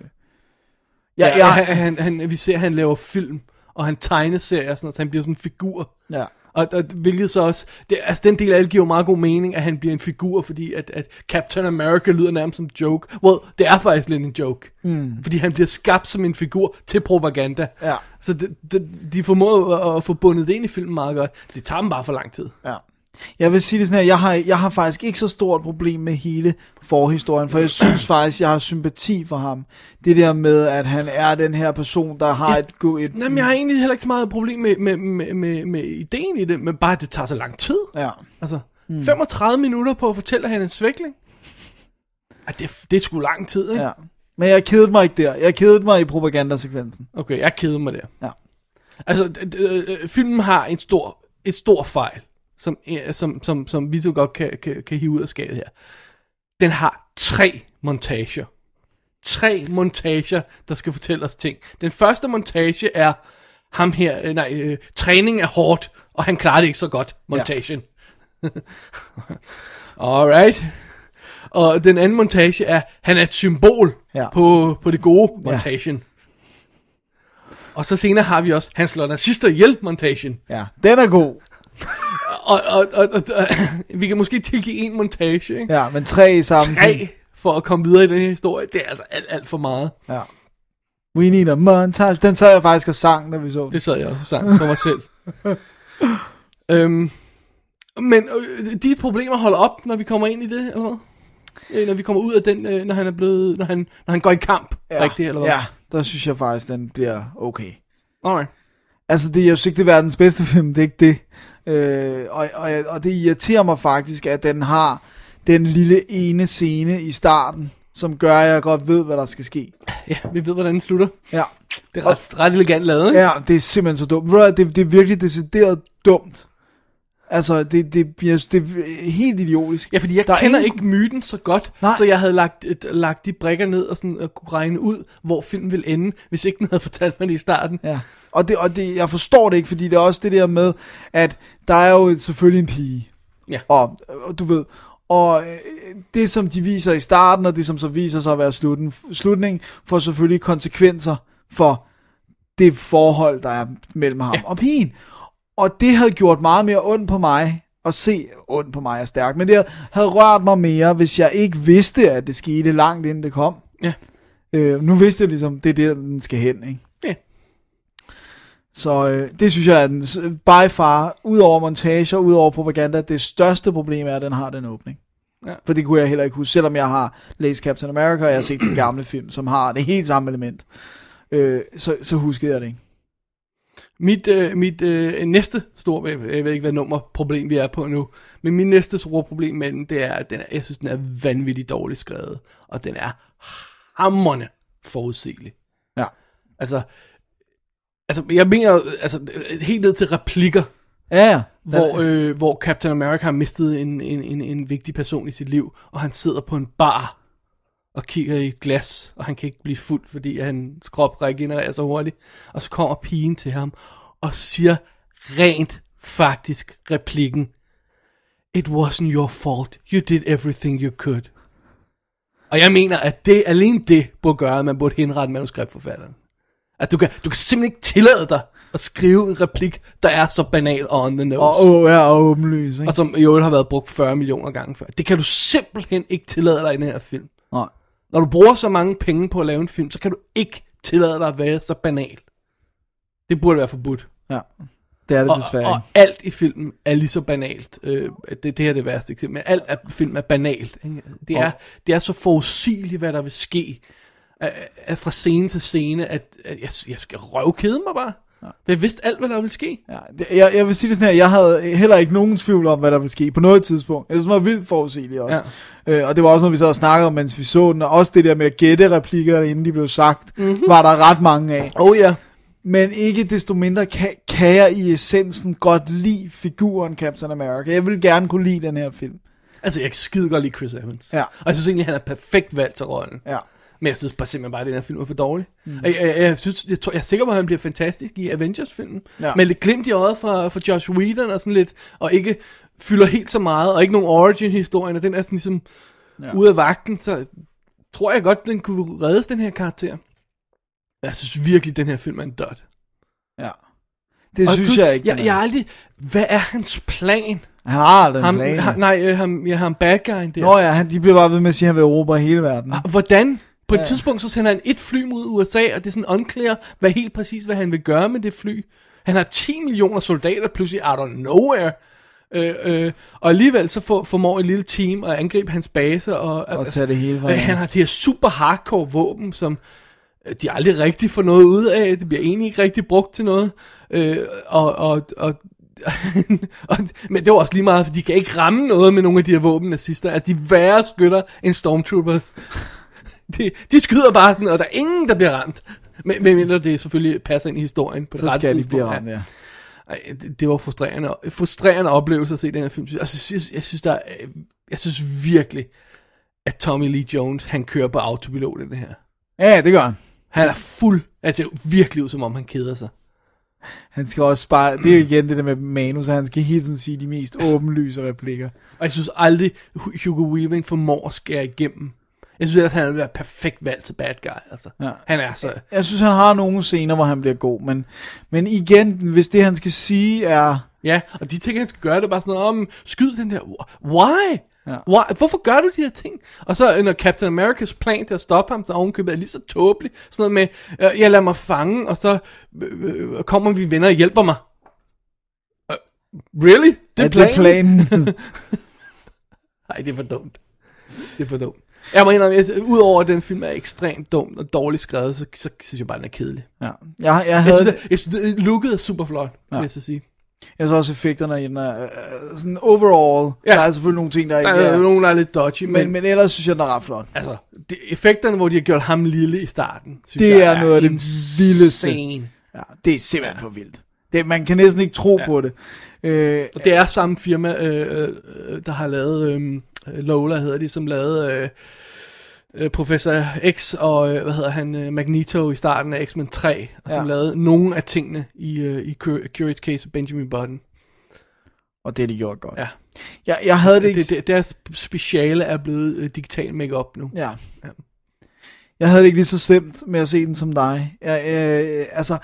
D: ja.
C: jeg,
D: (laughs) Han, han, han, vi ser, at han laver film, og han tegneserier, og sådan noget, så han bliver sådan en figur.
C: ja.
D: Og, og hvilket så også, det, altså den del af det giver jo meget god mening, at han bliver en figur, fordi at, at Captain America lyder nærmest som en joke. Well, det er faktisk lidt en joke. Mm. Fordi han bliver skabt som en figur til propaganda.
C: Ja.
D: Så det, det, de formår at, at få bundet det ind i filmen meget godt. Det tager dem bare for lang tid.
C: Ja. Jeg vil sige det sådan her, jeg har, jeg har faktisk ikke så stort problem med hele forhistorien, for jeg synes faktisk, jeg har sympati for ham. Det der med, at han er den her person, der har et... go- et
D: Jamen, jeg har egentlig heller ikke så meget problem med, med, med, med, med ideen i det, men bare, at det tager så lang tid.
C: Ja,
D: Altså, 35 minutter på at fortælle, at han er en svækling. Ej, det, det er sgu lang tid, ikke?
C: ja. Men jeg kedede mig ikke der. Jeg kedede mig i propagandasekvensen.
D: Okay, jeg keder mig der.
C: Ja.
D: Altså, d- d- øh, filmen har en stor, et stor fejl, som, øh, som, som, som vi så godt kan, kan, kan hive ud af skabet her. Den har tre montager. Tre montager, der skal fortælle os ting. Den første montage er ham her, øh, nej, øh, træning er hårdt, og han klarer det ikke så godt, montagen. (laughs) Alright. Og den anden montage er, han er et symbol
C: Ja.
D: på, på det gode, montagen. Og så senere har vi også, han slår nazister ihjel montagen.
C: Ja, den er god.
D: Og, og, og, og, og vi kan måske tilgive en montage, ikke?
C: Ja, men tre i sammen.
D: Tre, for at komme videre i den her historie, det er altså alt, alt for meget.
C: Ja. We need a montage. Den sad jeg faktisk og sang, da vi så den.
D: Det sad jeg også og sang for mig selv. øhm, men øh, de problemer holder op, når vi kommer ind i det, eller hvad? Øh, Når vi kommer ud af den, øh, når han er blevet, når han, når han går i kamp,
C: Ja,
D: rigtigt, eller hvad?
C: ja, der synes jeg faktisk, den bliver okay.
D: Alright.
C: Altså, det, jeg synes ikke, det er verdens bedste film, det er ikke det. Øh, og, og, og det irriterer mig faktisk, at den har den lille ene scene i starten, som gør, at jeg godt ved, hvad der skal ske.
D: Ja, vi ved, hvordan den slutter.
C: Ja,
D: Det er ret, ret elegant lavet, ikke?
C: ja det er simpelthen så dumt. Ved du hvad, Det, det er virkelig decideret dumt. Altså, det, det, bliver, det er helt idiotisk.
D: Ja, fordi jeg
C: Der
D: der
C: er
D: kender
C: ingen-
D: ingen... ikke myten så godt,
C: Nej.
D: Nej. så jeg havde lagt, et, lagt de brikker ned og sådan, og kunne regne ud, hvor filmen ville ende, hvis ikke den havde (laughs) fortalt mig det i starten.
C: Ja. Og, det, og det, jeg forstår det ikke, fordi det er også det der med, at der er jo selvfølgelig en pige.
D: Ja.
C: Og, og du ved, og øh, det som de viser i starten, og det som så viser sig at være slutten, slutningen, får selvfølgelig konsekvenser for det forhold, der er mellem ham ja. og pigen. Og det havde gjort meget mere ondt på mig, at se ondt på mig er stærk, men det havde rørt mig mere, hvis jeg ikke vidste, at det skete langt inden det kom.
D: Ja.
C: Øh, nu vidste jeg ligesom, det er der, den skal hen, ikke?
D: Ja.
C: Så øh, det synes jeg er den, s- by far, ud over montage og ud over propaganda, det største problem er, at den har den åbning.
D: Ja.
C: For det kunne jeg heller ikke huske, selvom jeg har læst Captain America, og jeg har set
D: (clears throat)
C: den gamle film, som har det helt samme element. Øh, så, så huskede jeg det ikke.
D: Mit, øh, mit øh, næste store, jeg jeg ved ikke hvad nummer problem vi er på nu, men min næste store problem med den, det er, at den er, jeg synes, den er vanvittigt dårligt skrevet, og den er hammerne forudsigelig.
C: Ja.
D: Altså, altså jeg mener, altså, helt ned til replikker,
C: Ja, ja. Den-
D: hvor, øh, hvor Captain America har mistet en, en, en, en vigtig person i sit liv, og han sidder på en bar og kigger i et glas, og han kan ikke blive fuld, fordi hans krop regenererer så hurtigt. Og så kommer pigen til ham og siger rent faktisk replikken, It wasn't your fault. You did everything you could. Og jeg mener, at det alene det burde gøre, at man burde henrette manuskriptforfatteren. At du kan, du kan simpelthen ikke tillade dig at skrive en replik, der er så banal og on the nose.
C: og, og, ja, og åbenlys, ikke?
D: Og som i øvrigt har været brugt 40 millioner gange før. Det kan du simpelthen ikke tillade dig i den her film.
C: Nej.
D: Når du bruger så mange penge på at lave en film, så kan du ikke tillade dig at være så banal. Det burde være forbudt.
C: Ja. Det er det
D: Og,
C: desværre.
D: og
C: ikke.
D: alt i filmen er lige så banalt. Øh, det, det her er det værste eksempel. Men alt af filmen er banalt. Ikke? Det, er, det er så forudsigeligt, hvad der vil ske. At, at fra scene til scene, at, at jeg, jeg skal røvkede mig bare. Jeg vidste alt, hvad der ville ske.
C: Ja, det, jeg, jeg vil sige det sådan her, jeg havde heller ikke nogen tvivl om, hvad der ville ske på noget tidspunkt. Jeg synes, det var vildt forudsigeligt også. Ja. Øh, og det var også noget, vi så snakkede om, mens vi så den, og også det der med at gætte replikkerne, inden de blev sagt,
D: Mhm.
C: mm-hmm. var der ret mange af.
D: Oh ja.
C: Men ikke desto mindre kan, kan jeg i essensen godt lide figuren Captain America. Jeg vil gerne kunne lide den her film.
D: Altså, jeg skide godt lide Chris Evans.
C: Ja.
D: Og jeg synes egentlig, han er perfekt valgt til rollen.
C: Ja. Men,
D: Men jeg synes bare simpelthen bare, at den her film er for dårlig. Mm. Jeg, jeg, jeg, synes, jeg, tror, jeg er sikker på, at han bliver fantastisk i Avengers-filmen.
C: Ja.
D: Men lidt glimt i øjet fra, fra Josh Whedon og sådan lidt, og ikke fylder helt så meget, og ikke nogen origin-historien, og den er sådan ligesom ja. ude af vagten, så tror jeg godt, den kunne reddes, den her karakter. Jeg synes virkelig, den her film er en dot.
C: ja. Det
D: Og
C: synes
D: plus,
C: jeg ikke.
D: Jeg,
C: den er.
D: jeg har aldrig... Hvad er hans plan?
C: Han har aldrig
D: Ham,
C: en plan.
D: han, nej, øh, ham, ja, ham bad guyen der.
C: Nå ja, han, de bliver bare ved med at sige, at han vil erobre hele verden.
D: Ah, Hvordan? På et ja. tidspunkt så sender han et fly mod USA, og det er sådan unclear, hvad helt præcis, hvad han vil gøre med det fly. Han har 10 millioner soldater pludselig out of nowhere. Øh, øh, og alligevel så for, formår et lille team at angribe hans base. Og,
C: Og tage det hele fra ham.
D: Han har de her super hardcore våben, som øh, de aldrig rigtig får noget ud af. Det bliver egentlig ikke rigtig brugt til noget. Øh, og, og, og, (laughs) og, men det var også lige meget, for de kan ikke ramme noget med nogle af de her våben nazister. At de er værre skytter end stormtroopers. (laughs) De, de skyder bare sådan, og der er ingen, der bliver ramt. Men, men mindre det selvfølgelig passer ind i historien på det
C: Så
D: rette
C: skal de
D: tidspunkt.
C: blive ramt, ja.
D: Ej, det, det var frustrerende, frustrerende oplevelse at se den her film. Altså, Jeg synes, jeg synes, der, er- jeg synes virkelig, at Tommy Lee Jones, han kører på autopilot i det her.
C: Ja, det gør han.
D: Han er fuld, altså virkelig ud, som om han keder sig.
C: Han skal også bare, det er jo igen det der med manus, at han skal hele tiden sige de mest åbenlyse replikker.
D: Og jeg synes aldrig, Hu- Hugo Weaving formår at skære igennem. Jeg synes, at han vil være perfekt valg til bad guy, altså.
C: Ja.
D: Han er så...
C: Jeg synes, han har nogle scener, hvor han bliver god, men, men igen, hvis det han skal sige er,
D: Ja, og de ting, han skal gøre, det er bare sådan noget om, skyd den der, why?
C: Ja.
D: Ja. why? Hvorfor gør du de her ting? Og så øh, når Captain America's plan til at stoppe ham, så ovenkøbet er lige så tåbelig, sådan noget med, øh, jeg lader mig fange, og så øh, øh, kommer vi venner og hjælper mig. Øh, really? Det
C: er
D: er planen?
C: det (laughs) planen?
D: Nej, det er for dumt. Det er for dumt. Jeg må indrømme, at udover at den film er ekstremt dum og dårligt skrevet, så, så synes jeg bare, den er kedelig.
C: ja. Jeg, jeg,
D: Jeg
C: havde,
D: synes, at, jeg synes, at looket er super flot, ja. vil jeg så sige.
C: jeg synes også effekterne i den er, øh, sådan overall, ja.
D: Ja.
C: der er selvfølgelig nogle ting, der
D: Der
C: ikke
D: er
C: er,
D: nogen, der er lidt dodgy, men,
C: men, men ellers synes jeg, den er ret flot.
D: Altså, det, effekterne, hvor de har gjort ham lille i starten, synes
C: Det
D: jeg
C: er noget af det
D: insane.
C: vildeste. Ja, det er simpelthen for vildt. Det, man kan næsten ikke tro ja. på det. Øh,
D: Og det er samme firma, øh, øh, øh, der har lavet, øh, Lola hedder de, som lavede øh, øh, Professor X og, øh, hvad hedder han, øh, Magneto i starten af X-Men 3, og som
C: Ja.
D: lavede nogle af tingene i, øh, i Cur- Curious Case af Benjamin Button.
C: og det har de gjort godt.
D: Ja.
C: Jeg, jeg havde det, ikke...
D: Det, det, deres speciale er blevet øh, digital makeup nu.
C: Ja.
D: Ja.
C: Jeg havde det ikke lige så slemt med at se den som dig. Jeg, øh, altså,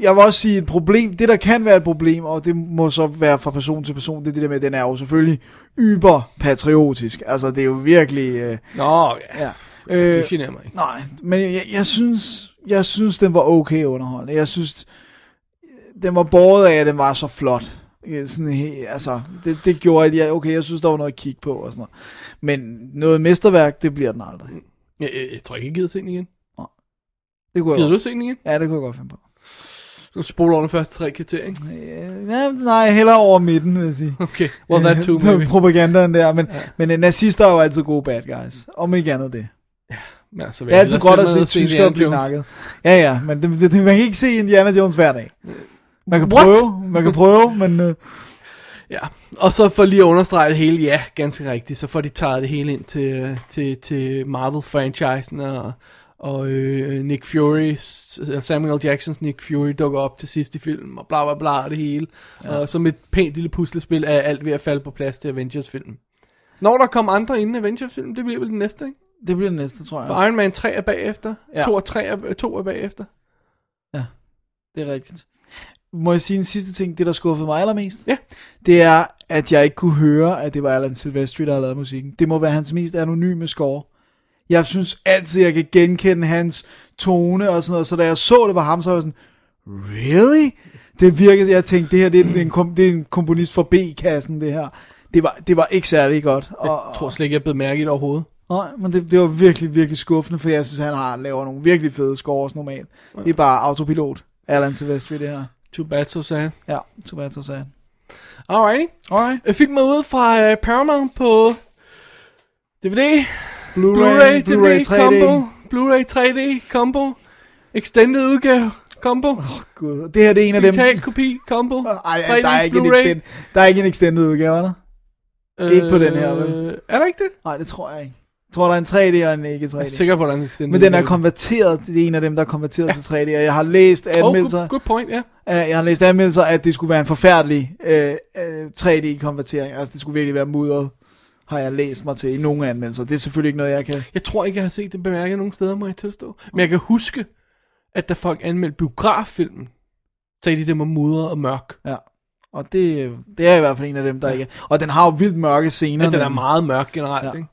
C: jeg vil også sige et problem, det der kan være et problem, og det må så være fra person til person, det er det der med, at den er jo selvfølgelig yber patriotisk. Altså, det er jo virkelig... Øh,
D: Nå, ja.
C: ja.
D: Det
C: øh,
D: generer mig ikke.
C: nej, men jeg, jeg, synes, jeg synes, den var okay underholdende. Jeg synes, den var båret af, at den var så flot. Øh, Sådan, he- altså, det, det gjorde, at jeg, okay, jeg synes, der var noget at kigge på og sådan noget. Men noget mesterværk, det bliver den aldrig.
D: Jeg, jeg, jeg tror ikke, jeg gider se den igen.
C: Det kunne jeg
D: Gider
C: godt.
D: du se den igen?
C: Ja, det kunne jeg godt finde på.
D: Så spoler over den første tre kvarter, ikke?
C: Øh, Ja, nej, hellere over midten, vil jeg sige.
D: Okay, well that too, maybe.
C: Propagandaen der, men, ja. men øh, nazister er jo altid gode bad guys. Om ikke andet det.
D: Men altså,
C: Det er altid godt at se tyskere blive nakket. Ja, ja, men det, det, det, man kan ikke se Indiana Jones hver dag. Man kan
D: What?
C: prøve, man kan prøve, men øh,
D: Ja, og så for lige at understrege det hele, ja, ganske rigtigt, så får de taget det hele ind til, øh, til, til Marvel-franchisen, og, og øh, Nick Fury, Samuel L. Jacksons Nick Fury dukker op til sidste film, og bla bla bla og det hele, ja. og som et pænt lille puslespil er alt ved at falde på plads til Avengers-filmen. Når der kommer andre inden Avengers-filmen, det bliver vel den næste, ikke?
C: det bliver det næste, tror jeg.
D: Ja. Iron Man 3 er bagefter,
C: Ja.
D: ja. 2 og 3 er, 2 er bagefter.
C: Det er rigtigt. Må jeg sige en sidste ting, det der skuffede mig allermest?
D: Ja.
C: Det er, at jeg ikke kunne høre, at det var Alan Silvestri, der havde lavet musikken. Det må være hans mest anonyme score. Jeg synes altid, jeg kan genkende hans tone og sådan noget. Så da jeg så, det var ham, så var jeg sådan, really? Det virkede, jeg tænkte, det her det er en, kom, det er en komponist fra B-kassen, det her. Det var, det var ikke særlig godt. Og,
D: Jeg tror slet ikke, jeg blev mærke i det overhovedet.
C: Nej, men det, det var virkelig, virkelig skuffende, for jeg synes, han har laver nogle virkelig fede scores normalt. Det er bare autopilot, Alan Silvestri, det her.
D: Too bad, so sad.
C: Ja, too bad, so sad.
D: Alrighty.
C: Alright.
D: Øh, Filmen er ude fra øh, Paramount på DVD,
C: Blu-ray,
D: Blu-ray, Blu-ray DVD 3D. combo, Blu-ray 3D combo, extended udgave combo, oh,
C: Gud, det her det er en af dem.
D: digital kopi combo,
C: Ej, ej, der, er ikke en extend, der er ikke en extended udgave, er der? Ah, ikke på den her, vel?
D: Øh, Er der ikke det?
C: Nej, det tror jeg ikke. Jeg tror, der er en 3D og en ikke 3D.
D: Jeg er sikker på, at der er en extended
C: Men den er
D: udgave.
C: konverteret, til- det er en af dem, der er konverteret ja. til 3D, og jeg har læst
D: Oh,
C: anmeldelser,
D: good, good point, ja.
C: øh, jeg har læst anmeldelser, at det skulle være en forfærdelig øh, øh, 3D-konvertering, altså det skulle virkelig være mudret, har jeg læst mig til i nogle anmeldelser. Det er selvfølgelig ikke noget, jeg kan...
D: Jeg tror ikke, jeg har set det bemærket nogen steder, må jeg tilstå. Men jeg kan huske, at da folk anmeldte biograffilmen, sagde de, det var mudret og mørk.
C: Ja. Og det, øh, det er i hvert fald en af dem, der ja. ikke er. Og den har jo vildt mørke scener.
D: Ja, den er
C: nemlig.
D: meget mørk generelt,
C: Ja.
D: ja. ikke?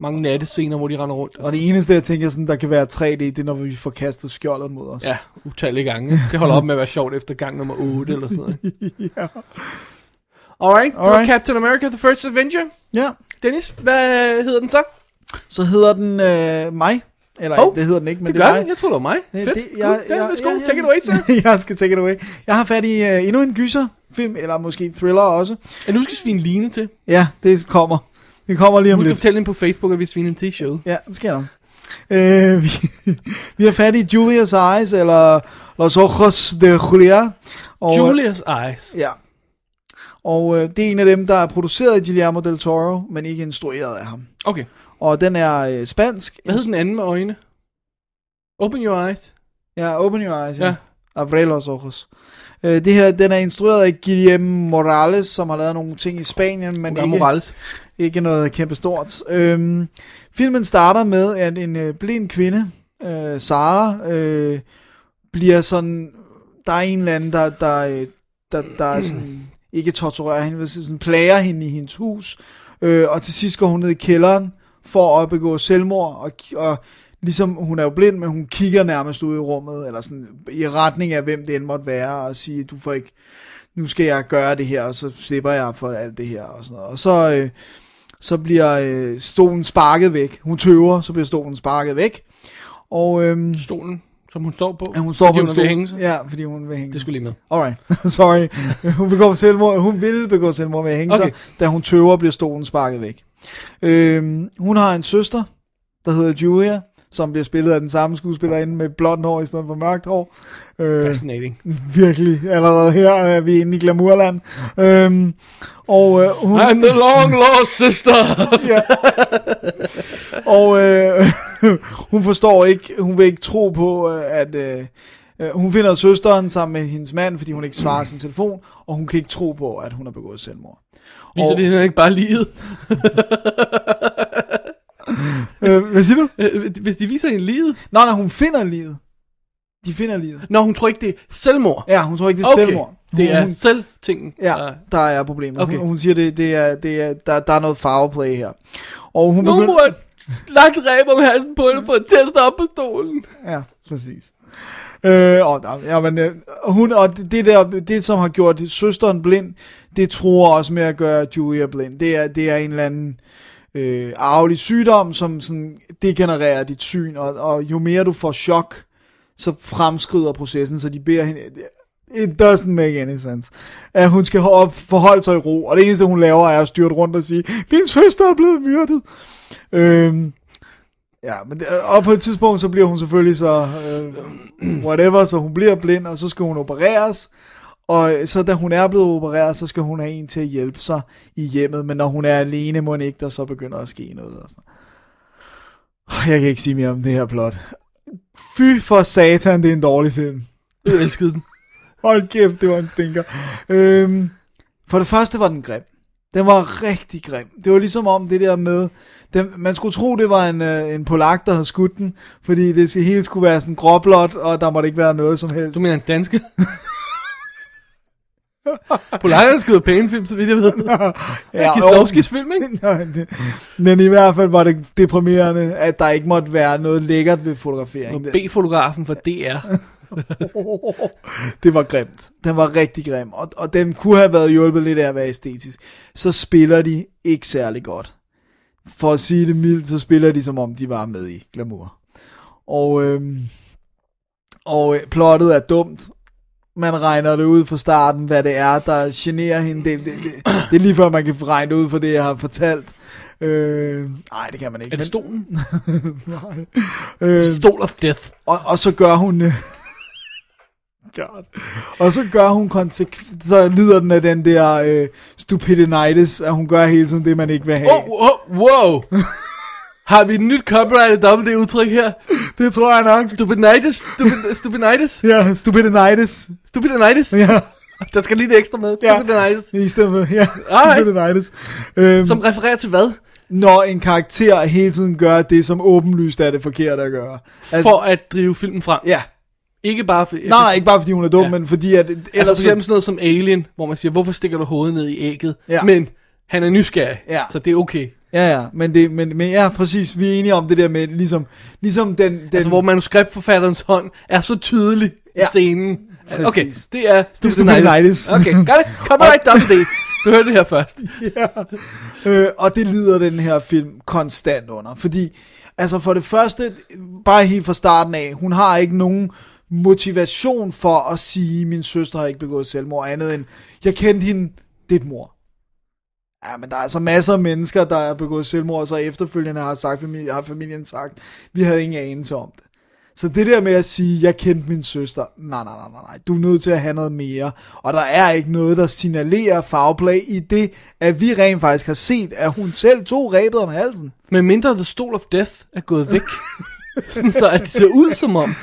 D: Mange nattescener, hvor de render rundt.
C: Og det eneste, jeg tænker, sådan, der kan være 3D, det er, når vi får kastet skjoldet mod os.
D: Ja, utallige gange. Det holder op med at være sjovt efter gang nummer 8 eller sådan noget. ja.
C: (laughs)
D: Alright, det var
C: Alright.
D: Captain America The First Avenger.
C: ja.
D: Dennis, hvad hedder den så?
C: Så hedder den øh, mig. Eller
D: Hov,
C: oh, det hedder den ikke, men
D: Det
C: det,
D: gør
C: er
D: den.
C: mig.
D: Jeg tror, det var mig.
C: Øh,
D: Fedt. Jeg, jeg, værsgo,
C: ja, ja.
D: take it away, sir.
C: (laughs) jeg skal take it away. Jeg har fat i øh, endnu en gyserfilm, eller måske thriller også.
D: Ja, nu skal svine Line til.
C: Ja, det kommer. Det kommer lige om
D: Nu skal
C: lidt.
D: fortælle hende på Facebook, at vi sviner til showet.
C: Ja, det sker nok. Øh, vi, (laughs) vi har fat i Julius Eyes, eller Los Ojos de Julia. Og, øh,
D: Julius Eyes.
C: Ja. Og øh, det er en af dem, der er produceret af Guillermo del Toro, men ikke instrueret af ham.
D: Okay,
C: Og den er øh, spansk.
D: hvad hedder den anden med øjne? Open your eyes.
C: Ja, Open Your Eyes. Ja.
D: Ja.
C: ja. Abre los ojos. Øh, det her, den er instrueret af Guillermo Morales, som har lavet nogle ting i Spanien, men
D: Uga
C: ikke,
D: Morales.
C: ikke noget kæmpe stort. Øhm, filmen starter med, at en øh, blind kvinde, øh, Sara, øh, bliver sådan... Der er en eller anden, der, der, øh, der, der er sådan, ikke torturerer hende, men sådan plager hende i hendes hus. Øh, og til sidst går hun ned i kælderen for at begå selvmord, og, ki- og ligesom hun er jo blind, men hun kigger nærmest ud i rummet, eller sådan i retning af, hvem det end måtte være, og siger, du får ikke, nu skal jeg gøre det her, og så slipper jeg for alt det her, og sådan noget. Og så, øh, så bliver øh, stolen sparket væk. Hun tøver, så bliver stolen sparket væk. Og øhm,
D: Stolen, som hun står på.
C: ja, hun står
D: fordi
C: på en
D: hun vil
C: stol.
D: hænge sig.
C: Ja, fordi hun vil hænge
D: Det
C: sig.
D: skulle lige med.
C: Alright, (laughs) sorry. Hun begår selvmord. Hun ville begå selvmord ved at hænge okay.
D: Okay.
C: sig. Da hun tøver, bliver stolen sparket væk. Øhm, hun har en søster, der hedder Julia, som bliver spillet af den samme skuespillerinde med blondt hår i stedet for mørkt hår. Øh,
D: Fascinating.
C: virkelig, allerede her er vi inde i glamourland. Øhm, og øh, hun...
D: I'm the long lost
C: (laughs)
D: sister.
C: Og øh, (laughs) hun forstår ikke, hun vil ikke tro på, øh, at øh, øh, hun finder søsteren sammen med hendes mand, fordi hun ikke svarer sin telefon, og hun kan ikke tro på, at hun har begået selvmord.
D: Viser
C: Og-
D: det hende ikke bare livet?
C: (laughs) Øh, hvad siger du?
D: Øh, Hvis de viser hende livet?
C: Nå, nej, hun finder livet. De finder livet.
D: Nå, hun tror ikke, det er selvmord.
C: Ja, hun tror ikke, det er okay. selvmord. Hun,
D: det er
C: hun,
D: selvtingen.
C: ja, der er problemet. Okay.
D: Okay.
C: Hun, hun siger, det, det er, det er, der, der er noget farveplay her. Og hun
D: Nogen burde lagt ræb om halsen på hende for at teste op på stolen.
C: Ja, præcis. Øh, og, der- ja, men, øh, hun, og det, det der, det som har gjort søsteren blind, det tror også med at gøre Julia blind. Det er, det er en eller anden øh, arvelig sygdom, som sådan degenererer dit syn, og, og jo mere du får chok, så fremskrider processen, så de beder hende... It doesn't make any sense. At hun skal op, forholde sig i ro, og det eneste, hun laver, er at styrte rundt og sige, min søster er blevet myrdet. Øhm, ja, men det, øh, og på et tidspunkt, så bliver hun selvfølgelig så, øh, whatever, så hun bliver blind, og så skal hun opereres. Og øh, så da hun er blevet opereret, så skal hun have en til at hjælpe sig i hjemmet, men når hun er alene, må hun ikke, der så begynder at ske noget. Og sådan. noget. Jeg kan ikke sige mere om det her plot. Fy for satan, det er en dårlig film.
D: Jeg elskede den.
C: Hold kæft, det var en stinker. Øhm, for det første var den grim. Den var rigtig grim. Det var ligesom om det der med, den, man skulle tro, det var en, øh, en polak, der havde skudt den, fordi det skal- hele skulle være sådan gråblåt, og der måtte ikke være noget som helst.
D: Du mener en danske? Polakkerne skyder pæne film, så vidt
C: (laughs)
D: jeg ved. Ja, Kislovskis film, ikke?
C: Nej, det- Men i hvert fald var det deprimerende, at der ikke måtte være noget lækkert ved fotograferingen.
D: Og B-fotografen fra DR.
C: det var grimt. Den var rigtig grim, og, og den kunne have været hjulpet lidt af at være æstetisk. Så spiller de ikke særlig godt. For at sige det mildt, så spiller de som om de var med i glamour. Og, øhm, og øh, plottet er dumt. Man regner det ud fra starten, hvad det er, der generer hende. Det, det, det, det er lige før, man kan regne det ud fra det, jeg har fortalt. Øh, nej, det kan man ikke.
D: Er det stolen?
C: nej. Øh,
D: Stol of Death.
C: og, og så gør hun... øh, God. Og så gør hun konsekvent, så lider den af den der øh, stupidinitis, at hun gør hele tiden det, man ikke vil have.
D: Oh, oh, wow! Har vi et nyt copyrightet om det udtryk her?
C: Det tror jeg nok.
D: Stupinitis? Stupid, stupinitis?
C: Ja, stupidinitis.
D: Stupidinitis?
C: Ja,
D: Der skal lige det ekstra med. Stupidinitis.
C: i stedet for, ja,
D: Ej.
C: stupidinitis. Øhm,
D: Som refererer til hvad?
C: Når en karakter hele tiden gør det, som åbenlyst er det forkerte at gøre. Altså,
D: For at drive filmen frem.
C: Ja.
D: Ikke bare for...
C: Nej, nej, ikke bare fordi hun er dum,
D: Ja.
C: ja. men fordi at... Ellers,
D: Altså for eksempel sådan noget som Alien, hvor man siger, hvorfor stikker du hovedet ned i ægget?
C: Ja.
D: Men han er nysgerrig,
C: Ja.
D: så det er okay.
C: ja, ja, men, det, men, men ja, præcis, vi er enige om det der med, ligesom, ligesom den... den
D: Altså hvor manuskriptforfatterens hånd er så tydelig ja. i
C: Ja.
D: scenen. Altså,
C: Præcis.
D: Okay, det er
C: Stupidinitis.
D: Stupidinitis. Okay, gør det. Kom right down det. Du hørte det her først.
C: Øh, og det lider den her film konstant under, fordi altså for det første, bare helt fra starten af, hun har ikke nogen motivation for at sige, min søster har ikke begået selvmord, andet end, jeg kendte hende, det er et mor. Ja, men der er altså masser af mennesker, der har begået selvmord, og så efterfølgende har, sagt, famili- har familien sagt, vi havde ingen anelse om det. Så det der med at sige, jeg kendte min søster, nej, nej, nej, nej, nej, du er nødt til at have noget mere. Og der er ikke noget, der signalerer farveplay i det, at vi rent faktisk har set, at hun selv tog rebet om halsen.
D: Men mindre The Stool of Death er
C: (laughs)
D: gået væk. sådan så at det ser ud som om...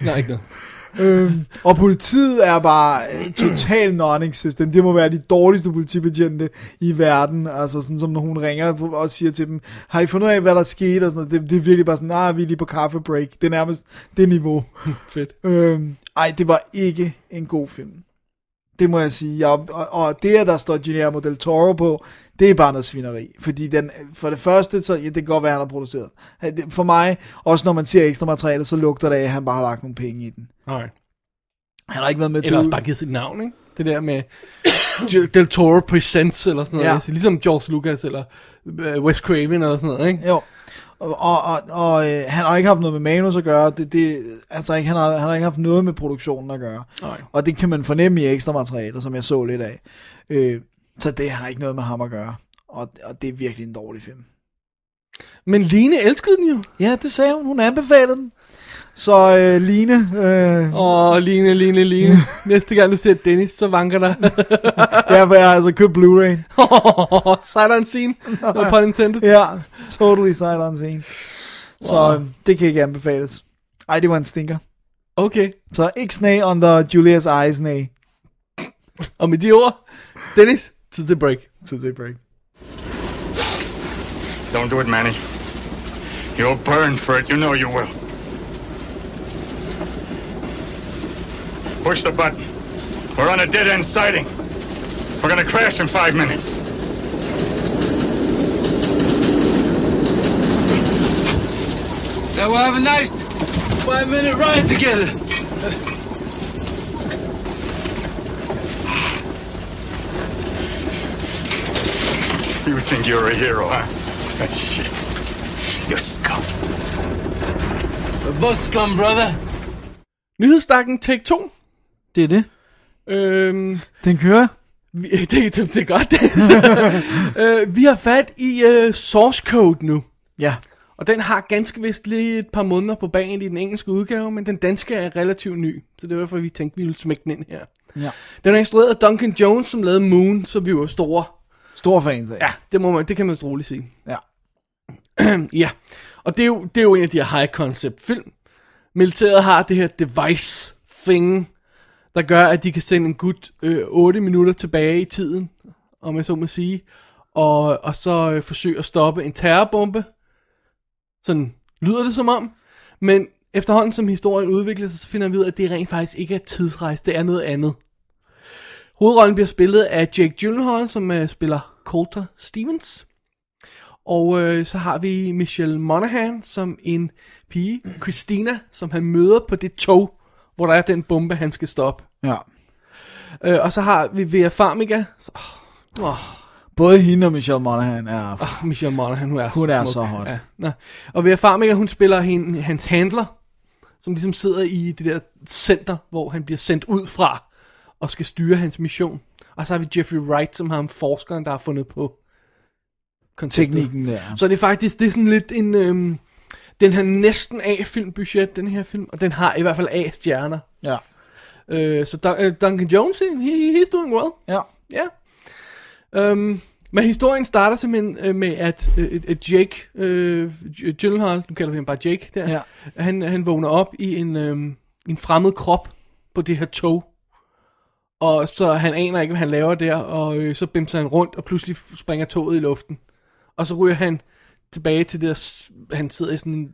D: Nej, ikke noget.
C: øhm, og politiet er bare øh, totalt non-existent. Det må være de dårligste politibetjente i verden. Altså sådan som når hun ringer på- og siger til dem, har I fundet ud af, hvad der skete? Og sådan noget. Det, det er virkelig bare sådan, nej, vi er lige på kaffebreak. Det er nærmest det niveau.
D: Fedt.
C: Øhm, ej, det var ikke en god film. Det må jeg sige. Jeg, og, og det, at der står Guillermo del Toro på, det er bare noget svineri. Fordi den, for det første, så ja, det kan godt være, han har produceret. Han- det- For mig, også når man ser ekstra materiale, så lugter det af, at han bare har lagt nogle penge i den.
D: Alright.
C: Han har ikke været med
D: Eller også
C: til...
D: bare givet sit navn, ikke? Det der med Del Toro Presents eller sådan noget.
C: Ja.
D: Altså, ligesom George Lucas eller øh, Wes Craven eller sådan noget, ikke?
C: Jo. Og, og, og, og øh, han har ikke haft noget med manus at gøre. Det, det, altså, ikke, han, har, han har ikke haft noget med produktionen at gøre.
D: Nej.
C: Og det kan man fornemme i ekstra materialer, som jeg så lidt af. Øh, så det har ikke noget med ham at gøre. Og, og det er virkelig en dårlig film.
D: Men Line elskede den jo.
C: Ja, det sagde hun. Hun anbefalede den. Så øh, Line, øh,
D: Åh, Line,
C: (laughs)
D: Line, Line. Næste gang du ser Dennis, så vanker der.
C: derfor har jeg altså købt (laughs) Blu-ray.
D: (laughs) Silent scene. No pun intended.
C: Ja, totally sight on scene. Så øh, det kan ikke anbefales. Ej, det var en stinker.
D: Okay.
C: Så ikke snag under Julias eyes, nej.
D: Og med de ord, Dennis, tid til break.
C: Til det break.
H: Don't do it, Manny. You'll burn for it. You know you will. Push the button. We're on a dead end siding. We're gonna crash in five minutes.
G: Now we'll have a nice five minute ride together.
H: You think you're a hero, huh? Shit. You scum.
G: The bus come, brother.
D: Nyhedsstakken take 2.
C: Det er det.
D: Øhm,
C: Den kører.
D: vi, (laughs) det, det, det er godt.
C: (laughs)
D: øh, vi har fat i øh, source code nu.
C: Ja.
D: Og den har ganske vist lige et par måneder på banen i den engelske udgave, men den danske er relativt ny. Så det var derfor, vi tænkte, vi ville smække den ind her.
C: ja.
D: Den er instrueret af Duncan Jones, som lavede Moon, så vi var store.
C: Stor fan af.
D: Ja, det, må man, det kan man vist roligt sige.
C: ja.
D: Øhm, Ja, og det er, jo, det er jo en af de her high concept film. Militæret har det her device thing, der gør, at de kan sende en gut øh, 8 minutter tilbage i tiden, om jeg så må sige, og, og så øh, forsøge at stoppe en terrorbombe. Sådan lyder det som om. Men efterhånden som historien udvikler sig, så finder vi ud af, at det rent faktisk ikke er tidsrejse, det er noget andet. Hovedrollen bliver spillet af Jake Gyllenhaal, som øh, spiller Coulter Stevens. Og øh, så har vi Michelle Monaghan som en pige, Christina, som han møder på det tog, hvor der er den bombe, han skal stoppe.
C: ja.
D: Øh, og så har vi Vera Farmiga. Så- Åh, oh,
C: Både hende og Michelle Monaghan er...
D: oh, Michelle Monaghan, hun er
C: Hun
D: så
C: er
D: smuk.
C: så hot.
D: Ja, nå. Og Vera Farmiga, hun spiller hende, hans handler, som ligesom sidder i det der center, hvor han bliver sendt ud fra og skal styre hans mission. Og så har vi Jeffrey Wright, som har en forskeren, der har fundet på konceptet.
C: Teknikken der.
D: Så det er faktisk, det er sådan lidt en, øhm, den har næsten A-filmbudget, den her film, og den har i hvert fald A-stjerner.
C: Ja.
D: Øh, så Dun- øh, Duncan Jones, he, he- he's doing well,
C: Ja.
D: ja. Yeah. Øhm, men historien starter simpelthen øh, med, at øh, et- et Jake øh, Gy- Gyllenhaal, nu kalder vi ham bare Jake der,
C: Ja.
D: han, han vågner op i en, øh, en fremmed krop på det her tog. Og så han aner ikke, hvad han laver der, og øh, så bimser han rundt, og pludselig f- springer toget i luften. Og så ryger han tilbage til det der, s- han sidder i sådan en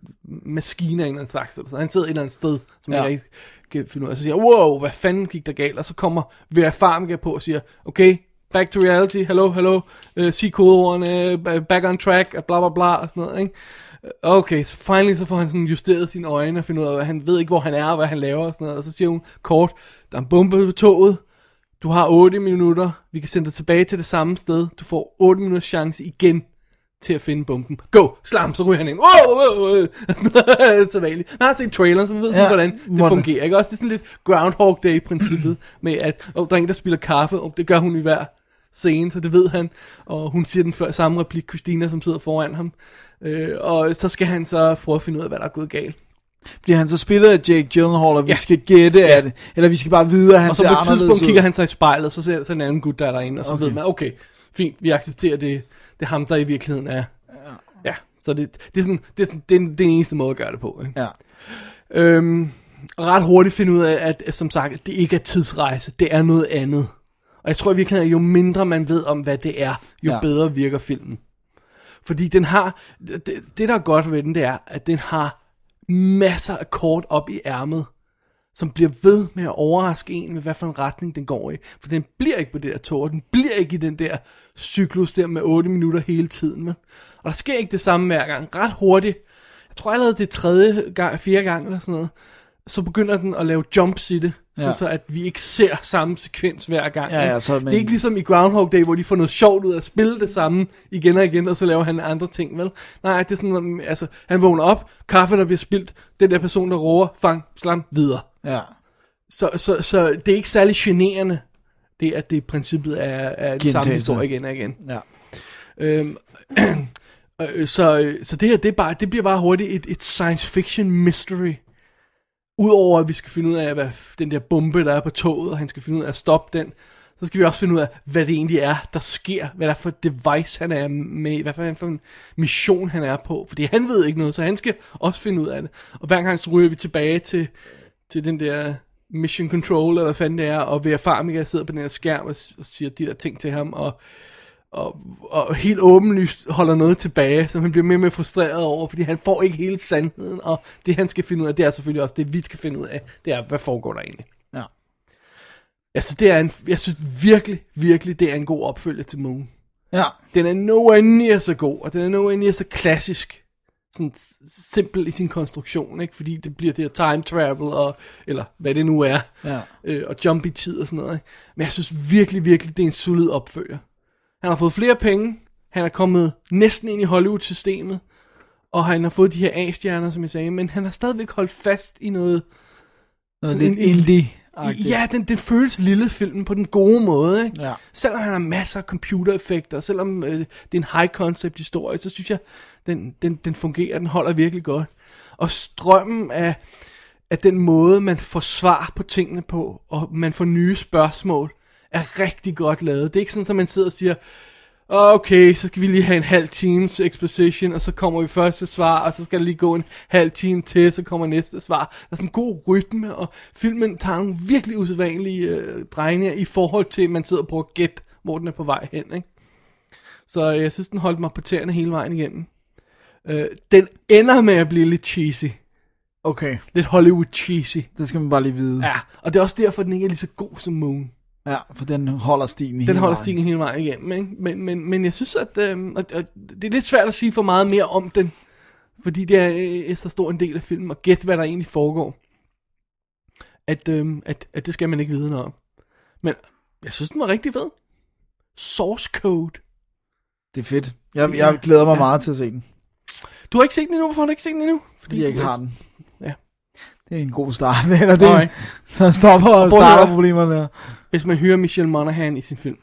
D: maskine af en eller anden slags, eller sådan. han sidder et eller andet sted, som ja.
C: Ja.
D: jeg ikke kan finde ud af, så siger jeg, wow, hvad fanden gik der galt, og så kommer Vera Farmiga på og siger, okay, back to reality, hello, hello, uh, sig kodeordene, uh, back on track, og bla bla bla, og sådan noget, ikke? Okay, så finally så får han sådan justeret sine øjne og finder ud af, at han ved ikke, hvor han er og hvad han laver og sådan noget. Og så siger hun kort, der er en bombe på toget, du har 8 minutter, vi kan sende dig tilbage til det samme sted, du får 8 minutters chance igen til at finde bomben. Go! Slam! Så ryger han ind. Wow! wow, wow. (laughs) Og sådan noget. Så vanligt. Man har set traileren, så man ved sådan, ja,
C: Ja,
D: hvordan det
C: må det.
D: fungerer. Ikke? Også det er sådan lidt Groundhog Day-princippet med, at oh, der er en, der spiller kaffe, og det gør hun i hver scene, så det ved han. Og hun siger den før, samme replik, Christina, som sidder foran ham. Øh, og så skal han så prøve at finde ud af, hvad der er gået galt.
C: Bliver han så spillet af Jake Gyllenhaal, og vi
D: Ja.
C: skal gætte af det? Eller vi skal bare vide, at han
D: Og så
C: ser
D: på et
C: anderledes
D: tidspunkt
C: ud?
D: kigger han sig i spejlet, så ser så en anden gut, der er derinde, og så okay.
C: Okay.
D: ved man, okay, fint, vi accepterer det, det er ham, der i virkeligheden er. Ja, så det, det er sådan, det er sådan det er, den- det er den eneste måde at gøre det på. Ikke?
C: Ja.
D: Øhm, og ret hurtigt finde ud af, at, at som sagt, at det ikke er tidsrejse, det er noget andet. Og jeg tror i virkeligheden, at jo mindre man ved om, hvad det er, jo ja.
C: Ja.
D: bedre virker filmen. Fordi den har, det, det der er godt ved den, det er, at den har masser af kort op i ærmet, som bliver ved med at overraske en med, hvad for en retning den går i. For den bliver ikke på det der tog, og den bliver ikke i den der cyklus der med 8 minutter hele tiden. Vel? Og der sker ikke det samme hver gang. Ret hurtigt, jeg tror allerede det er tredje gang, fjerde gang eller sådan noget, så begynder den at lave jumps i det, ja.
C: Ja.
D: så at vi ikke ser samme sekvens hver gang.
C: Ja, ja,
D: ikke?
C: så er man-
D: Det er ikke ligesom i Groundhog Day, hvor de får noget sjovt ud af at spille det samme igen og igen, og så laver han andre ting, vel? Nej, det er sådan, um, altså, han vågner op, kaffe der bliver spildt, den der person, der roer, fang, slam, videre.
C: Ja.
D: Så, så, så det er ikke særlig generende, det at det i princippet er, er den samme
C: Gentagelse.
D: historie igen og igen.
C: Ja.
D: Øhm, (clears throat) øh, så, så det her, det, er bare, det bliver bare hurtigt et, et science fiction mystery. Udover at vi skal finde ud af, hvad f- den der bombe, der er på toget, og han skal finde ud af at stoppe den, så skal vi også finde ud af, hvad det egentlig er, der sker, hvad der er for et device, han er med, i, hvad for en, for en mission, han er på. Fordi han ved ikke noget, så han skal også finde ud af det. Og hver gang så ryger vi tilbage til, til den der mission control, eller hvad fanden det er, og Vera Farmiga sidder på den her skærm og, s- og siger de der ting til ham, og og helt åbenlyst holder noget tilbage, som han bliver mere og mere frustreret over, fordi han får ikke hele sandheden, og det han skal finde ud af, det er selvfølgelig også det, vi skal finde ud af, det er, hvad foregår der egentlig.
C: Ja.
D: Jeg synes, det er en, jeg synes virkelig, virkelig, det er en god opfølger til Moon.
C: Ja.
D: Den er nowhere near så god, og den er nowhere near så klassisk, sådan s- simpel i sin konstruktion, ikke? Fordi det bliver det her time travel, og, eller hvad det nu er,
C: Ja.
D: øh, og jump i tid og sådan noget, ikke? Men jeg synes virkelig, virkelig, det er en solid opfølger. Han har fået flere penge, han er kommet næsten ind i Hollywood-systemet, og han har fået de her A-stjerner, som jeg sagde, men han har stadigvæk holdt fast i noget...
C: Noget
D: sådan
C: lidt
D: en-
C: indie
D: Ja, den, den føles lille filmen på den gode måde, ikke?
C: Ja.
D: Selvom han har masser af computereffekter, og selvom øh, det er en high concept historie, så synes jeg, den, den, den fungerer, den holder virkelig godt. Og strømmen af, af den måde, man får svar på tingene på, og man får nye spørgsmål, er rigtig godt lavet. Det er ikke sådan, at man sidder og siger, "Åh, okay, så skal vi lige have en halv times exposition, og så kommer vi første svar, og så skal der lige gå en halv time til, så kommer næste svar. Der er sådan en god rytme, og filmen tager nogle virkelig usædvanlige øh, drejninger i forhold til, at man sidder og prøver at gætte, hvor den er på vej hen. Ikke? Så øh, jeg synes, den holdt mig på tæerne hele vejen igennem. Øh, den ender med at blive lidt cheesy.
C: Okay,
D: Lidt Hollywood cheesy.
C: det skal man bare lige vide.
D: Ja, og det er også derfor, den ikke er lige så god som Moon.
C: ja for den holder stilen
D: Den holder stilen hele vejen igennem, ikke? Men, men, men jeg synes, at øh, og, og det er lidt svært at sige for meget mere om den, fordi det er øh, så stor en del af filmen, og gæt, hvad der egentlig foregår. At, øh, at, at det skal man ikke vide noget om. Men jeg synes, den var rigtig fed. Source Code.
C: Det er fedt. Jeg, jeg glæder mig meget til at se den,
D: Du har ikke set den endnu? Hvorfor har du ikke set den endnu?
C: fordi jeg ikke
D: du-
C: har den.
D: Ja.
C: Det er en god start, (laughs) eller det
D: Alright.
C: så stopper og
D: prøv at
C: starter
D: høre.
C: problemerne der.
D: Hvis man hører Michelle Monaghan i sin film.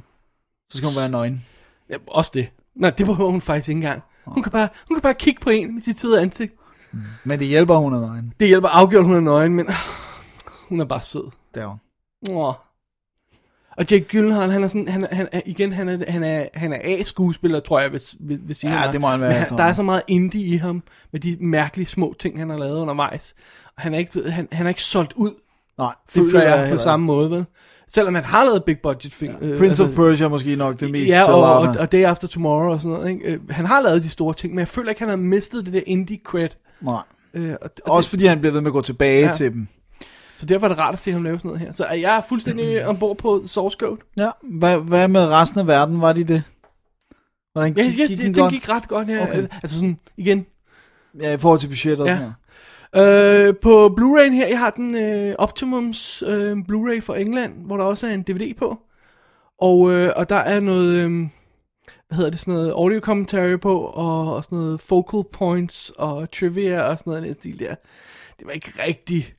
C: Så skal hun være nøgen.
D: Ja, også det. Nej, det behøver hun faktisk ikke engang. Hun kan bare, hun kan bare kigge på en med sit søde ansigt.
C: Men det hjælper, hun er nøgen.
D: Det hjælper afgjort, hun er nøgen, men (sighs) hun er bare sød.
C: Der. er hun.
D: Åh. Og Jake Gyllenhaal, han er sådan, han, er- han er, igen, han er, han er, han er A-skuespiller, tror jeg, hvis, hvis, hvis I
C: Ja, det må han være,
D: Men
C: tror
D: Der er
C: jeg.
D: så meget indie i ham, med de mærkelige små ting, han har lavet undervejs. Og han er ikke, han, han er ikke solgt ud,
C: Nej,
D: det
C: føler
D: føler jeg, på
C: heller
D: samme måde, vel? Selvom han har lavet big budget film.
C: ikke. Prince of Persia er måske nok det mest
D: Ja, og,
C: sellout'e.
D: og, og Day After Tomorrow og sådan noget. Ikke? Øh, Han har lavet de store ting, men jeg føler ikke, han har mistet det der indie cred.
C: Nej.
D: Øh, og, og
C: Også fordi han bliver ved med at gå tilbage
D: Ja.
C: til dem.
D: det, så derfor er det rart at se ham lave sådan noget her. Så øh, jeg er
C: (clears throat)
D: fuldstændig ombord på Source Code.
C: Ja, hvad, hvad med resten af verden, var de det? Hvordan gik,
D: Jeg, jeg,
C: gik
D: gik
C: den
D: den,
C: godt?
D: gik ret godt her.
C: Okay.
D: Okay. Altså sådan, igen.
C: Ja, i forhold til budget og
D: Ja.
C: sådan noget.
D: Øh, på Blu-ray'en her, jeg har den øh, Optimums øh, Blu-ray fra England, hvor der også er en DVD på. Og, øh, og der er noget, øh, hvad hedder det, sådan noget audio commentary på, og, og sådan noget focal points og trivia og sådan noget i den stil der. Det var ikke rigtig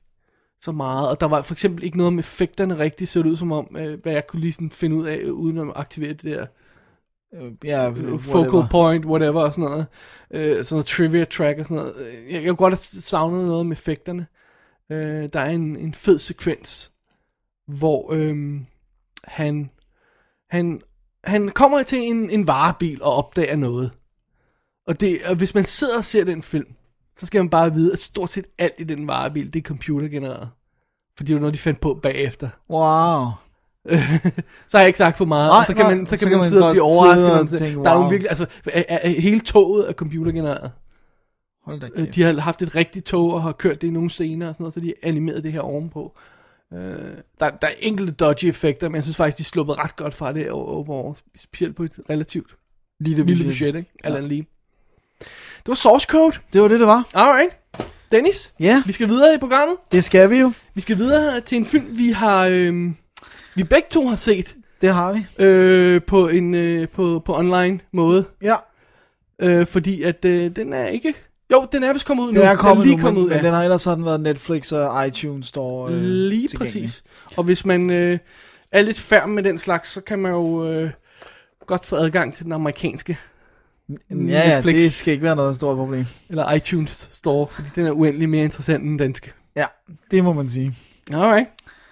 D: så meget, og der var for eksempel ikke noget om effekterne rigtigt, så det ud som om, øh, hvad jeg kunne lige sådan finde ud af, øh, uden at aktivere det der
C: Øh, Ja, whatever.
D: focal point, whatever og sådan noget. Øh, sådan noget trivia track og sådan noget. Øh, Jeg, jeg kunne godt have savnet noget med effekterne. Øh, der er en, en fed sekvens, hvor øhm, han, han, han kommer til en, en varebil og opdager noget. Og, det, og hvis man sidder og ser den film, så skal man bare vide, at stort set alt i den varebil, det er computergenereret. For det er jo noget, de fandt på bagefter.
C: Wow.
D: (laughs) så har jeg ikke sagt for meget,
C: Nej,
D: og så kan
C: nej,
D: man, så kan man, sidde og blive
C: godt
D: overrasket.
C: sidde og
D: når man ser-
C: tænke,
D: der er
C: wow.
D: nogle virkelig, altså, er, er, er, hele toget er computergenereret.
C: Hold da
D: Okay.
C: kæft.
D: Øh, De har haft et rigtigt tog og har kørt det i nogle scener og sådan noget, så de har animeret det her ovenpå. Øh, der, der er enkelte dodgy effekter, men jeg synes faktisk, de sluppede ret godt fra det over, over året. specielt på et relativt
C: Lille
D: lille budget, ikke? Alt andet lige. Det var source code.
C: Det var det, det var.
D: Alright. Dennis,
C: Ja,
D: vi skal videre i programmet.
C: det skal vi jo.
D: Vi skal videre til en film, vi har... Øh, vi begge to har set.
C: Det har vi.
D: øh, på en øh, på, på online måde,
C: Ja,
D: øh, fordi at øh, den er ikke jo, den er vist kommet ud nu.
C: den er kommet
D: den er lige
C: nu,
D: kommet
C: men,
D: ud,
C: men
D: ja.
C: den har ellers sådan været Netflix og iTunes Store øh,
D: lige
C: tilgængelig.
D: præcis. Og hvis man øh, er lidt færm med den slags, så kan man jo øh, godt få adgang til den amerikanske
C: Mm, Ja, ja,
D: Netflix.
C: det skal ikke være noget stort problem.
D: eller iTunes store, fordi den er uendelig mere interessant end den danske.
C: Ja, det må man sige.
D: Alright.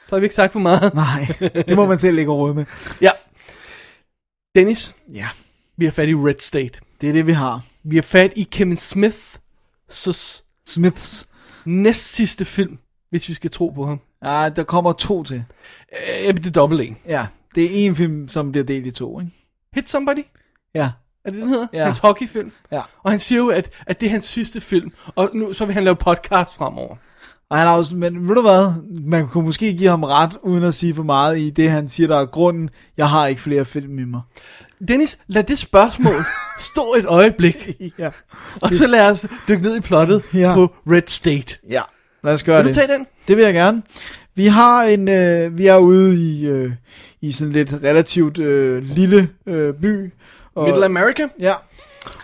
D: Så har vi ikke sagt for meget.
C: Nej, det må man selv ikke råde med.
D: Ja. Dennis,
C: Ja,
D: vi har fat i Red State.
C: det er det, vi har.
D: Vi har fat i Kevin Smiths
C: Smiths.
D: næst sidste film, hvis vi skal tro på ham.
C: Ja, der kommer to til.
D: Øh, jamen, det er dobbelt en.
C: Ja, det er en film, som bliver delt i to, ikke?
D: Hit Somebody,
C: Ja,
D: er det den hedder?
C: Ja.
D: Hans hockeyfilm.
C: ja.
D: Og han siger jo, at, at det er hans sidste film, og nu så vil han lave podcast fremover.
C: Og han har også, men ved du hvad, man kunne måske give ham ret, uden at sige for meget i det, han siger, der er grunden, jeg har ikke flere film i mig.
D: Dennis, lad det
C: (laughs)
D: spørgsmål stå et øjeblik,
C: Ja.
D: og så lad os dykke ned i plottet
C: Ja.
D: på Red State.
C: Ja, lad os gøre
D: Vil du
C: det.
D: tage den?
C: Det vil jeg gerne. Vi har en, øh, vi er ude i, øh, i sådan lidt relativt øh, lille øh, by. Og,
D: Middle America?
C: Ja.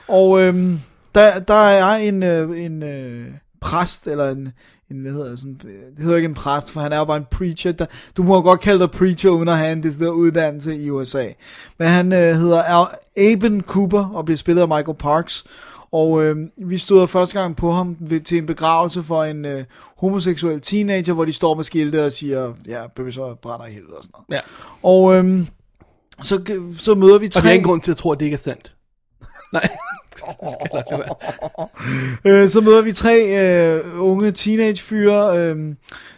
C: Og øhm, der, der er en, øh, en øh, præst, eller en, en, hvad hedder det, sådan, øh, det hedder ikke en præst, for han er jo bare en preacher. Der, du må jo godt kalde dig preacher, uden at have en decideret uddannelse i USA. Men han øh, hedder Al- Aben Cooper, og bliver spillet af Michael Parks. Og øh, vi stod første gang på ham ved, til en begravelse for en øh, homoseksuel teenager, hvor de står med skilte og siger, ja, bøsser brænder i helvede og sådan noget.
D: Ja.
C: Og øh, så, så møder vi tre...
D: Og det er ingen grund til at tro, at det ikke er sandt. Nej.
C: Øh, så møder vi tre øh, unge teenagefyre. Øh,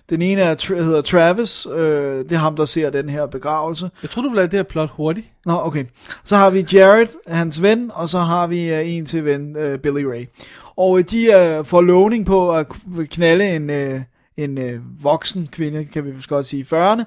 C: den ene er, tra- hedder Travis. Øh, det er ham, der ser den her begravelse.
D: Jeg tror, du vil lave det her plot hurtigt.
C: Nå, okay. Så har vi Jared, hans ven, og så har vi øh, en til ven, øh, Billy Ray. Og øh, de øh, får lovning på at k- knalde en, øh, en øh, voksen kvinde, kan vi måske godt sige, i 40'erne.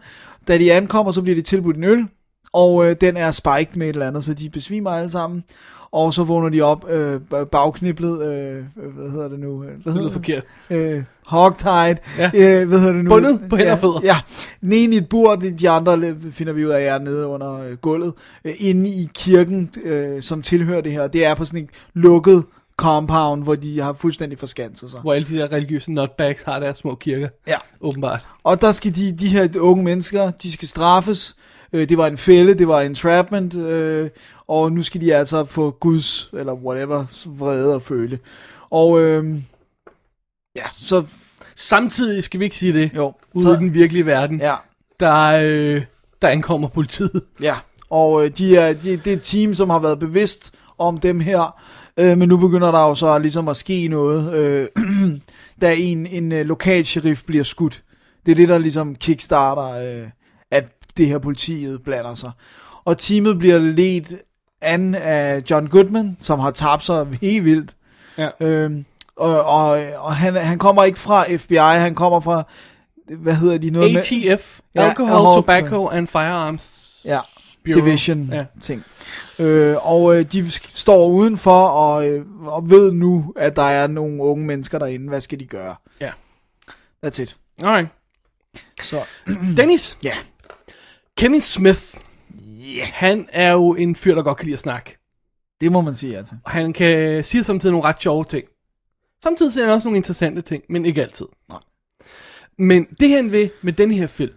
C: Da de ankommer, så bliver de tilbudt en øl, og øh, den er spiked med et eller andet, så de besvimer alle sammen. Og så vågner de op øh, ba- bagkniblet, øh, hvad hedder det nu? Hvad
D: Det
C: hedder
D: lyder forkert.
C: øh, hogtied,
D: Ja.
C: ja. øh, hvad hedder det nu?
D: Bundet på hænder
C: ja,
D: og fødder.
C: Ja, den ene i et bur, de, de andre le- finder vi ud af er nede under øh, gulvet, øh, inde i kirken, øh, som tilhører det her. Det er på sådan en lukket compound, hvor de har fuldstændig forskanset sig.
D: Hvor alle de der religiøse nutbags har deres små kirker,
C: Ja.
D: åbenbart.
C: Og der skal de, de her unge mennesker, de skal straffes. Øh, det var en fælde, det var entrapment, øh, og nu skal de altså få Guds, eller whatever, vrede at føle. Og øh, ja, så...
D: Samtidig skal vi ikke sige det.
C: Jo,
D: Ude
C: så-
D: i den virkelige verden,
C: Ja,
D: der, øh, der ankommer politiet.
C: Ja, og øh, de er, de, det er et team, som har været bevidst om dem her, øh, men nu begynder der jo så ligesom at ske noget, øh, (clears throat) da en, en øh, lokal sheriff bliver skudt. Det er det, der ligesom kickstarter, øh, at det her politiet blander sig. Og teamet bliver ledt an af John Goodman, som har tabt sig helt vildt.
D: Ja.
C: Øhm, og og, og han, han kommer ikke fra FBI, han kommer fra, hvad hedder de? Noget med-
D: ATF,
C: Ja,
D: Alcohol,
C: alcohol,
D: Tobacco and Firearms
C: Ja,
D: Bureau.
C: division
D: Ja.
C: ja. ting. Øh, og øh, de sk- står udenfor og, øh, og ved nu, at der er nogle unge mennesker derinde. Hvad skal de gøre?
D: Ja.
C: That's it.
D: Alright.
C: Så,
D: Dennis,
C: ja.
D: Kevin Smith, yeah. han er jo en fyr, der godt kan lide at snakke.
C: Det må man sige ja til.
D: Og han kan sige samtidig nogle ret sjove ting. Samtidig siger han også nogle interessante ting, men ikke altid.
C: Nej.
D: Men det han vil med den her film,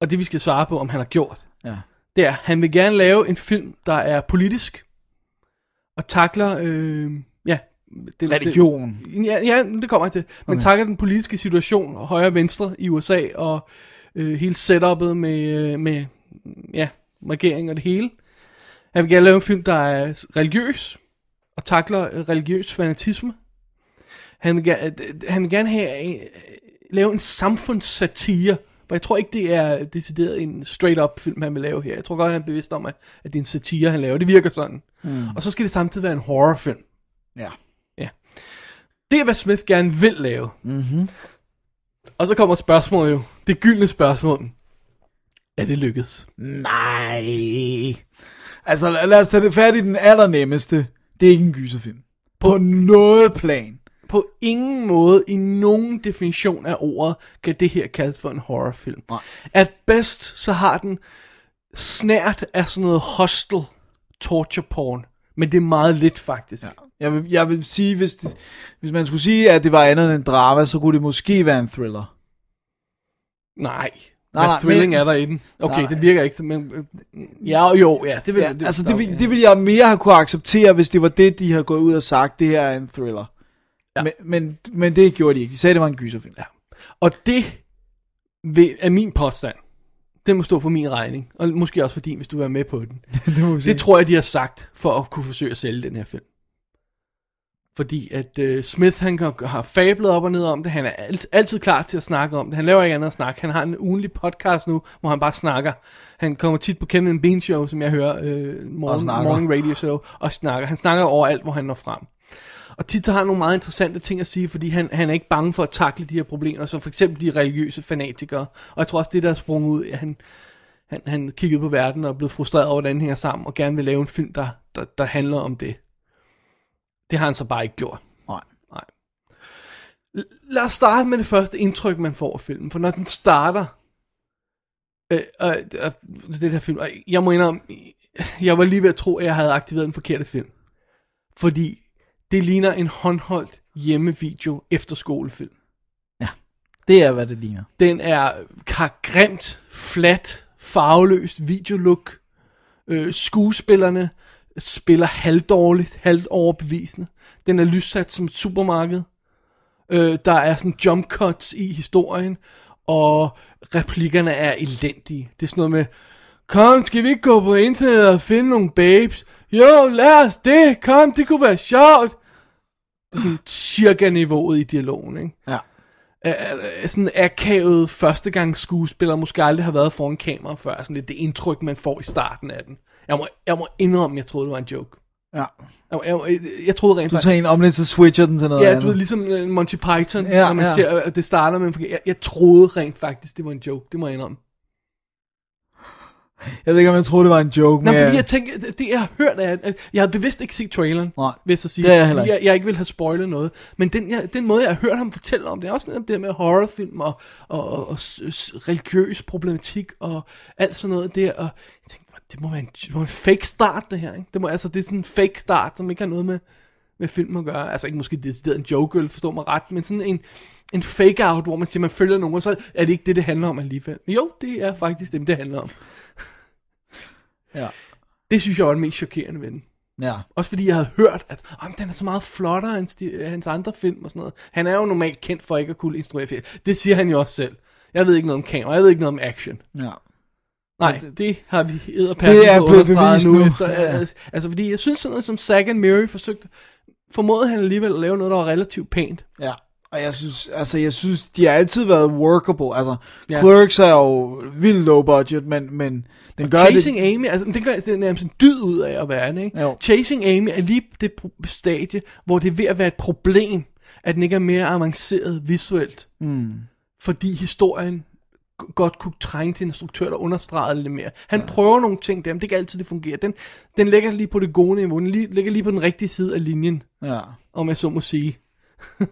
D: og det vi skal svare på, om han har gjort,
C: Ja.
D: det er, at han vil gerne lave en film, der er politisk, og takler, øh, ja, det,
C: Religion.
D: Det, ja, ja, det kommer jeg til. Men okay. takler den politiske situation, og højre og venstre i USA, og øh, hele setupet med, øh, med ja, regeringen og det hele. Han vil gerne lave en film, der er religiøs, og takler øh, religiøs fanatisme. Han vil, gerne, øh, han vil gerne have, øh, lave en samfundssatire, for jeg tror ikke, det er decideret en straight-up film, han vil lave her. Jeg tror godt, han er bevidst om, at, at det er en satire, han laver. Det virker sådan. Mm. Og så skal det samtidig være en horrorfilm.
C: Ja.
D: Det er, hvad Smith gerne vil lave. Mm-hmm. Og så kommer spørgsmålet jo. Det gyldne spørgsmål. Er det lykkedes?
C: Nej. Altså, la- lad os tage det fat i den allernemmeste. Det er ikke en gyserfilm. På noget plan.
D: På ingen måde, i nogen definition af ordet, kan det her kaldes for en horrorfilm. Nej. At bedst, så har den snært af sådan noget hostel torture porn. Men det er meget lidt, faktisk. Ja.
C: Jeg vil, jeg vil sige, hvis, det, hvis man skulle sige, at det var andet end en drama, så kunne det måske være en thriller.
D: Nej.
C: Nej, nej,
D: Nej, Hvad thrilling
C: men-
D: er der i den? Okay,
C: Nej.
D: nej. det virker ikke, men... Ja, jo, ja, det vil
C: Ja,
D: det,
C: altså det, vil,
D: okay.
C: det ville jeg mere have kunne acceptere, hvis det var det, de havde gået ud og sagt, det her er en thriller. Ja. Men, men, men det gjorde de ikke. De sagde, det var en gyserfilm. Ja.
D: Og det vil, er min påstand. Den må stå for min regning, og måske også for din, hvis du er med på den.
C: (laughs) det må vi se.
D: Det tror jeg, de har sagt, for at kunne forsøge at sælge den her film. Fordi at øh, Smith, han kan- har fablet op og ned om det, han er alt, altid klar til at snakke om det, han laver ikke andet at snakke, han har en ugenlig podcast nu, hvor han bare snakker. Han kommer tit på Kevin and Bean Show, som jeg hører, øh, morgen,
C: snakker.
D: morgen radio show, og snakker. Han snakker overalt, hvor han når frem. Og tit så har han nogle meget interessante ting at sige, fordi han, han er ikke bange for at takle de her problemer, som for eksempel de religiøse fanatikere. Og jeg tror også, det der er sprunget ud, at han, han, han kiggede på verden og blev frustreret over, hvordan den hænger sammen, og gerne vil lave en film, der, der, der handler om det. Det har han så bare ikke gjort.
C: Nej.
D: Nej. L- lad os starte med det første indtryk, man får af filmen. For når den starter, øh, og, og, det her film, og jeg må indrømme, jeg var lige ved at tro, at jeg havde aktiveret den forkerte film. Fordi det ligner en håndholdt hjemmevideo efter skolefilm.
C: Det er, hvad det ligner.
D: Den er har grimt, flat, farveløst videolook. Øh, skuespillerne spiller halvdårligt, halvt overbevisende. Den er lyssat som et supermarked. Øh, der er sådan jump cuts i historien, og replikkerne er elendige. Det er sådan noget med, kom, skal vi ikke gå på internettet og finde nogle babes? Jo, lad os det, kom, det kunne være sjovt. Sådan cirka niveauet i dialogen, ikke?
C: Ja.
D: er- er- øh, sådan akavet førstegangs skuespiller måske aldrig har været foran kamera før. Sådan lidt det indtryk, man får i starten af den. Jeg må, jeg må indrømme, jeg troede, det var en joke.
C: ja.
D: Jeg, jeg, jeg troede rent
C: Du
D: faktisk...
C: tager en om lidt, så switcher den til noget
D: Ja,
C: andet.
D: du ved, ligesom øh, Monty Python,
C: Ja,
D: ja, når man
C: ja.
D: ja. ser, at det starter med en forkert- jeg, jeg troede rent faktisk, det var en joke. Det må jeg indrømme.
C: Jeg ved ikke, om jeg troede, det var en joke.
D: Nej,
C: men
D: fordi jeg tænker, det- det jeg har hørt er, at jeg havde bevidst ikke set traileren,
C: Nej,
D: vil jeg så sige.
C: det har jeg heller
D: fordi
C: ikke.
D: jeg, jeg ikke ville have spoilet noget. Men den, jeg, den måde, jeg har hørt ham fortælle om det, er også netop det her med horrorfilm og, og, og, og s- s- religiøs problematik og alt sådan noget der. Og jeg tænkte, "Hvor- det må være en, det må være en fake start, det her. Ikke? Det, må, altså, det er sådan en fake start, som ikke har noget med, med film at gøre. Altså ikke måske decideret en joke, eller forstå mig ret, men sådan en, en fake-out, hvor man siger, man følger nogen, og så er det ikke det, det handler om alligevel. Jo, det er faktisk dem, det handler om.
C: Ja.
D: Det synes jeg var den mest chokerende ved den.
C: ja.
D: Også fordi jeg havde hørt, at om den er så meget flottere end sti- øh, hans andre film og sådan noget. Han er jo normalt kendt for ikke at kunne instruere film. Det siger han jo også selv. Jeg ved ikke noget om kamera, jeg ved ikke noget om action.
C: ja.
D: Nej,
C: Så
D: det, det har vi edderpærken
C: Det er
D: fået
C: blevet
D: understreget
C: bevist nu.
D: Efter,
C: Ja.
D: altså, altså fordi jeg synes sådan noget som Zack and Mary forsøgte, formåede han alligevel at lave noget, der var relativt pænt.
C: Ja, og jeg synes, altså jeg synes, de har altid været workable. Altså, ja.
D: Ja.
C: Clerks er jo vildt low budget, men, men den gør
D: Chasing
C: det...
D: Amy, altså den gør det er nærmest en dyd ud af at være det, ikke?
C: Jo.
D: Chasing Amy er lige det pro- stadie, hvor det er ved at være et problem, at den ikke er mere avanceret visuelt. Mm. Fordi historien g- godt kunne trænge til en instruktør, der understregede det lidt mere. Han ja. prøver nogle ting der, men det er ikke altid, det fungerer. Den, den ligger lige på det gode niveau, den lige, ligger lige på den rigtige side af linjen
C: Ja,
D: om jeg så må sige. (laughs)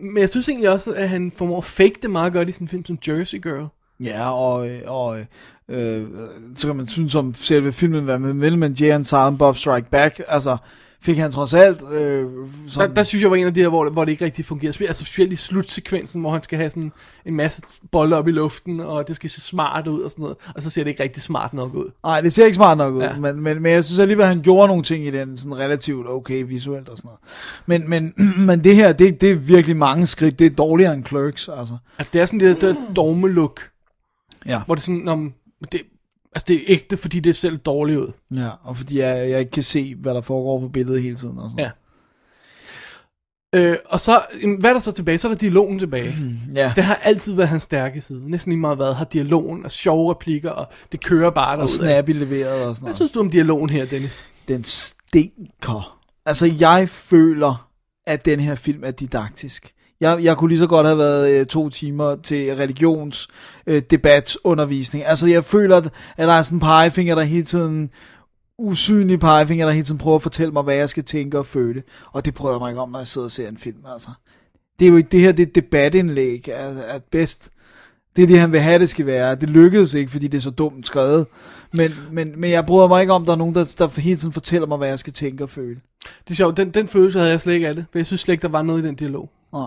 D: Men jeg synes egentlig også, at han formår at fake det meget godt i sådan en film som Jersey Girl.
C: ja og, øh, og øh, øh, så kan man synes om selve filmen, hvad man vil, men Jay and Silent Bob Strike Back, altså fik han trods alt... Øh,
D: Der,
C: sådan,
D: der synes jeg var en af de her, hvor, det- hvor det ikke rigtig fungerer. Spe- Altså specielt i slutsekvensen, hvor han skal have sådan en masse bolde op i luften, og det skal se smart ud og sådan noget. Og så ser det ikke rigtig smart nok ud.
C: Nej, det ser ikke smart nok ud, ja.
D: Ja.
C: men, men, men jeg synes alligevel, at han gjorde nogle ting i den, sådan relativt okay visuelt og sådan noget. Men, (clears throat) men, men det her, det, det er virkelig mange skridt, det er dårligere end Clerks, altså.
D: Altså det er sådan lidt det der dogme-look,
C: Ja.
D: hvor det er sådan, om det, altså det er ægte, fordi det ser lidt dårligt ud.
C: Ja, og fordi jeg, jeg ikke kan se, hvad der foregår på billedet hele tiden. Og sådan.
D: Ja. Øh, og så, jamen, hvad er der så tilbage? Så er der dialogen tilbage.
C: Ja.
D: Det har altid været hans stærke side. Næsten lige meget været har dialogen og sjove replikker, og det kører bare
C: Og
D: derudad.
C: snappy leveret og sådan
D: Hvad
C: noget.
D: synes du om dialogen her, Dennis?
C: Den stinker. Altså, jeg føler, at den her film er didaktisk. Jeg, jeg kunne lige så godt have været øh, to timer til religionsdebatsundervisning. Øh, altså, jeg føler, at, at der er sådan en pegefinger, der hele tiden usynlig pegefinger, der hele tiden prøver at fortælle mig, hvad jeg skal tænke og føle. Og det prøver jeg mig ikke om, når jeg sidder og ser en film, altså. Det er jo ikke det her, det er et debatindlæg at, at bedst. Det er det, han vil have, det skal være. Det lykkedes ikke, fordi det er så dumt skrevet. Men, men, men jeg bryder mig ikke om, at der er nogen, der, der hele tiden fortæller mig, hvad jeg skal tænke og føle.
D: Det er sjovt, den, den følelse havde jeg slet ikke af det, for jeg synes slet ikke, der var noget i den dialog.
C: Nej.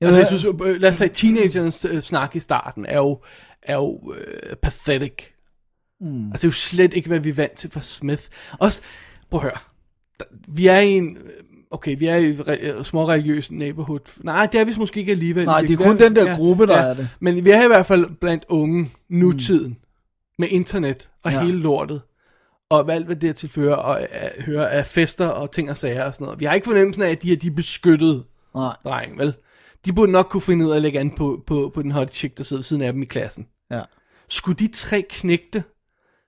C: Jeg,
D: Altså, jeg synes, øh, lad os sige, teenagernes øh, snak i starten er jo, er jo øh, pathetic. Mm. Altså, det er jo slet ikke, hvad vi er vant til fra Smith. Også, prøv at høre. Der, vi er i en, øh, okay, vi er i re- små religiøs neighborhood. Nej, det er vi måske ikke alligevel.
C: Nej, det er
D: kan
C: kun
D: være-
C: den der gruppe, der er det.
D: Men vi er i hvert fald blandt unge, nutiden, mm. med internet og
C: Ja.
D: ja. hele lortet. Og hvad alt, hvad det er tilfører, og øh, hører af fester og ting og sager og sådan noget. Vi har ikke fornemmelsen af, at de er, de er beskyttede
C: Nej.
D: dreng, vel? De burde nok kunne finde ud af at lægge an på, på, på den hotte chick, der sidder ved siden af dem i klassen.
C: Ja.
D: Skulle de tre knægte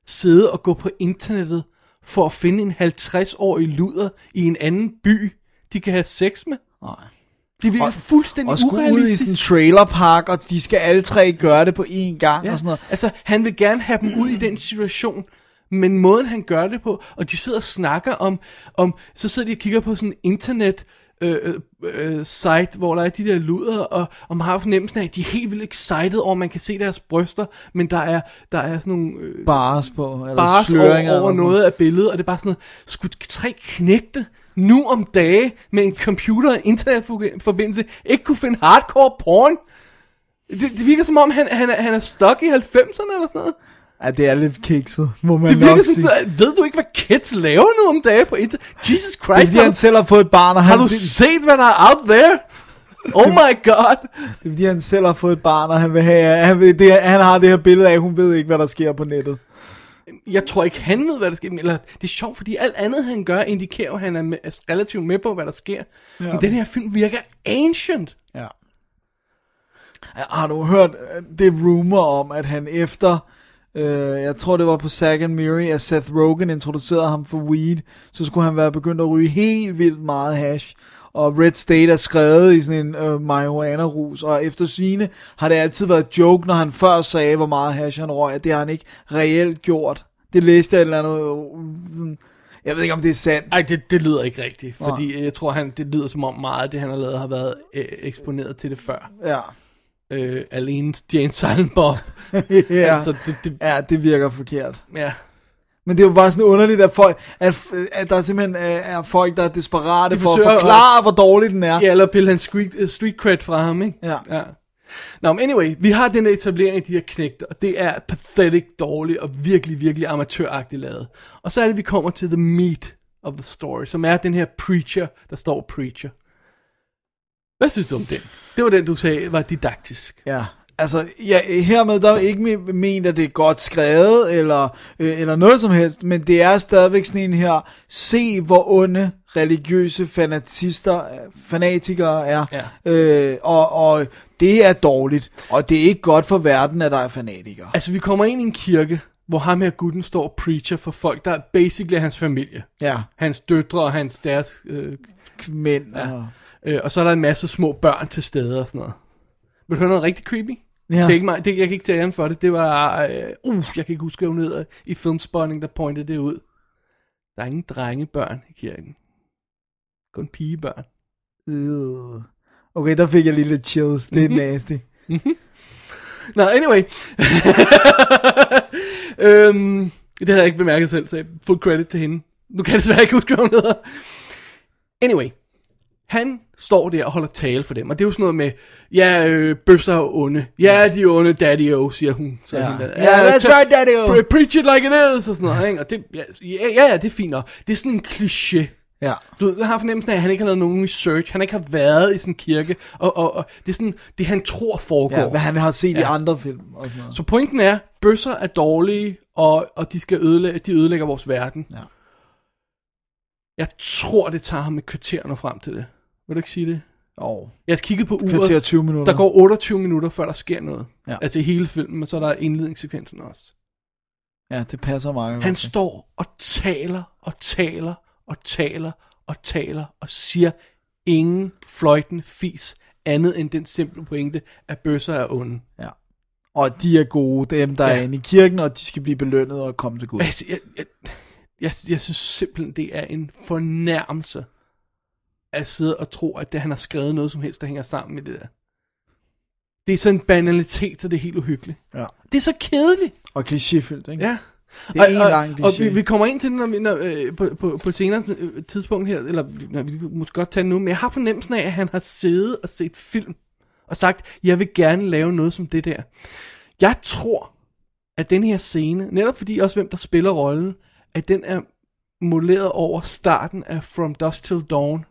D: sidde og gå på internettet for at finde en 50-årig luder i en anden by, de kan have sex med?
C: Nej.
D: Det virker fuldstændig
C: og skulle ud i
D: urealistisk.
C: sådan en trailerpark, og de skal alle tre gøre det på én gang ja. og sådan noget.
D: Altså, han vil gerne have dem ud i den situation, men måden han gør det på, og de sidder og snakker om, om så sidder de og kigger på sådan en internet øh, øh, øh, site, hvor der er de der luder, og, og man har fornemmelsen af, at de er helt vildt excited over, at man kan se deres bryster, men der er, der er sådan nogle øh,
C: Bars på, eller
D: bars
C: sløringer.
D: over, over
C: eller sådan
D: noget af billedet, og det er bare sådan noget, skulle tre knægte nu om dage med en computer og en internetforbindelse ikke kunne finde hardcore porn? Det, det virker som om, han, han, er, han er stuck i 90'erne eller sådan noget.
C: Ja, det er lidt kikset, må man
D: Det
C: nok
D: virker
C: sige.
D: sådan, at, ved du ikke, hvad kids laver nu om dage på internet? Jesus
C: Det er
D: Christ,
C: fordi,
D: har,
C: han
D: du-
C: selv har fået et barn, og han,
D: har du
C: det,
D: set, hvad der er out there? Oh my god.
C: det er fordi, han selv har fået et barn, og han, vil have, han, vil, det, han har det her billede af, hun ved ikke, hvad der sker på nettet.
D: Jeg tror ikke, han ved, hvad der sker. men- Eller, det er sjovt, fordi alt andet, han gør, indikerer, at han er med, er relativt med på, hvad der sker. Ja. Men den her film virker ancient.
C: Ja. Har du hørt øh, det rumor om, at han efter, øh, jeg tror det var på Zack and Miri, at Seth Rogen introducerede ham for weed, så skulle han være begyndt at ryge helt vildt meget hash. Og Red State er skrevet i sådan en øh, marihuana-rus, og efter sine har det altid været joke, når han før sagde, hvor meget hash han røg, at det har han ikke reelt gjort. Det læste jeg et eller andet, øh, sådan, jeg ved ikke om det er sandt.
D: Ej, det, det lyder ikke rigtigt, fordi jeg tror, han, det lyder som om meget af det, han har lavet, har været øh, eksponeret til det før.
C: Ja, (laughs)
D: Øh, alene Jane Silent Bob.
C: ja.
D: Altså, det, det,
C: ja det virker forkert.
D: ja.
C: Men det er jo bare sådan underligt, at, folk, at, at der simpelthen øh, er folk, der er desperate
D: De
C: for at
D: forsøger at-
C: forklare, hvor dårlig den er.
D: ja, eller pille hans street, øh, street cred fra ham, ikke?
C: Ja.
D: ja. Nå, men anyway, vi har den der etablering af de her knægter, og det er pathetic dårligt og virkelig, virkelig amatøragtigt lavet. Og så er det, vi kommer til the meat of the story, som er den her preacher, der står preacher. Hvad synes du om den? Det var den, du sagde var didaktisk.
C: Ja, altså ja, hermed der er ikke me- ment, at det er godt skrevet, eller, øh, eller noget som helst, men det er stadigvæk sådan en her, se hvor onde religiøse fanatister, øh, fanatikere er,
D: Ja.
C: øh, og, og det er dårligt, og det er ikke godt for verden, at der er fanatikere.
D: Altså, vi kommer ind i en kirke, hvor ham her gutten står og preacher for folk, der er basically er hans familie.
C: Ja,
D: Hans døtre og hans deres øh,
C: mænd og...
D: Øh, og så er der en masse små børn til stede og sådan noget. Vil du høre noget rigtig creepy?
C: Ja.
D: Det er ikke mig, det, jeg kan ikke tage æren for det. Det var, øh, uh, jeg kan ikke huske, hvad hun hedder i filmspawning, der pointede det ud. Der er ingen drengebørn i kirken. Kun pigebørn.
C: Øh. Okay, der fik jeg lige lidt chills. Det er
D: Mhm.
C: nasty.
D: Nå, anyway. (laughs) øhm, det havde jeg ikke bemærket selv, så jeg fuld credit til hende. Nu kan jeg desværre ikke huske, hvad hun hedder. Anyway. Han står der og holder tale for dem, og det er jo sådan noget med, ja, øh, bøsser er onde. Ja, de er onde, daddy o, siger hun. Så ja,
C: Ja, that's right, daddy-o."
D: Pre- preach it like it is, og sådan noget. Ikke? Og det, ja, ja, ja, det er fint nok. Det er sådan en kliché.
C: Ja.
D: Du ved, jeg har fornemmelsen af, at han ikke har lavet nogen research, han ikke har været i sådan en kirke, og, og, og det er sådan, det han tror foregår.
C: ja, hvad han har set ja. i andre film og sådan noget.
D: Så pointen er, bøsser er dårlige, og, og de, skal ødelægge, de ødelægger vores verden.
C: Ja.
D: Jeg tror, det tager ham et kvarter når frem til det. Vil du ikke sige det?
C: Og
D: Jeg har kigget på uret.
C: kvarter 20 minutter.
D: Der går 28 minutter, før der sker noget.
C: Ja.
D: Altså i hele filmen, og så er der indledningssekvensen også.
C: Ja, det passer meget
D: Han
C: godt.
D: står og taler og taler og taler og taler og siger ingen fløjten fis andet end den simple pointe, at bøsser er onde.
C: Ja. Og de er gode, dem der ja.
D: Ja.
C: er inde i kirken, og de skal blive belønnet og komme til Gud.
D: Altså, jeg, jeg, jeg, jeg synes simpelthen, det er en fornærmelse at sidde og tro, at det, han har skrevet noget som helst, der hænger sammen med det der. Det er sådan en banalitet, så det er helt uhyggeligt.
C: Ja.
D: Det er så kedeligt.
C: Og klichéfyldt, ikke?
D: Ja.
C: Det er en
D: og,
C: lang
D: og, og
C: kliché.
D: vi, vi kommer ind til det når, vi- når, øh, på, på, på et senere øh, tidspunkt her, eller vi- når vi kan måske godt tage det nu, men jeg har fornemmelsen af, at han har siddet og set film og sagt, jeg vil gerne lave noget som det der. Jeg tror, at den her scene, netop fordi også hvem der spiller rollen, at den er modelleret over starten af From Dusk Till Dawn,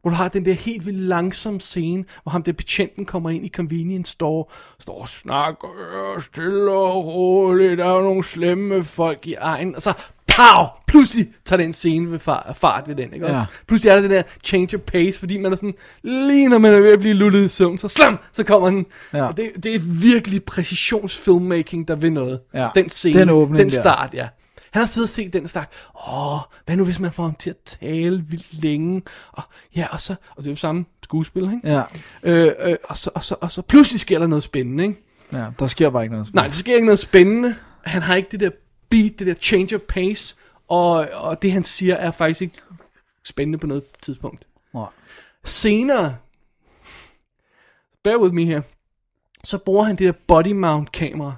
D: hvor du har den der helt vildt langsomme scene, hvor ham der betjenten kommer ind i convenience store, står og snakker øh, stille og roligt, der er jo nogle slemme folk i egen, og så pow, pludselig tager den scene ved far, fart ved den, ikke også?
C: Ja.
D: Pludselig er der den der change of pace, fordi man er sådan, lige når man er ved at blive lullet i søvn, så slam, så kommer den.
C: Ja.
D: Og Det, det er virkelig præcisionsfilmmaking, der vil noget.
C: Ja.
D: Den scene,
C: Den åbning
D: den
C: der.
D: start, ja. Han har siddet og set den snak. Åh, hvad nu hvis man får ham til at tale vildt længe? Og, ja, og så, og det er jo samme skuespiller, ikke?
C: Ja.
D: Øh, øh, og, så, og, så, og så pludselig sker der noget spændende, ikke?
C: ja, der sker bare ikke noget.
D: Nej, der sker ikke noget spændende. Han har ikke det der beat, det der change of pace, og, og det han siger er faktisk ikke spændende på noget tidspunkt.
C: Nej.
D: Senere, bear with me her, så bruger han det der body mount kamera,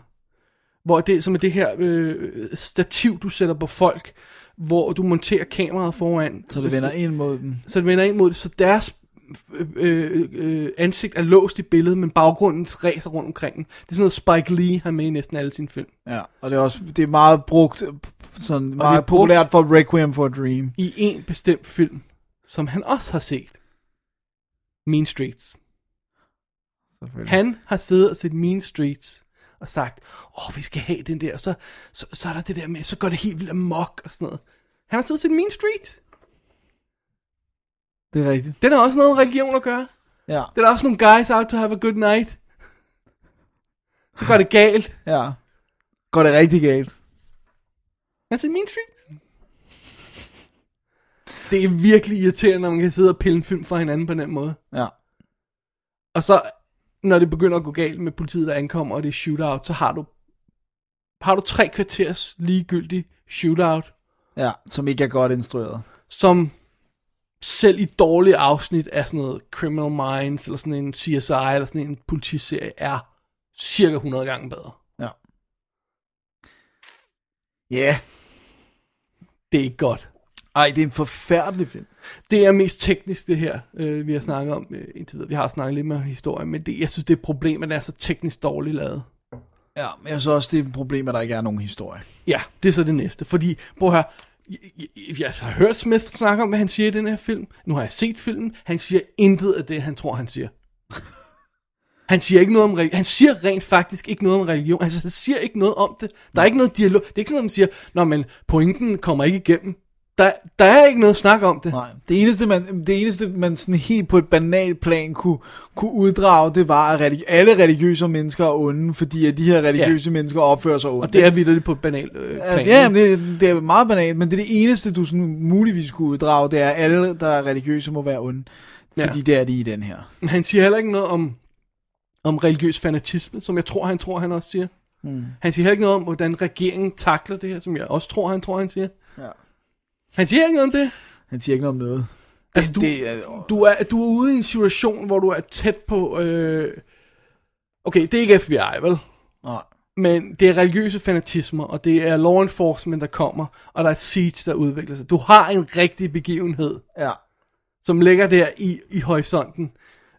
D: hvor det, som er det her øh, stativ, du sætter på folk, hvor du monterer kameraet foran.
C: Så det vender ind mod dem.
D: så det vender ind mod det, så deres øh, øh, øh, ansigt er låst i billedet, men baggrunden ræser rundt omkring den. Det er sådan noget, Spike Lee har med i næsten alle sine film.
C: Ja, og det er også det er meget brugt, øh, sådan meget
D: brugt-
C: populært for Requiem for a Dream.
D: I en bestemt film, som han også har set. Mean Streets. Han har siddet og set Mean Streets og sagt, åh, oh, vi skal have den der, og så, så, så er der det der med, så går det helt vildt amok og sådan noget. Han har siddet og set Mean Streets.
C: Det er rigtigt.
D: Den har også noget med religion at gøre.
C: Ja,
D: Det er der også nogle guys out to have a good night. Så går det galt.
C: ja. Går det rigtig galt.
D: Han ser Mean Street. Det er virkelig irriterende, når man kan sidde og pille en film fra hinanden på den måde.
C: Ja.
D: Og så, når det begynder at gå galt med politiet, der ankommer, og det er shootout, så har du, har du tre kvarters ligegyldig shootout,
C: Ja, som ikke er godt instrueret.
D: som selv i dårlige afsnit af sådan noget Criminal Minds, eller sådan en CSI, eller sådan en politiserie, er cirka 100 gange bedre.
C: Ja. Ja.
D: Det er ikke godt.
C: Ej, det er en forfærdelig film.
D: det er mest teknisk det her, øh, vi har snakket om øh, indtil videre. Vi har snakket lidt med historien, men det, jeg synes, det er et problem, at den er så teknisk dårligt lavet.
C: Ja, men jeg synes også, det er et problem, at der ikke er nogen historie.
D: Ja, det er så det næste. Fordi, prøv at høre, jeg, jeg, jeg har hørt Smith snakke om, hvad han siger i den her film. Nu har jeg set filmen. Han siger intet af det, han tror, han siger. (laughs) Han siger ikke noget om religion. Han siger rent faktisk ikke noget om religion. Altså, han siger ikke noget om det. Der er ikke noget dialog. Det er ikke sådan, at man siger, Nå, men pointen kommer ikke igennem. Der, der er ikke noget snak om det.
C: Nej, det eneste, man, det eneste, man sådan helt på et banalt plan kunne, kunne uddrage, det var, at religi- alle religiøse mennesker er onde, fordi at de her religiøse ja. mennesker opfører sig ondt.
D: Og det er vildt på et banalt øh, plan.
C: Altså, ja, men det, det er meget banalt, men det er det eneste, du sådan muligvis kunne uddrage, det er, at alle, der er religiøse, må være onde.
D: Ja.
C: Fordi det er de i den her.
D: Men han siger heller ikke noget om, om religiøs fanatisme, som jeg tror, han tror, han også siger.
C: Hmm.
D: Mm. Han siger heller ikke noget om, hvordan regeringen takler det her, som jeg også tror, han tror, han siger.
C: Ja.
D: Han siger ikke noget om det.
C: Han siger ikke noget om noget.
D: Altså, du,
C: det er-
D: du, er, du er ude i en situation, hvor du er tæt på... Øh... Okay, det er ikke FBI, vel?
C: Nej.
D: Men det er religiøse fanatismer, og det er law enforcement, der kommer, og der er et siege, der udvikler sig. Du har en rigtig begivenhed,
C: Ja,
D: som ligger der i, i horisonten.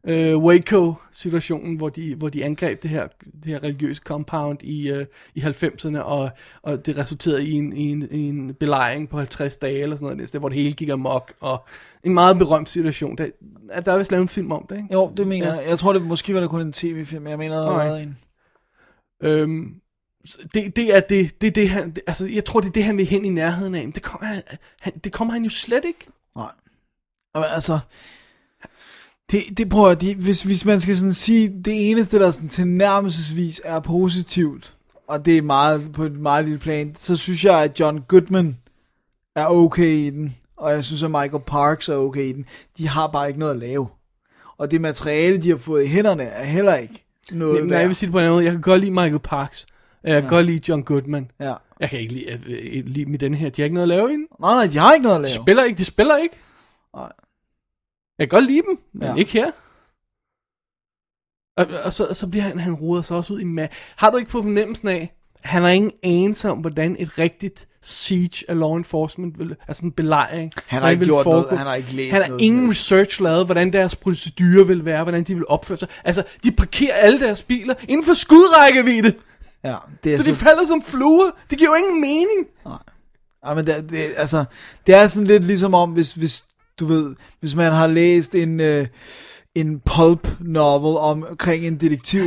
D: Øh, Waco-situationen, hvor de, hvor de angreb det her, det her religiøse compound i, øh, i 90'erne, og, og det resulterede i en, i, en, i en belejring på 50 dage eller sådan noget, næste, hvor det hele gik amok, og en meget berømt situation. Der, at der er vist lavet en film om det, ikke?
C: jo, det mener jeg. Jeg tror, det måske var det kun en tv-film, jeg mener, der har
D: Nej.
C: været en.
D: Øhm, så det, det er det, det, er det han, det- altså jeg tror, det er det, han vil hen i nærheden af, men det kommer han, han, det kommer han jo slet ikke.
C: Nej. Jamen, altså, det, det prøver jeg, de, hvis, hvis man skal sådan sige, det eneste, der sådan tilnærmelsesvis er positivt, og det er meget, på et meget lille plan, så synes jeg, at John Goodman er okay i den, og jeg synes, at Michael Parks er okay i den. De har bare ikke noget at lave. Og det materiale, de har fået i hænderne, er heller ikke noget
D: Nej, jeg vil
C: værd.
D: sige det på en anden måde. Jeg kan godt lide Michael Parks, jeg kan ja. godt lide John Goodman,
C: Ja.
D: Jeg kan ikke lide, jeg, jeg, lide med denne her. De har ikke noget at lave i den.
C: Nej, nej, de har ikke noget at lave.
D: Spiller ikke, de spiller ikke.
C: Nej.
D: Jeg kan godt lide dem, men
C: Ja.
D: ja. ikke her. Og, og, så, så bliver han, han roder sig også ud i mad. Har du ikke på fornemmelsen af, han har ingen anelse om, hvordan et rigtigt siege af law enforcement, vil, altså en belejring,
C: har
D: hvordan
C: ikke
D: vil
C: gjort noget,
D: foregå.
C: han har ikke læst
D: Han har
C: noget som
D: ingen
C: helst.
D: research lavet, hvordan deres procedurer vil være, hvordan de vil opføre sig. Altså, de parkerer alle deres biler inden for skudrækkevidde,
C: Ja, det er
D: så de falder som fluer. Det giver jo ingen mening.
C: Ja, men det, det, altså, det er sådan lidt ligesom om, hvis, hvis du ved, hvis man har læst en, øh, en pulp novel omkring en
D: (laughs)
C: detektiv,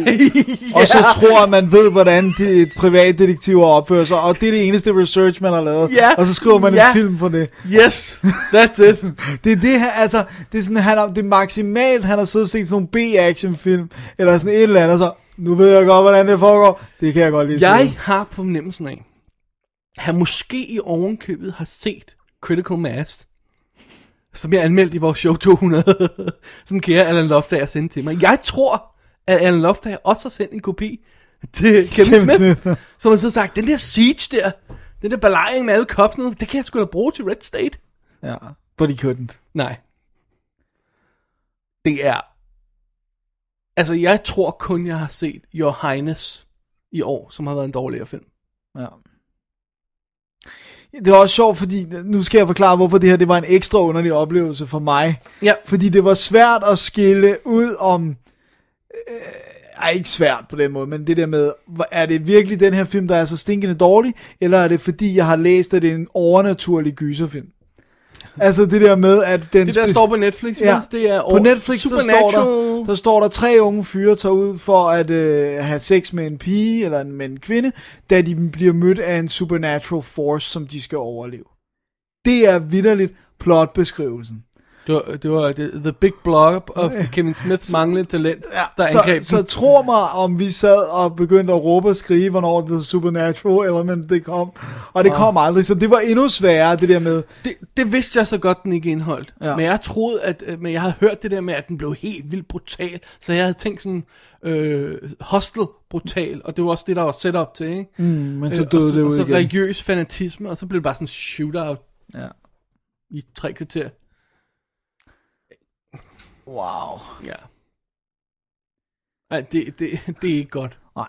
C: og så tror at man ved, hvordan de, et privatdetektiv opfører sig, og det er det eneste research, man har lavet,
D: Ja.
C: og så skriver man
D: Ja.
C: en film for det.
D: Yes, that's (laughs) it.
C: Det er det her, altså, det er sådan, han har, det er maksimalt, han har siddet og set sådan nogle B-action-film, eller sådan et eller andet, og så, nu ved jeg godt, hvordan det foregår, det kan jeg godt lide.
D: Jeg har på fornemmelsen af, at han måske i ovenkøbet har set Critical Mass, som jeg anmeldte i vores show 200, (laughs) som kære Allan Loftager sendte til mig. Jeg tror, at Allan Loftager også har sendt en kopi til (laughs) Kevin,
C: Kevin
D: Kevin Smith,
C: Smith.
D: som har siddet og sagt, den der siege der, den der belejring med alle cops, nede, det kan jeg sgu da bruge til Red State.
C: Ja, but he couldn't.
D: Nej. Det er... Altså, jeg tror kun, jeg har set Your Highness i år, som har været en dårligere film.
C: Ja. Det var også sjovt, fordi nu skal jeg forklare, hvorfor det her det var en ekstra underlig oplevelse for mig.
D: Ja.
C: Fordi det var svært at skille ud om... Øh, ej, ikke svært på den måde, men det der med, hvor- er det virkelig den her film, der er så stinkende dårlig, eller er det fordi, jeg har læst, at det er en overnaturlig gyserfilm? Altså det der med, at den...
D: Det der
C: spe-
D: står på Netflix, ja. det er
C: på Netflix, så står, der,
D: Supernatural.
C: der står der tre unge fyre tager ud for at øh, have sex med en pige eller en, med en kvinde, da de bliver mødt af en supernatural force, som de skal overleve. Det er vidderligt plotbeskrivelsen.
D: Det var, det var det, The Big Blob of Kevin Smiths manglende talent, der
C: så,
D: angreb
C: så
D: så,
C: tro mig, om vi sad og begyndte at råbe og skrive, hvornår The Supernatural Element det kom. Og det kom aldrig, så det var endnu sværere, det der med,
D: det, det vidste jeg så godt, den ikke indholdt.
C: Ja.
D: Ja. Men jeg troede, at øh, men jeg havde hørt det der med, at den blev helt vildt brutal. Så jeg havde tænkt sådan, øh, hostel brutal, og det var også det, der var set op til, ikke? Mm,
C: men øh, så døde
D: og så,
C: det
D: og
C: ud
D: så
C: igen.
D: religiøs fanatisme, og så blev det bare sådan en shootout
C: Ja.
D: i tre kvarter.
C: Wow.
D: Ja. Ej, det, det, det er ikke godt.
C: Nej.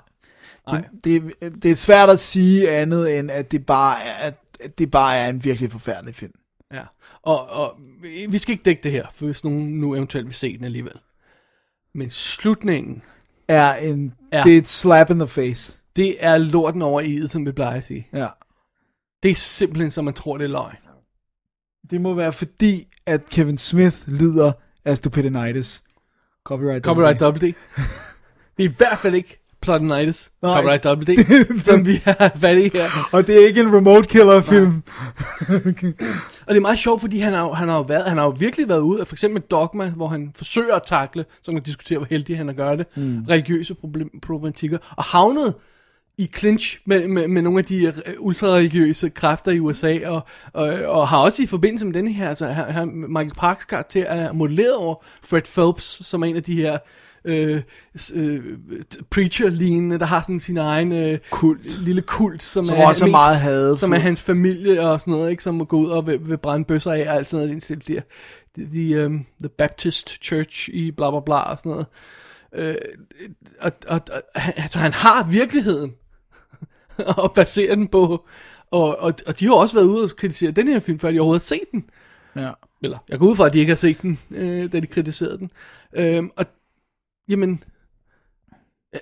D: Nej.
C: Det, det er svært at sige andet, end at det bare er, at at det bare er en virkelig forfærdelig film.
D: Ja, og, og vi skal ikke dække det her, for hvis nogen nu eventuelt vil se den alligevel. Men slutningen,
C: Er en, ja.
D: Ja.
C: Det er et slap in the face.
D: det er lorten over i, som vi plejer at sige.
C: Ja.
D: Det er simpelthen, som man tror, det er løgn.
C: Det må være fordi, at Kevin Smith lider af stupidinitis. Copyright.
D: Copyright Double D. Det er i hvert fald ikke Plotinitis,
C: Nej.
D: Copyright Double
C: (laughs)
D: D, som vi har fat i her.
C: Og det er ikke en remote killer film.
D: Og det er meget sjovt, fordi han har, jo- han har, jo været, han har jo virkelig været ude af for eksempel Dogma, hvor han forsøger at takle, så man kan diskutere, hvor heldig han er at gøre det, mm. religiøse problem, problematikker, og havnet i clinch med, med, med nogle af de øh, ultrareligiøse kræfter i USA, og, og, og har også i forbindelse med denne her, altså han, han, Michael Parks karakter er modelleret over Fred Phelps, som er en af de her øh, s- øh, t- preacher-lignende, der har sådan sin egen øh, kult. lille kult, som,
C: Som
D: er
C: også er
D: mest-
C: meget hadefuld.
D: Som er hans familie og sådan noget, ikke? som må gå ud og vil, vil brænde bøsser af og alt sådan noget. Det er de, de, um, the Baptist Church i bla bla bla og sådan noget. Øh, og, og, og han, altså, han har virkeligheden (laughs) og baserer den på. Og, og, og de har også været ude og kritisere den her film, før de overhovedet har set den.
C: Ja.
D: Eller, jeg går ud fra, at de ikke har set den, øh, da de kritiserede den. Øhm, og, jamen,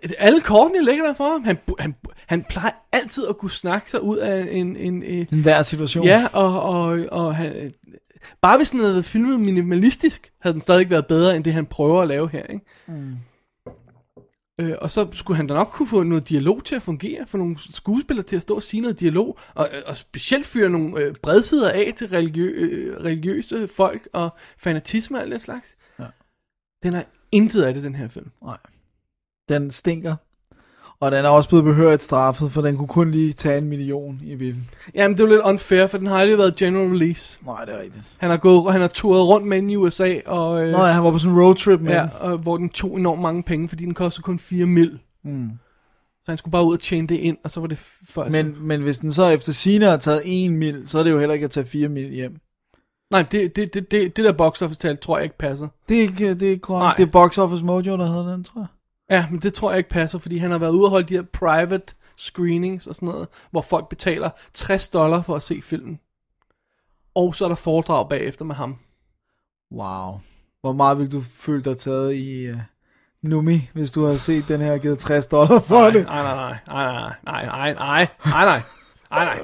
D: øh, alle kortene ligger der for ham. Han, bu- han, bu- han plejer altid at kunne snakke sig ud af en... en, en
C: En hver situation.
D: ja, og, og, og han, øh, bare hvis den havde været filmet minimalistisk, havde den stadig været bedre, end det han prøver at lave her, ikke? Mm. Øh, og så skulle han da nok kunne få noget dialog til at fungere, få nogle skuespillere til at stå og sige noget dialog, og, og specielt fyre nogle øh, bredsider af til religiø- øh, religiøse folk og fanatisme og alt den slags. Ja. Den har intet af det, den her film.
C: Nej. Den stinker. Og den er også blevet behørigt straffet, for den kunne kun lige tage en million i biffen.
D: Jamen, det er jo lidt unfair, for den har aldrig været general release.
C: Nej, det er rigtigt.
D: Han har, gået, han har turet rundt med den i USA, og... Øh,
C: Nå ja, han var på sådan en roadtrip med
D: Ja,
C: den.
D: og hvor den tog enormt mange penge, fordi den kostede kun 4 mil. Mm. Så han skulle bare ud og tjene det ind, og så var det f- for... altså-
C: Men, men hvis den så efter sine har taget en mil, så er det jo heller ikke at tage fire mil hjem.
D: Nej, det, det, det, det, det der box office tal tror jeg ikke passer.
C: Det er ikke, det er ikke korrekt.
D: Nej.
C: Det er Box Office Mojo, der hedder den, tror jeg.
D: Ja, men det tror jeg ikke passer, fordi han har været ude og holde de her private screenings og sådan noget, hvor folk betaler 60 dollar for at se filmen. Og så er der foredrag bagefter med ham.
C: Wow. Hvor meget vil du føle dig taget i uh, Numi, hvis du har set den her og givet 60 dollar for
D: Nej,
C: det?
D: nej, nej, nej, nej, nej, nej, nej, nej, nej, nej,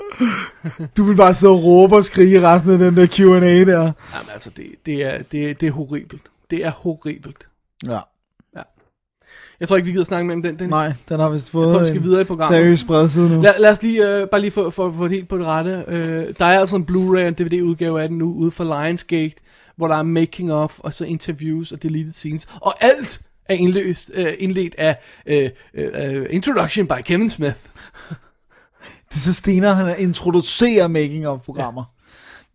D: nej.
C: Du vil bare sidde og råbe og skrige resten af den der Q&A der.
D: Jamen altså, det, det, er, det, det er horribelt. Det er horribelt.
C: Ja.
D: Jeg tror ikke, vi gider snakke mere om den. den
C: Nej, den har vist fået
D: tror, vi skal videre i programmet.
C: seriøs spredside nu.
D: Lad, lad os lige, øh, bare lige få, få, få det helt på det rette. Øh, der er altså en Blu-ray og en DVD-udgave af den nu, ude for Lionsgate, hvor der er making of, og så interviews og deleted scenes. Og alt er indløst, øh, indledt af øh, øh, øh, Introduction by Kevin Smith.
C: Det er så Stener, han introducerer making of programmer. Ja.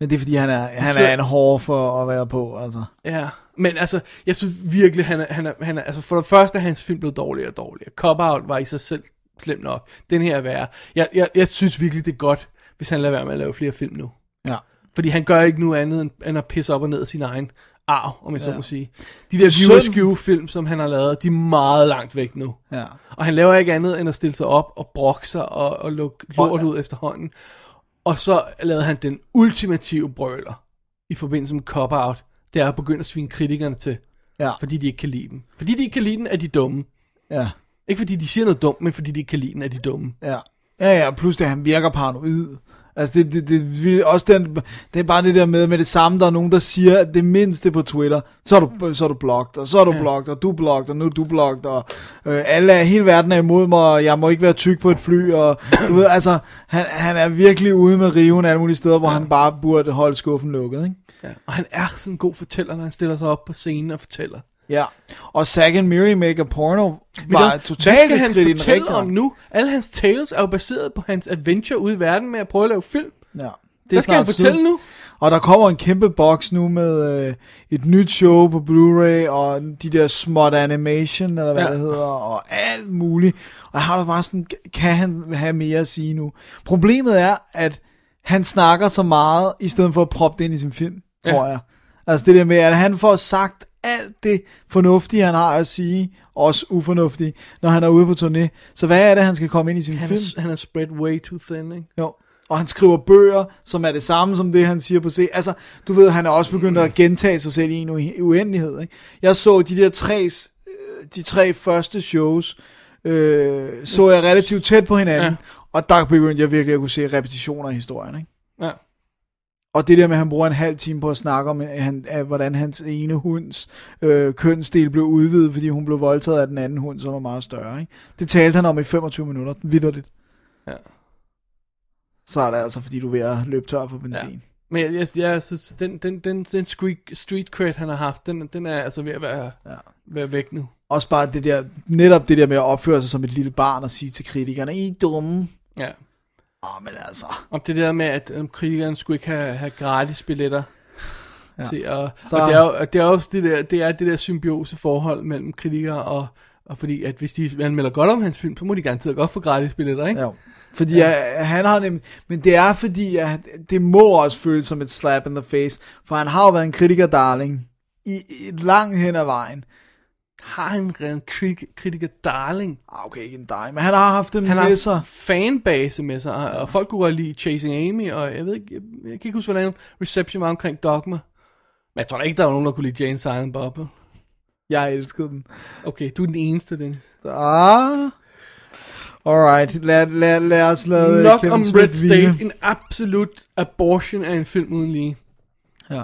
C: Men det er fordi, han er, han
D: Så-
C: er en hård for at være på, altså.
D: Ja, men altså, jeg synes virkelig, han er, han er, han er altså for det første er hans film blevet dårligere og dårligere. Cop-Out var i sig selv slem nok. Den her er værre. Jeg, jeg, jeg synes virkelig, det er godt, hvis han lader være med at lave flere film nu.
C: Ja.
D: Fordi han gør ikke nu andet, end, end at pisse op og ned af sin egen arv, om jeg så må sige. De
C: er
D: der
C: synd.
D: viewerskew film, som han har lavet, de er meget langt væk nu.
C: Ja.
D: Og han laver ikke andet, end at stille sig op og brokke sig og, og lukke lort ud efterhånden. Og så lavede han den ultimative brøler i forbindelse med Cop-Out. Det er at begynde at svine kritikerne til,
C: Ja.
D: fordi de ikke kan lide den. Fordi de ikke kan lide den, er de dumme.
C: Ja.
D: Ikke fordi de siger noget dumt, men fordi de ikke kan lide den, er de dumme.
C: Ja, ja, ja plus det, han virker paranoid. Altså, det, det, det, vi- også den, det er bare det der med, med det samme, der er nogen, der siger at det mindste på Twitter, så er
D: Mm.
C: du, så er du blogt, og så er du ja. blogt, og du er blogt, og nu er du blogt, og øh, alle, er- hele verden er imod mig, og jeg må ikke være tyk på et fly,
D: (coughs)
C: og du ved, altså, han, han er virkelig ude med riven alle mulige steder, hvor ja. han bare burde holde skuffen lukket, ikke?
D: Ja. Og han er sådan en god fortæller, når han stiller sig op på scenen og fortæller.
C: Ja, og Zack and Miri Make a Porno
D: Men
C: var
D: der-
C: totalt
D: Hvad skal
C: et
D: han
C: skridt i den
D: fortælle
C: rigtige
D: om nu? Alle hans tales er jo baseret på hans adventure ude i verden med at prøve at lave film.
C: Ja, det
D: Hvad skal han
C: snart siden.
D: fortælle nu?
C: Og der kommer en kæmpe boks nu med øh, et nyt show på Blu-ray, og de der smart animation, eller hvad ja.
D: Ja.
C: det hedder, og alt muligt. Og jeg har da bare sådan, kan han have mere at sige nu? Problemet er, at han snakker så meget, i stedet for at proppe det ind i sin film, ja.
D: Ja.
C: tror jeg. Altså det der med, at han får sagt alt det fornuftige, han har at sige, også ufornuftige, når han er ude på turné. Så hvad er det, han skal komme ind i sin
D: Han
C: film?
D: er, han er spread way too thin, ikke?
C: Jo. Og han skriver bøger, som er det samme som det, han siger på C. Altså, du ved, han er også begyndt at gentage sig selv i en u- uendelighed. Ikke? Jeg så de der tre, s- øh, de tre første shows, øh, så jeg relativt tæt på hinanden. Ja.
D: Ja.
C: Og der begyndte jeg virkelig at kunne se repetitioner i historien. Ikke?
D: Ja.
C: Og det der med, at han bruger en halv time på at snakke om, at han, at hvordan hans ene hunds øh, kønsdel blev udvidet, fordi hun blev voldtaget af den anden hund, som var meget større. Ikke? Det talte han om i 25 minutter, vidderligt.
D: Ja.
C: Så er det altså, fordi du er ved at løbe tør for benzin. Ja.
D: Men jeg, jeg, jeg synes, den, den, den, den street, street cred, han har haft, den, den er altså ved at være, ja. være væk nu.
C: Også bare det der, netop det der med at opføre sig som et lille barn og sige til kritikerne, I er dumme.
D: Ja.
C: Åh, men altså.
D: Om det der med, at øhm, kritikerne skulle ikke have, have gratis billetter. Ja. Til, og,
C: Så-
D: Så... og, det er jo, og det er også det der, det er det der symbiose forhold mellem kritikere og, og fordi, at hvis de anmelder godt om hans film, så må de garanteret godt få gratis billetter, ikke?
C: Jo. Fordi ja. jeg, han har nemlig, men det er fordi, at det må også føles som et slap in the face, for han har jo været en kritiker, darling, i, i langt hen ad vejen.
D: Har han en kri- kritiker darling?
C: Ah, okay, ikke en darling, men han har haft dem
D: Han har
C: med sig.
D: haft fanbase med sig, og, og folk kunne godt lide Chasing Amy, og jeg ved ikke, jeg, jeg kan ikke huske, hvordan reception var omkring Dogma. Men jeg tror da ikke, der var nogen, der kunne lide Jane Silent Bob. vel?
C: Jeg elskede dem.
D: Okay, du er den eneste, den.
C: Ah. Alright, lad, lad, lad os lade
D: Nok
C: Kevin
D: om
C: Smith
D: Red
C: hvile.
D: State, en absolut abortion af en film uden lige.
C: Ja.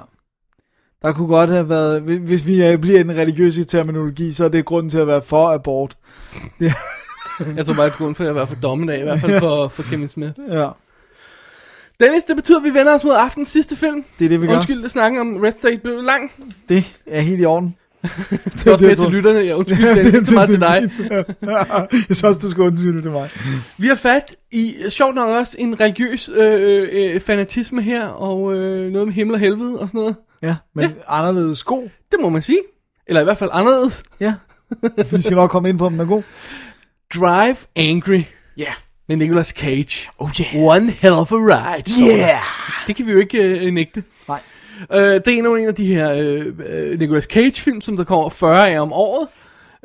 C: Der kunne godt have været, hvi- hvis vi øh, bliver i den religiøse terminologi, så er det grunden til at være for abort.
D: Jeg tror bare, det er på grund for, at jeg var for dommedag, i hvert fald for, for Kevin Smith.
C: Ja.
D: Dennis, det betyder, at vi vender os mod aftens sidste film.
C: Det er det, vi gør.
D: Undskyld, at snakken om Red State blev lang. Det
C: Det er helt i orden. det
D: er også mere til lytterne. Jeg undskyld,
C: (laughs)
D: Dennis, det er så meget til dig.
C: Jeg synes også, du skulle undskylde til mig.
D: Vi har fat i, øh, sjovt nok også, en religiøs øh, øh, fanatisme her, og øh, noget med himmel og helvede og sådan noget.
C: Ja, men ja. anderledes sko.
D: Det må man sige. Eller i hvert fald anderledes.
C: Ja. (laughs) Vi skal nok komme ind på, om den er god.
D: Drive Angry
C: Ja. Yeah.
D: med Nicolas Cage.
C: Oh yeah.
D: One hell of a ride.
C: Yeah.
D: Det kan vi jo ikke øh, nægte.
C: Nej.
D: Øh, det er endnu en af de her øh, øh, Nicolas Cage-film, som der kommer 40 af om året.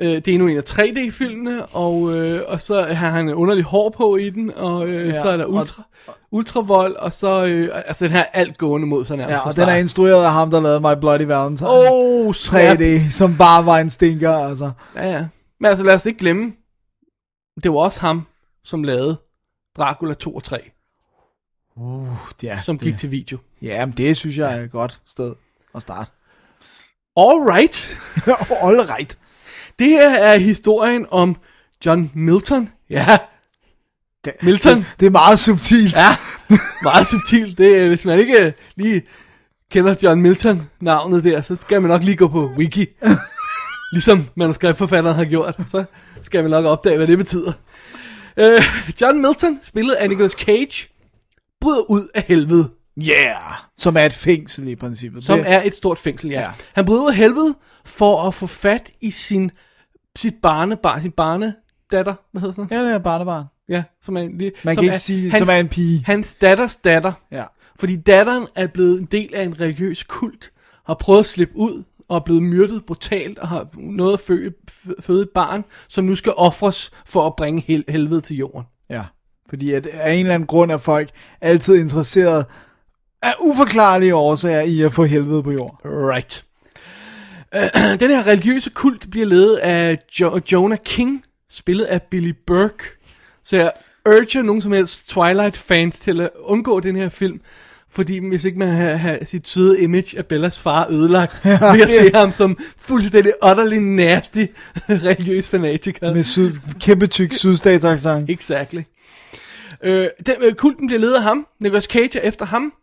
D: Øh, det er endnu en af 3D-filmene, og, øh, og så har han en underlig hår på i den, og øh,
C: Ja,
D: ja, så er der
C: og-
D: ultra, ultravold, og så øh, altså den her alt gående mod sig nærmest.
C: Ja,
D: fra
C: og den er
D: start.
C: instrueret af ham, der lavede My Bloody Valentine.
D: Oh,
C: 3D,
D: snap.
C: som bare var en stinker, altså.
D: Ja, ja. Men altså lad os ikke glemme, det var også ham, som lavede Dracula 2 og 3,
C: Ja,
D: som gik
C: det,
D: til video.
C: ja men det synes jeg er et godt sted at (laughs) starte.
D: Alright.
C: All right.
D: Det her er historien om John Milton. Ja. Milton.
C: Det, det er meget subtilt.
D: Ja. (laughs) Meget subtilt. Det, er, hvis man ikke øh, lige kender John Milton navnet der, så skal man nok lige gå på wiki. Ligesom manuskriptforfatteren har gjort. Så skal man nok opdage, hvad det betyder. Øh, John Milton, spillet af Nicolas Cage, bryder ud af helvede.
C: Yeah. Som er et fængsel i princippet.
D: Som
C: det,
D: er et stort fængsel, ja.
C: Ja.
D: ja. Han blev ud af helvede for at få fat i sin, sit barnebarn, sin barnedatter, hvad hedder sådan?
C: Ja, det er barnebarn.
D: Ja, som er en lille,
C: Man
D: som
C: kan ikke sige, som er en pige.
D: Hans datters datter.
C: Ja.
D: Fordi datteren er blevet en del af en religiøs kult, har prøvet at slippe ud, og er blevet myrdet brutalt, og har noget at føde, f- føde et barn, som nu skal ofres for at bringe hel- helvede til jorden.
C: Ja. Fordi at af en eller anden grund er folk altid interesseret af uforklarlige årsager i at få helvede på jord.
D: Right. Øh, (clears throat) Den her religiøse kult bliver ledet af jo- Jonah King, spillet af Billy Burke. Så jeg urger nogen som helst Twilight-fans til at undgå den her film, fordi hvis ikke man har, har sit søde image af Bellas far ødelagt, vil jeg se ham som fuldstændig utterly nasty (laughs) religiøs fanatiker.
C: Med syd, kæmpe tyk sydstatsaksang.
D: Exactly. Øh, den, øh, kulten bliver ledet af ham. Nicolas Cage er efter ham.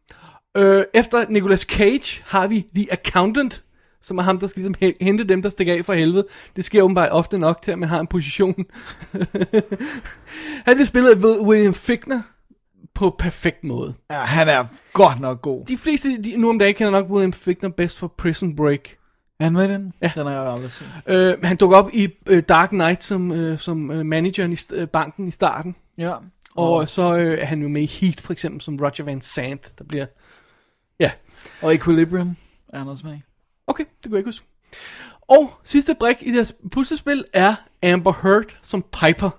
D: Øh, efter Nicolas Cage har vi The Accountant, som er ham, der skal ligesom hen- hente dem, der stikker af fra helvede. Det sker åbenbart ofte nok til, at man har en position. (laughs) Han bliver spillet af Wil- William Fickner på perfekt måde.
C: Ja, han er godt nok god.
D: De fleste de, nu om dagen kender nok William Fickner bedst for Prison Break.
C: Er han med i den? Ja. Den har jeg jo aldrig set.
D: Øh, han dukker op i øh, Dark Knight som, øh, som øh, manageren i st- øh, banken i starten.
C: Ja.
D: Og oh. så øh, er han jo med i Heat, for eksempel, som Roger Van Sant, der bliver... Ja,
C: Og Equilibrium er han også med i.
D: okay, det kunne jeg ikke huske. Og sidste brik i deres puslespil er Amber Heard som Piper.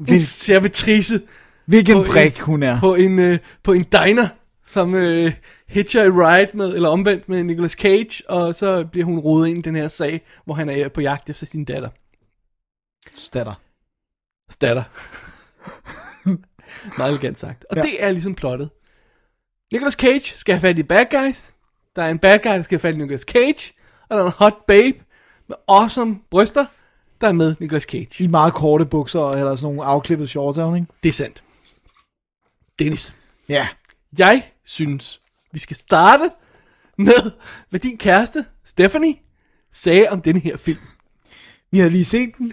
D: En
C: Vil-
D: servitrice
C: Hvilken
D: På
C: brik
D: en-
C: hun er.
D: på en, øh, på en diner, som øh, hitcher i ride med, eller omvendt med Nicolas Cage, og så bliver hun rodet ind i den her sag, hvor han er på jagt efter sin datter.
C: Statter.
D: Statter. (laughs) Meget elegant sagt. Og ja. det er ligesom plottet. Nicolas Cage skal have fat i bad guys. Der er en bad guy, der skal have fat i Nicolas Cage. Og der er en hot babe med awesome bryster, der er med Nicolas Cage.
C: I meget korte bukser, eller sådan nogle afklippede shorts, er hun, ikke?
D: Det er sandt. Dennis,
C: Ja.
D: jeg synes, vi skal starte med, hvad din kæreste, Stephanie, sagde om denne her film.
C: Vi har lige set den.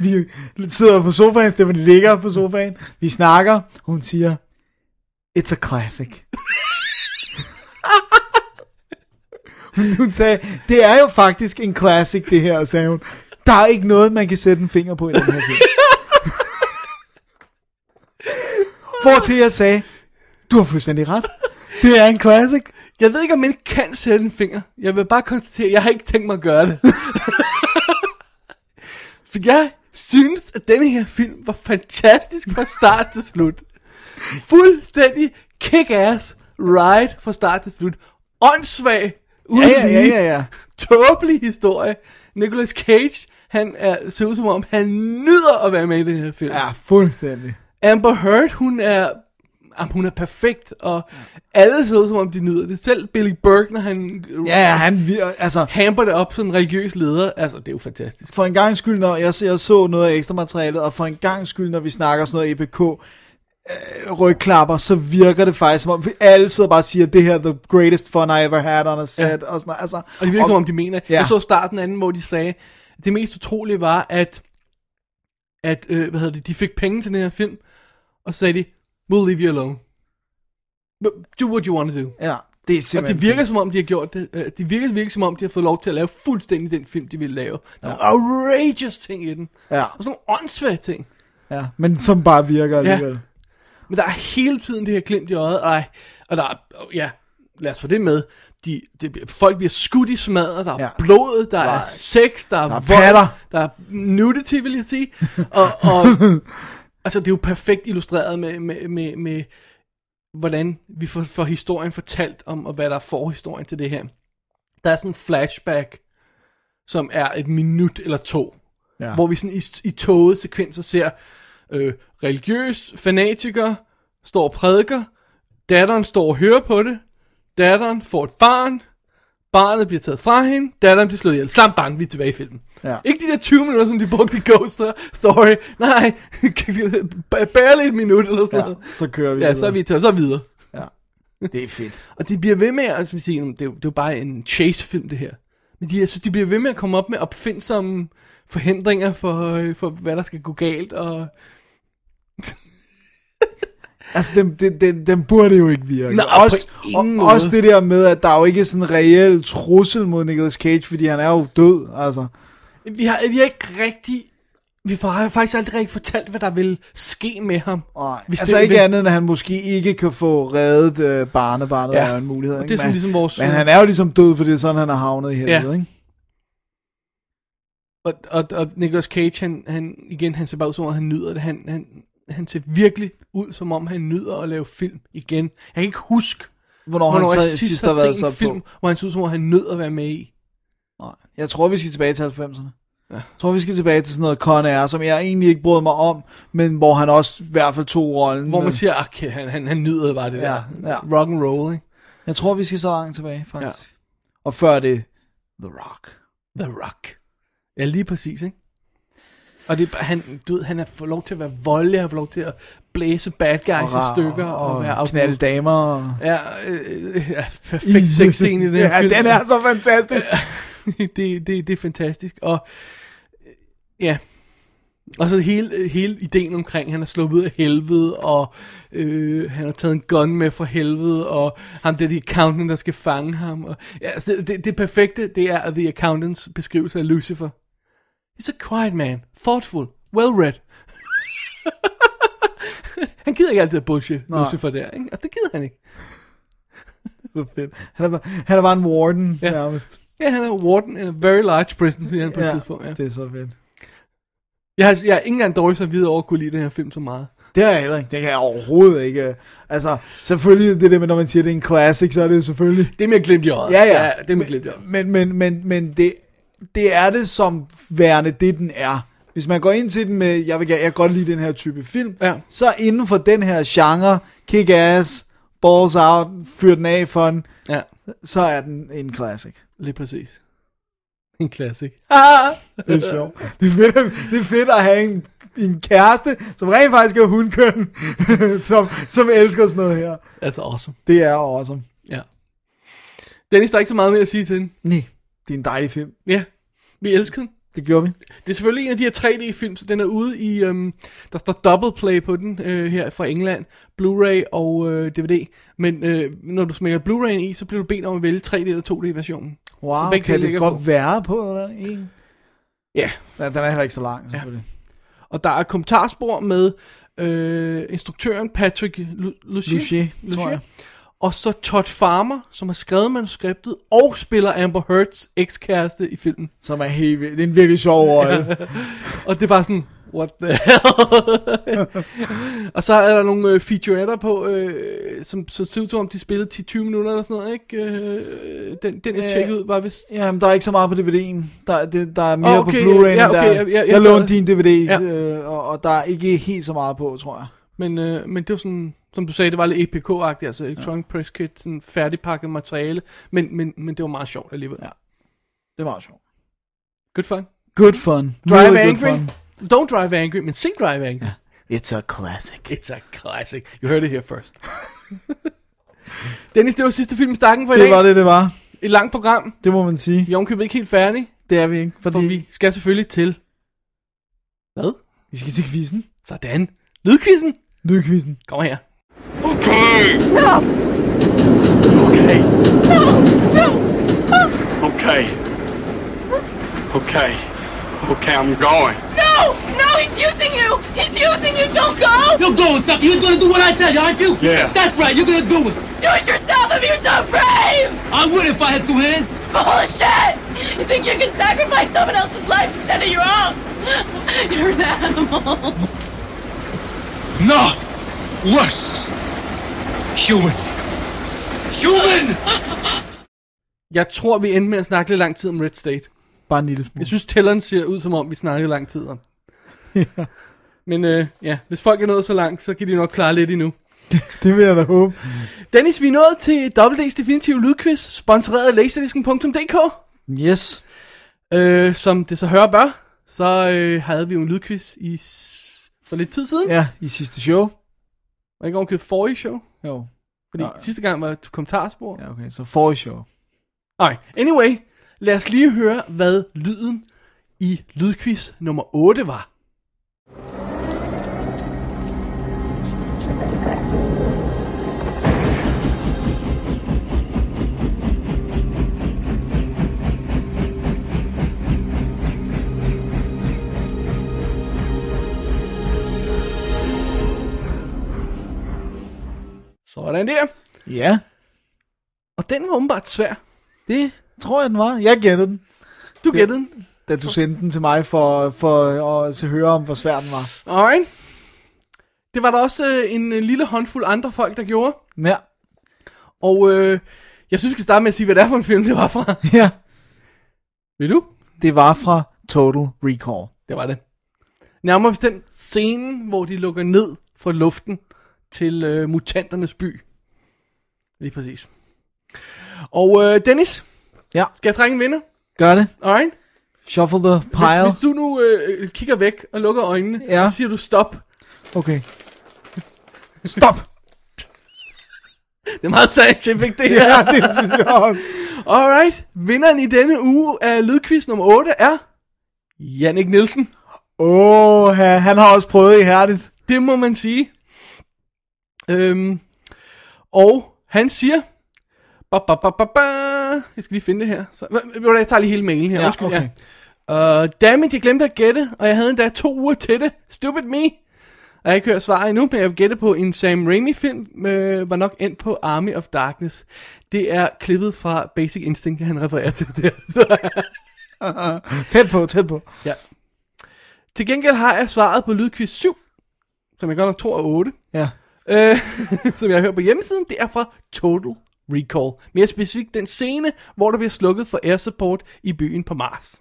C: Vi sidder på sofaen, Stefan ligger på sofaen. Vi snakker. Hun siger, it's a classic. hun, hun sagde, det er jo faktisk en classic, det her, sagde hun. Der er ikke noget, man kan sætte en finger på i den her film. Hvortil jeg sagde, du har fuldstændig ret. Det er en classic.
D: Jeg ved ikke, om man ikke kan sætte en finger. Jeg vil bare konstatere, at jeg har ikke tænkt mig at gøre
C: (laughs)
D: det. For jeg synes, at denne her film var fantastisk fra start til slut. Fuldstændig kick-ass ride fra start til slut. Åndssvag, uden
C: Ja, ja, ja, ja, ja.
D: tåbelig historie. Nicolas Cage, han er, ser ud som om, han nyder at være med i den her film.
C: Ja, fuldstændig.
D: Amber Heard, hun er, jamen, hun er perfekt, og alle ser ud, som om de nyder det. Selv Billy Burke, når han
C: Ja, ja, han, vir- altså,
D: hamper det op som en religiøs leder, altså det er jo fantastisk.
C: for en gang skyld, når jeg, jeg så noget af ekstra materialet, og for en gang skyld, når vi snakker sådan noget EPK, øh, rygklapper, så virker det faktisk som om, vi alle sidder bare og siger, det her er the greatest fun I ever had on a set, ja.
D: Ja.
C: og sådan noget. Altså,
D: Og det virker som om, de mener,
C: Ja.
D: ja. jeg så starten af den, hvor de sagde, at det mest utrolige var, at, at øh, hvad hedder det, de fik penge til den her film, og så sagde de, we'll leave you alone. Do what you want to do.
C: Ja, det er
D: Og
C: simpelthen...
D: det virker som om, de har gjort det. øh, Det virker, virker som om, de har fået lov til at lave fuldstændig den film, de ville lave. Der er outrageous ting i den.
C: Ja,
D: Og sådan nogle åndssvage ting.
C: ja, men som bare virker alligevel.
D: Men der er hele tiden det her glimt i øjet, og, og der er, og ja, lad os få det med, de, det, bliver- folk bliver skudt i smadret, der er
C: Ja.
D: ja. blod, der
C: Der
D: er
C: er-
D: sex, der er,
C: der er
D: vold,
C: patter.
D: der er nudity, vil jeg sige. Og, (laughs) og altså, det er jo perfekt illustreret med, med, med, med hvordan vi får, får historien fortalt om, og hvad der er forhistorien til det her. Der er sådan en flashback, som er et minut eller to,
C: Ja.
D: ja. hvor vi sådan i, i toget sekvenser ser øh, religiøs fanatiker står og prædiker, datteren står og hører på det, datteren får et barn, barnet bliver taget fra hende, datteren bliver slået ihjel. Slam bang, vi er tilbage i filmen.
C: Ja.
D: Ikke de der 20 minutter, som de brugte i Ghost Story. Nej, (laughs) barely et minut eller sådan
C: Ja,
D: noget.
C: så kører vi
D: Ja,
C: videre.
D: så er vi taget, så er vi videre.
C: Det er fedt.
D: Og de bliver ved med at, som vi siger, det er, jo, det er jo bare en chase-film, det her. Men de, altså, de bliver ved med at komme op med opfindsomme forhindringer for, øh, for hvad der skal gå galt, og
C: Altså, den, den, den, den burde jo ikke virke.
D: Nej,
C: og også,
D: på ingen
C: og,
D: måde.
C: også det der med, at der er jo ikke er sådan en reel trussel mod Nicolas Cage, fordi han er jo død, altså.
D: Vi har, vi har ikke rigtig... Vi har faktisk aldrig rigtig fortalt, hvad der vil ske med ham.
C: Nej,
D: hvis
C: altså
D: det-
C: ikke
D: hvis-
C: andet, end at han måske ikke kan få reddet øh, barnebarnet,
D: Ja,
C: ja. er jo en mulighed.
D: og
C: ikke?
D: det er sådan
C: men,
D: ligesom vores-
C: Men han er jo ligesom død, for det er sådan, han er havnet i helvede, ja. ikke?
D: Og, og, og Nicolas Cage, han, han, igen, han ser bare ud som om, han nyder det. Han, han, han ser virkelig ud, som om han nyder at lave film igen. Jeg kan ikke huske,
C: Hvornår,
D: hvornår
C: han
D: jeg
C: så sidst
D: sidst
C: har
D: har
C: været
D: set en
C: så
D: film,
C: på.
D: hvor han ser ud som om, han nød at være med i.
C: Nej. Jeg tror, vi skal tilbage til 90'erne. Ja. Jeg tror, vi skal tilbage til sådan noget Con Air, som jeg egentlig ikke brød mig om, men hvor han også i hvert fald tog rollen.
D: Hvor man
C: Men
D: siger, "Ah, okay, han, han, han nyder bare det
C: Ja,
D: der
C: ja.
D: rock and roll, ikke?
C: Jeg tror, vi skal så langt tilbage, faktisk. Ja. Og før det, The Rock.
D: The Rock. Ja, lige præcis, ikke? Og det er, bare- han, du ved, han har fået lov til at være voldelig, han får lov til at blæse bad guys i
C: rar,
D: stykker og,
C: og,
D: være
C: og knalde damer. og-
D: Ja, øh, øh, ja, perfekt sexscene i den her
C: ja,
D: film.
C: den er så fantastisk.
D: det, det, det er fantastisk. Og øh, ja, og så hele, hele ideen omkring, han er sluppet ud af helvede, og øh, han har taget en gun med fra helvede, og ham det er The Accountant, der skal fange ham. Og, ja, altså, det, det perfekte, det er The Accountants beskrivelse af Lucifer. He's a quiet man, thoughtful, well-read. (laughs) han gider ikke alt det der bullshit,
C: Nej.
D: Lucifer der, ikke? Altså, det gider han ikke.
C: så fedt. Han er, bare, han er bare en warden, ja.
D: Ja.
C: nærmest.
D: Ja, han er warden in a very large prison, siger han på ja, et tidspunkt. Ja.
C: det er så fedt.
D: Jeg har, altså- jeg har ikke engang dårlig samvittighed over at kunne lide den her film så meget.
C: Det er jeg heller ikke. Det kan jeg overhovedet ikke. øh. Altså, selvfølgelig det der med, når man siger, at det er en classic, så er det jo selvfølgelig...
D: Det er mere glemt i øjet.
C: Ja, ja.
D: ja det er mere glemt i øjet.
C: Men, men, men, men det, det er det som værende det, den er. Hvis man går ind til den med, jeg vil gerne- jeg kan godt lide den her type film,
D: Ja.
C: så inden for den her genre, kick ass, balls out, fyr den af for den,
D: Ja,
C: så er den en
D: (laughs)
C: classic.
D: lige præcis. En (laughs) klassik. Ah!
C: Det er sjovt. Det er fedt, det er fedt at have en, en kæreste, som rent faktisk er hundkøn, (laughs) som, som elsker sådan noget her.
D: That's Altså, awesome.
C: Det er awesome.
D: Ja. Dennis, der er ikke så meget mere at sige til den.
C: Nej, det er en dejlig film.
D: Ja, vi elsker den.
C: Det gjorde vi.
D: Det er selvfølgelig en af de her 3D-film, så den er ude i, øhm, der står double play på den øh, her fra England, Blu-ray og øh, DVD. Men øh, når du smækker Blu-rayen i, så bliver du bedt om at vælge 3D eller 2D-versionen.
C: Wow,
D: begge
C: kan
D: dele
C: det
D: ligger
C: godt
D: på.
C: være på eller en?
D: Ja,
C: Ja, den er heller ikke så lang, selvfølgelig.
D: og der er kommentarspor med øh, instruktøren Patrick Lu- Lucier.
C: Lucier, tror
D: Lucier.
C: jeg.
D: Og så Todd Farmer, som har skrevet manuskriptet og spiller Amber Heard's ekskæreste i filmen.
C: Som er helt vildt. Det er en virkelig
D: (laughs)
C: sjov rolle.
D: Og det er bare sådan, what the hell? (laughs) og så er der nogle øh, featuretter på, øh, som, som ser ud som om, de spillede 10-20 minutter eller sådan noget, ikke? Øh, den, den jeg
C: Øh,
D: tjekkede ud, var vist...
C: Jamen, der er ikke så meget på DVD'en. Der, det, der er mere
D: Åh, okay,
C: på Blu-ray,
D: ja, okay,
C: der,
D: ja, ja, jeg
C: jeg
D: så-
C: lånte din DVD,
D: Ja.
C: øh, og, og der er ikke helt så meget på, tror jeg.
D: Men, øh, men det var sådan, som du sagde, det var lidt EPK-agtigt, altså Electronic ja. Press Kit, sådan færdigpakket materiale, men, men, men det var meget sjovt alligevel.
C: Ja. Det var sjovt.
D: Good fun.
C: Good fun.
D: Drive
C: really
D: Angry.
C: Good fun.
D: Don't Drive Angry, men se Drive Angry. Ja.
C: It's a classic.
D: It's a classic. You heard it here first. (laughs) Dennis, det var sidste film i stakken for i
C: Det
D: dag.
C: var det, det var.
D: Et langt program.
C: Det må man sige.
D: Vi er ovenkøbet ikke helt færdige,
C: Det er vi ikke, fordi
D: for vi skal selvfølgelig til... Hvad?
C: vi skal til quizzen.
D: Sådan. Lydquizzen.
C: Lydquizzen.
D: Kom her.
E: Okay. No. Okay. No. No. Okay. Okay. Okay, I'm going.
I: No! No, he's using you! He's using you! Don't go!
G: You're going, sucker. You're gonna do what I tell you, aren't you?
E: Yeah.
G: That's right. You're gonna do it.
I: Do it yourself if you're so brave!
G: I would if I had two hands.
I: Bullshit! You think you can sacrifice someone else's life instead of your own? (laughs) You're an animal.
E: No. Worse. Human.
G: Human.
D: Jeg tror, vi endte med at snakke lidt lang tid om Red State.
C: Bare en lille smule.
D: Jeg synes, tælleren ser ud, som om vi snakkede lang
C: (laughs)
D: tid om. Men øh, ja, hvis folk er nået så langt, så kan de nok klare lidt endnu.
C: Det vil jeg da håbe.
D: Dennis, vi er nået til WD's Definitive Lydquiz, sponsoreret af laserdisken.dk.
C: Yes.
D: Øh, som det så hører bør, så øh, havde vi jo en lydquiz i s- for lidt tid siden. Ja.
C: Ja, i sidste show.
D: Var ikke ovenkøbet forrige show?
C: Jo.
D: Fordi
C: Nej.
D: sidste gang var det kommentarspor.
C: Ja, okay. Så forrige show.
D: Nej, anyway, lad os lige høre, hvad lyden i lydquiz nummer 8 var. Sådan der.
C: Ja,
D: Og den var åbenbart svær.
C: det tror jeg, den var. Jeg gættede den,
D: Du
C: Det-
D: gættede den.
C: da du sendte den til mig for, for at høre om, hvor svær den var.
D: Alright. Det var der også øh, en øh, lille håndfuld andre folk, der gjorde.
C: Ja, (laughs)
D: Og øh, jeg synes, vi skal starte med at sige, hvad det er for en film, det var
C: (laughs)
D: fra.
C: ja.
D: Vil du?
C: det var fra Total Recall.
D: Det var det. Nærmere bestemt scenen, hvor de lukker ned fra luften til øh, mutanternes by. Lige præcis. Og øh, Dennis?
C: Ja.
D: Skal jeg trække en vinder?
C: Gør det.
D: Alright?
C: Shuffle the
D: Hvis,
C: pile.
D: hvis du nu øh, kigger væk og lukker øjnene,
C: Ja.
D: så siger du stop.
C: Okay. Stop! (laughs)
D: Det er meget scientific, det her.
C: Ja, det synes jeg også.
D: Alright. Vinderen i denne uge af lydquiz nummer 8 er... Jannik Nielsen.
C: Åh, oh, han har også prøvet ihærdigt.
D: Det må man sige. Øhm, og han siger... Ba, ba, ba, ba, ba. Jeg skal lige finde det her. Så, hva- ved du hvad, jeg tager lige hele mailen her.
C: Ja,
D: Undskyld,
C: okay.
D: ja. Uh, dammit, jeg glemte at gætte, og jeg havde endda to uger til det. Stupid me. Og jeg har ikke hørt svaret endnu, men jeg vil gætte på en Sam Raimi-film, øh, var nok endt på Army of Darkness. Det er klippet fra Basic Instinct, han refererer til der. (laughs) Så-
C: Tæt på, tæt på.
D: ja. Til gengæld har jeg svaret på lydquiz 7, som jeg godt nok tror er 8
C: Ja.
D: øh, (laughs) som jeg hører på hjemmesiden, det er fra Total Recall. Mere specifikt den scene, hvor der bliver slukket for air support i byen på Mars.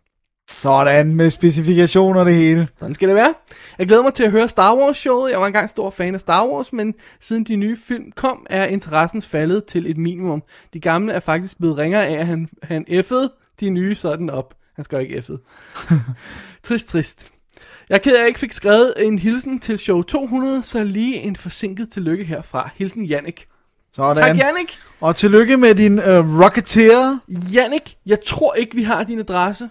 C: Sådan, med specifikationer og det hele.
D: Sådan skal det være. Jeg glæder mig til at høre Star Wars showet. Jeg var engang stor fan af Star Wars, men siden de nye film kom, er interessen faldet til et minimum. De gamle er faktisk blevet ringere af, at han, han F'ede de nye sådan op. Han skal jo ikke F'ede. trist, trist. Jeg er ked af, at jeg ikke fik skrevet en hilsen til show 200, så lige en forsinket tillykke herfra. Hilsen Jannik.
C: Sådan.
D: Tak Jannik.
C: Og tillykke med din øh, Rocketeer.
D: Jannik, jeg tror ikke, vi har din adresse,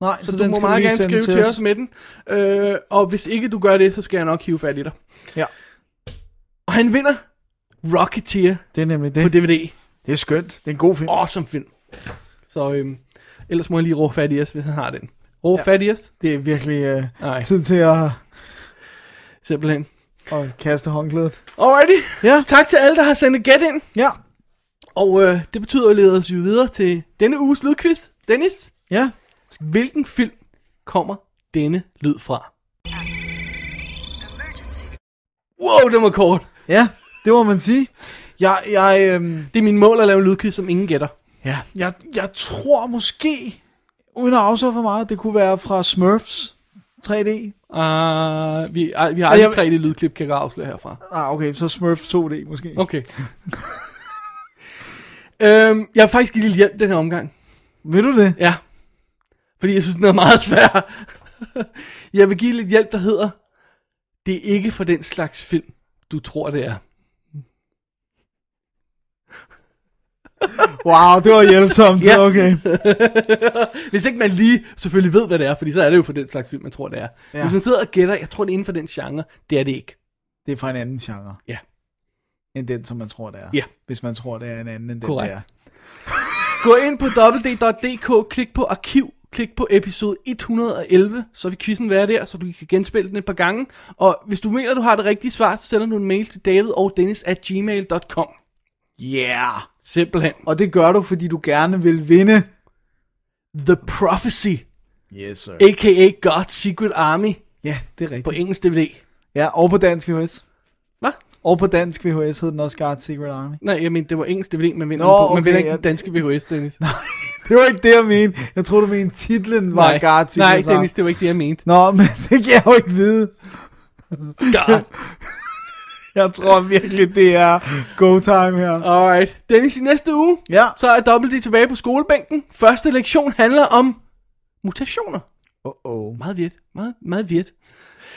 C: Nej,
D: så, så du må meget gerne skrive til os med den. Øh, og hvis ikke du gør det, så skal jeg nok hive fat i dig.
C: Ja,
D: Og han vinder Rocketeer
C: det er nemlig det.
D: på DVD.
C: Det er skønt. Det er en god film.
D: Awesome film. Så øhm, ellers må jeg lige råbe fat i os, hvis han har den. Råbe ja. fat i os,
C: Det er virkelig øh,
D: Nej.
C: tid til at,
D: simpelthen.
C: at kaste håndklædet.
D: Alrighty.
C: Ja,
D: Tak til alle, der har sendt et gæt ind.
C: ja,
D: Og øh, det betyder, at vi leder os jo videre til denne uges lydquiz. Dennis,
C: ja.
D: hvilken film kommer denne lyd fra? Wow, den var kort.
C: Ja, det må man sige. Jeg, jeg, øhm,
D: Det er min mål at lave en lydquiz, som ingen gætter.
C: ja, jeg, jeg tror måske, uden at afsløre for meget, det kunne være fra Smurfs 3D.
D: Uh, vi, ej, vi har
C: Ej,
D: aldrig
C: jeg-
D: tre det lydklip, kan jeg godt afsløre herfra.
C: Ah, okay, så Smurfs 2D måske.
D: Okay. (laughs) øhm, jeg har faktisk givet lidt hjælp den her omgang.
C: Vil du det?
D: Ja. Fordi jeg synes, den er meget svær. (laughs) jeg vil give lidt hjælp, der hedder, det er ikke for den slags film, du tror, det er.
C: Wow, det var
D: (laughs)
C: hjælpsomt.
D: Ja.
C: Okay.
D: Hvis ikke man lige selvfølgelig ved, hvad det er, fordi så er det jo for den slags film, man tror, det er.
C: Ja.
D: Ja. Hvis man sidder og gætter, jeg tror, det er inden for den genre, det er det ikke.
C: Det er fra en anden genre.
D: Ja.
C: End den, som man tror, det er.
D: Ja.
C: Hvis man tror, det er en anden end den,
D: Korrekt.
C: der.
D: Gå ind på www.dk, klik på arkiv, klik på episode 111, så vil quizzen være der, så du kan genspille den et par gange. Og hvis du mener, du har det rigtige svar, så sender du en mail til david og dennis at gmail.com.
C: Yeah!
D: Simpelthen.
C: Og det gør du, fordi du gerne vil vinde.
D: The Prophecy,
C: Yes, sir.
D: a.k.a. God's Secret Army,
C: Ja, det er
D: på
C: rigtigt.
D: engelsk DVD.
C: Ja, og på dansk VHS.
D: Hvad?
C: Og på dansk VHS hed den også Guard Secret Army.
D: Nej, jeg mener, det var engelsk DVD, man vinder,
C: Nå,
D: den på. man
C: okay,
D: vinder ikke
C: ja.
D: den danske VHS,
C: (laughs)
D: Dennis. Nej,
C: Det var ikke det, jeg mente. (laughs) Jeg troede, du mente titlen var Guard Secret
D: Nej,
C: Army.
D: Dennis, det var ikke det, jeg mente.
C: Nå, men (laughs) det kan jeg jo ikke vide.
D: God.
C: Jeg tror virkelig, det er go time her.
D: Alright. Dennis, i næste uge,
C: Ja.
D: så er Double D tilbage på skolebænken. Første lektion handler om mutationer.
C: Uh-oh.
D: Meget virt. Meget, meget virt.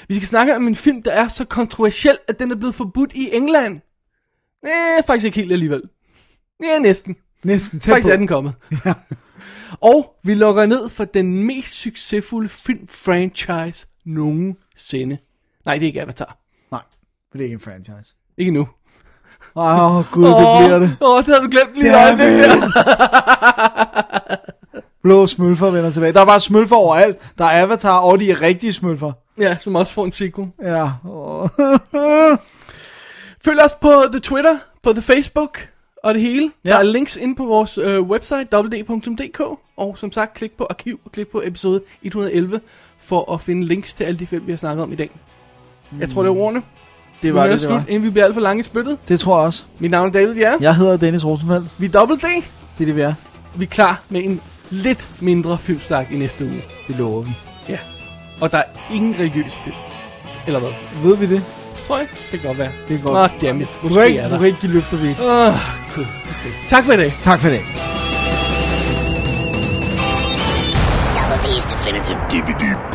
D: Vi skal snakke om en film, der er så kontroversiel, at den er blevet forbudt i England. Nej, faktisk ikke helt alligevel. Ja, næsten.
C: Næsten tæt
D: Faktisk
C: på.
D: er den
C: (laughs)
D: kommet. Ja. Og vi lukker ned for den mest succesfulde filmfranchise nogensinde. Nej, det er ikke Avatar.
C: Nej, det er ikke en franchise.
D: Ikke nu.
C: Åh, oh, gud, det bliver (laughs) det.
D: Åh, det havde du glemt lige
C: Damn
D: øjeblik der.
C: Blå smølfer vender tilbage. Der var smølfer overalt. Der er Avatar, og de er rigtige smølfer.
D: Ja, som også får en sequel.
C: Ja. Oh.
D: Følg os på The Twitter, på The Facebook og det hele. Ja.
C: Ja.
D: Der er links inde på vores øh, website, www.dk. Og som sagt, klik på arkiv og klik på episode 111 for at finde links til alle de fem, vi har snakket om i dag. Jeg tror, det er ordene.
C: Det var
D: vi
C: det, det var.
D: slut, inden vi bliver alt for lange i spyttet.
C: Det tror jeg også.
D: Mit navn er David Bjerre. Ja.
C: Jeg hedder Dennis Rosenfeldt.
D: Vi er Double D.
C: Det er det, vi er.
D: Vi er klar med en lidt mindre filmsnak i næste uge.
C: Det lover vi.
D: Ja. Og der er ingen religiøs film. Eller hvad?
C: Ved vi det?
D: Tror jeg. Det kan godt være.
C: Det kan godt.
D: Nå, dammit.
C: Du kan
D: Måske
C: ikke,
D: er
C: du
D: der.
C: kan ikke give løfter, vi ikke.
D: Åh, Gud. Tak for i dag.
C: Tak for det.
B: Double D's Definitive
E: DVD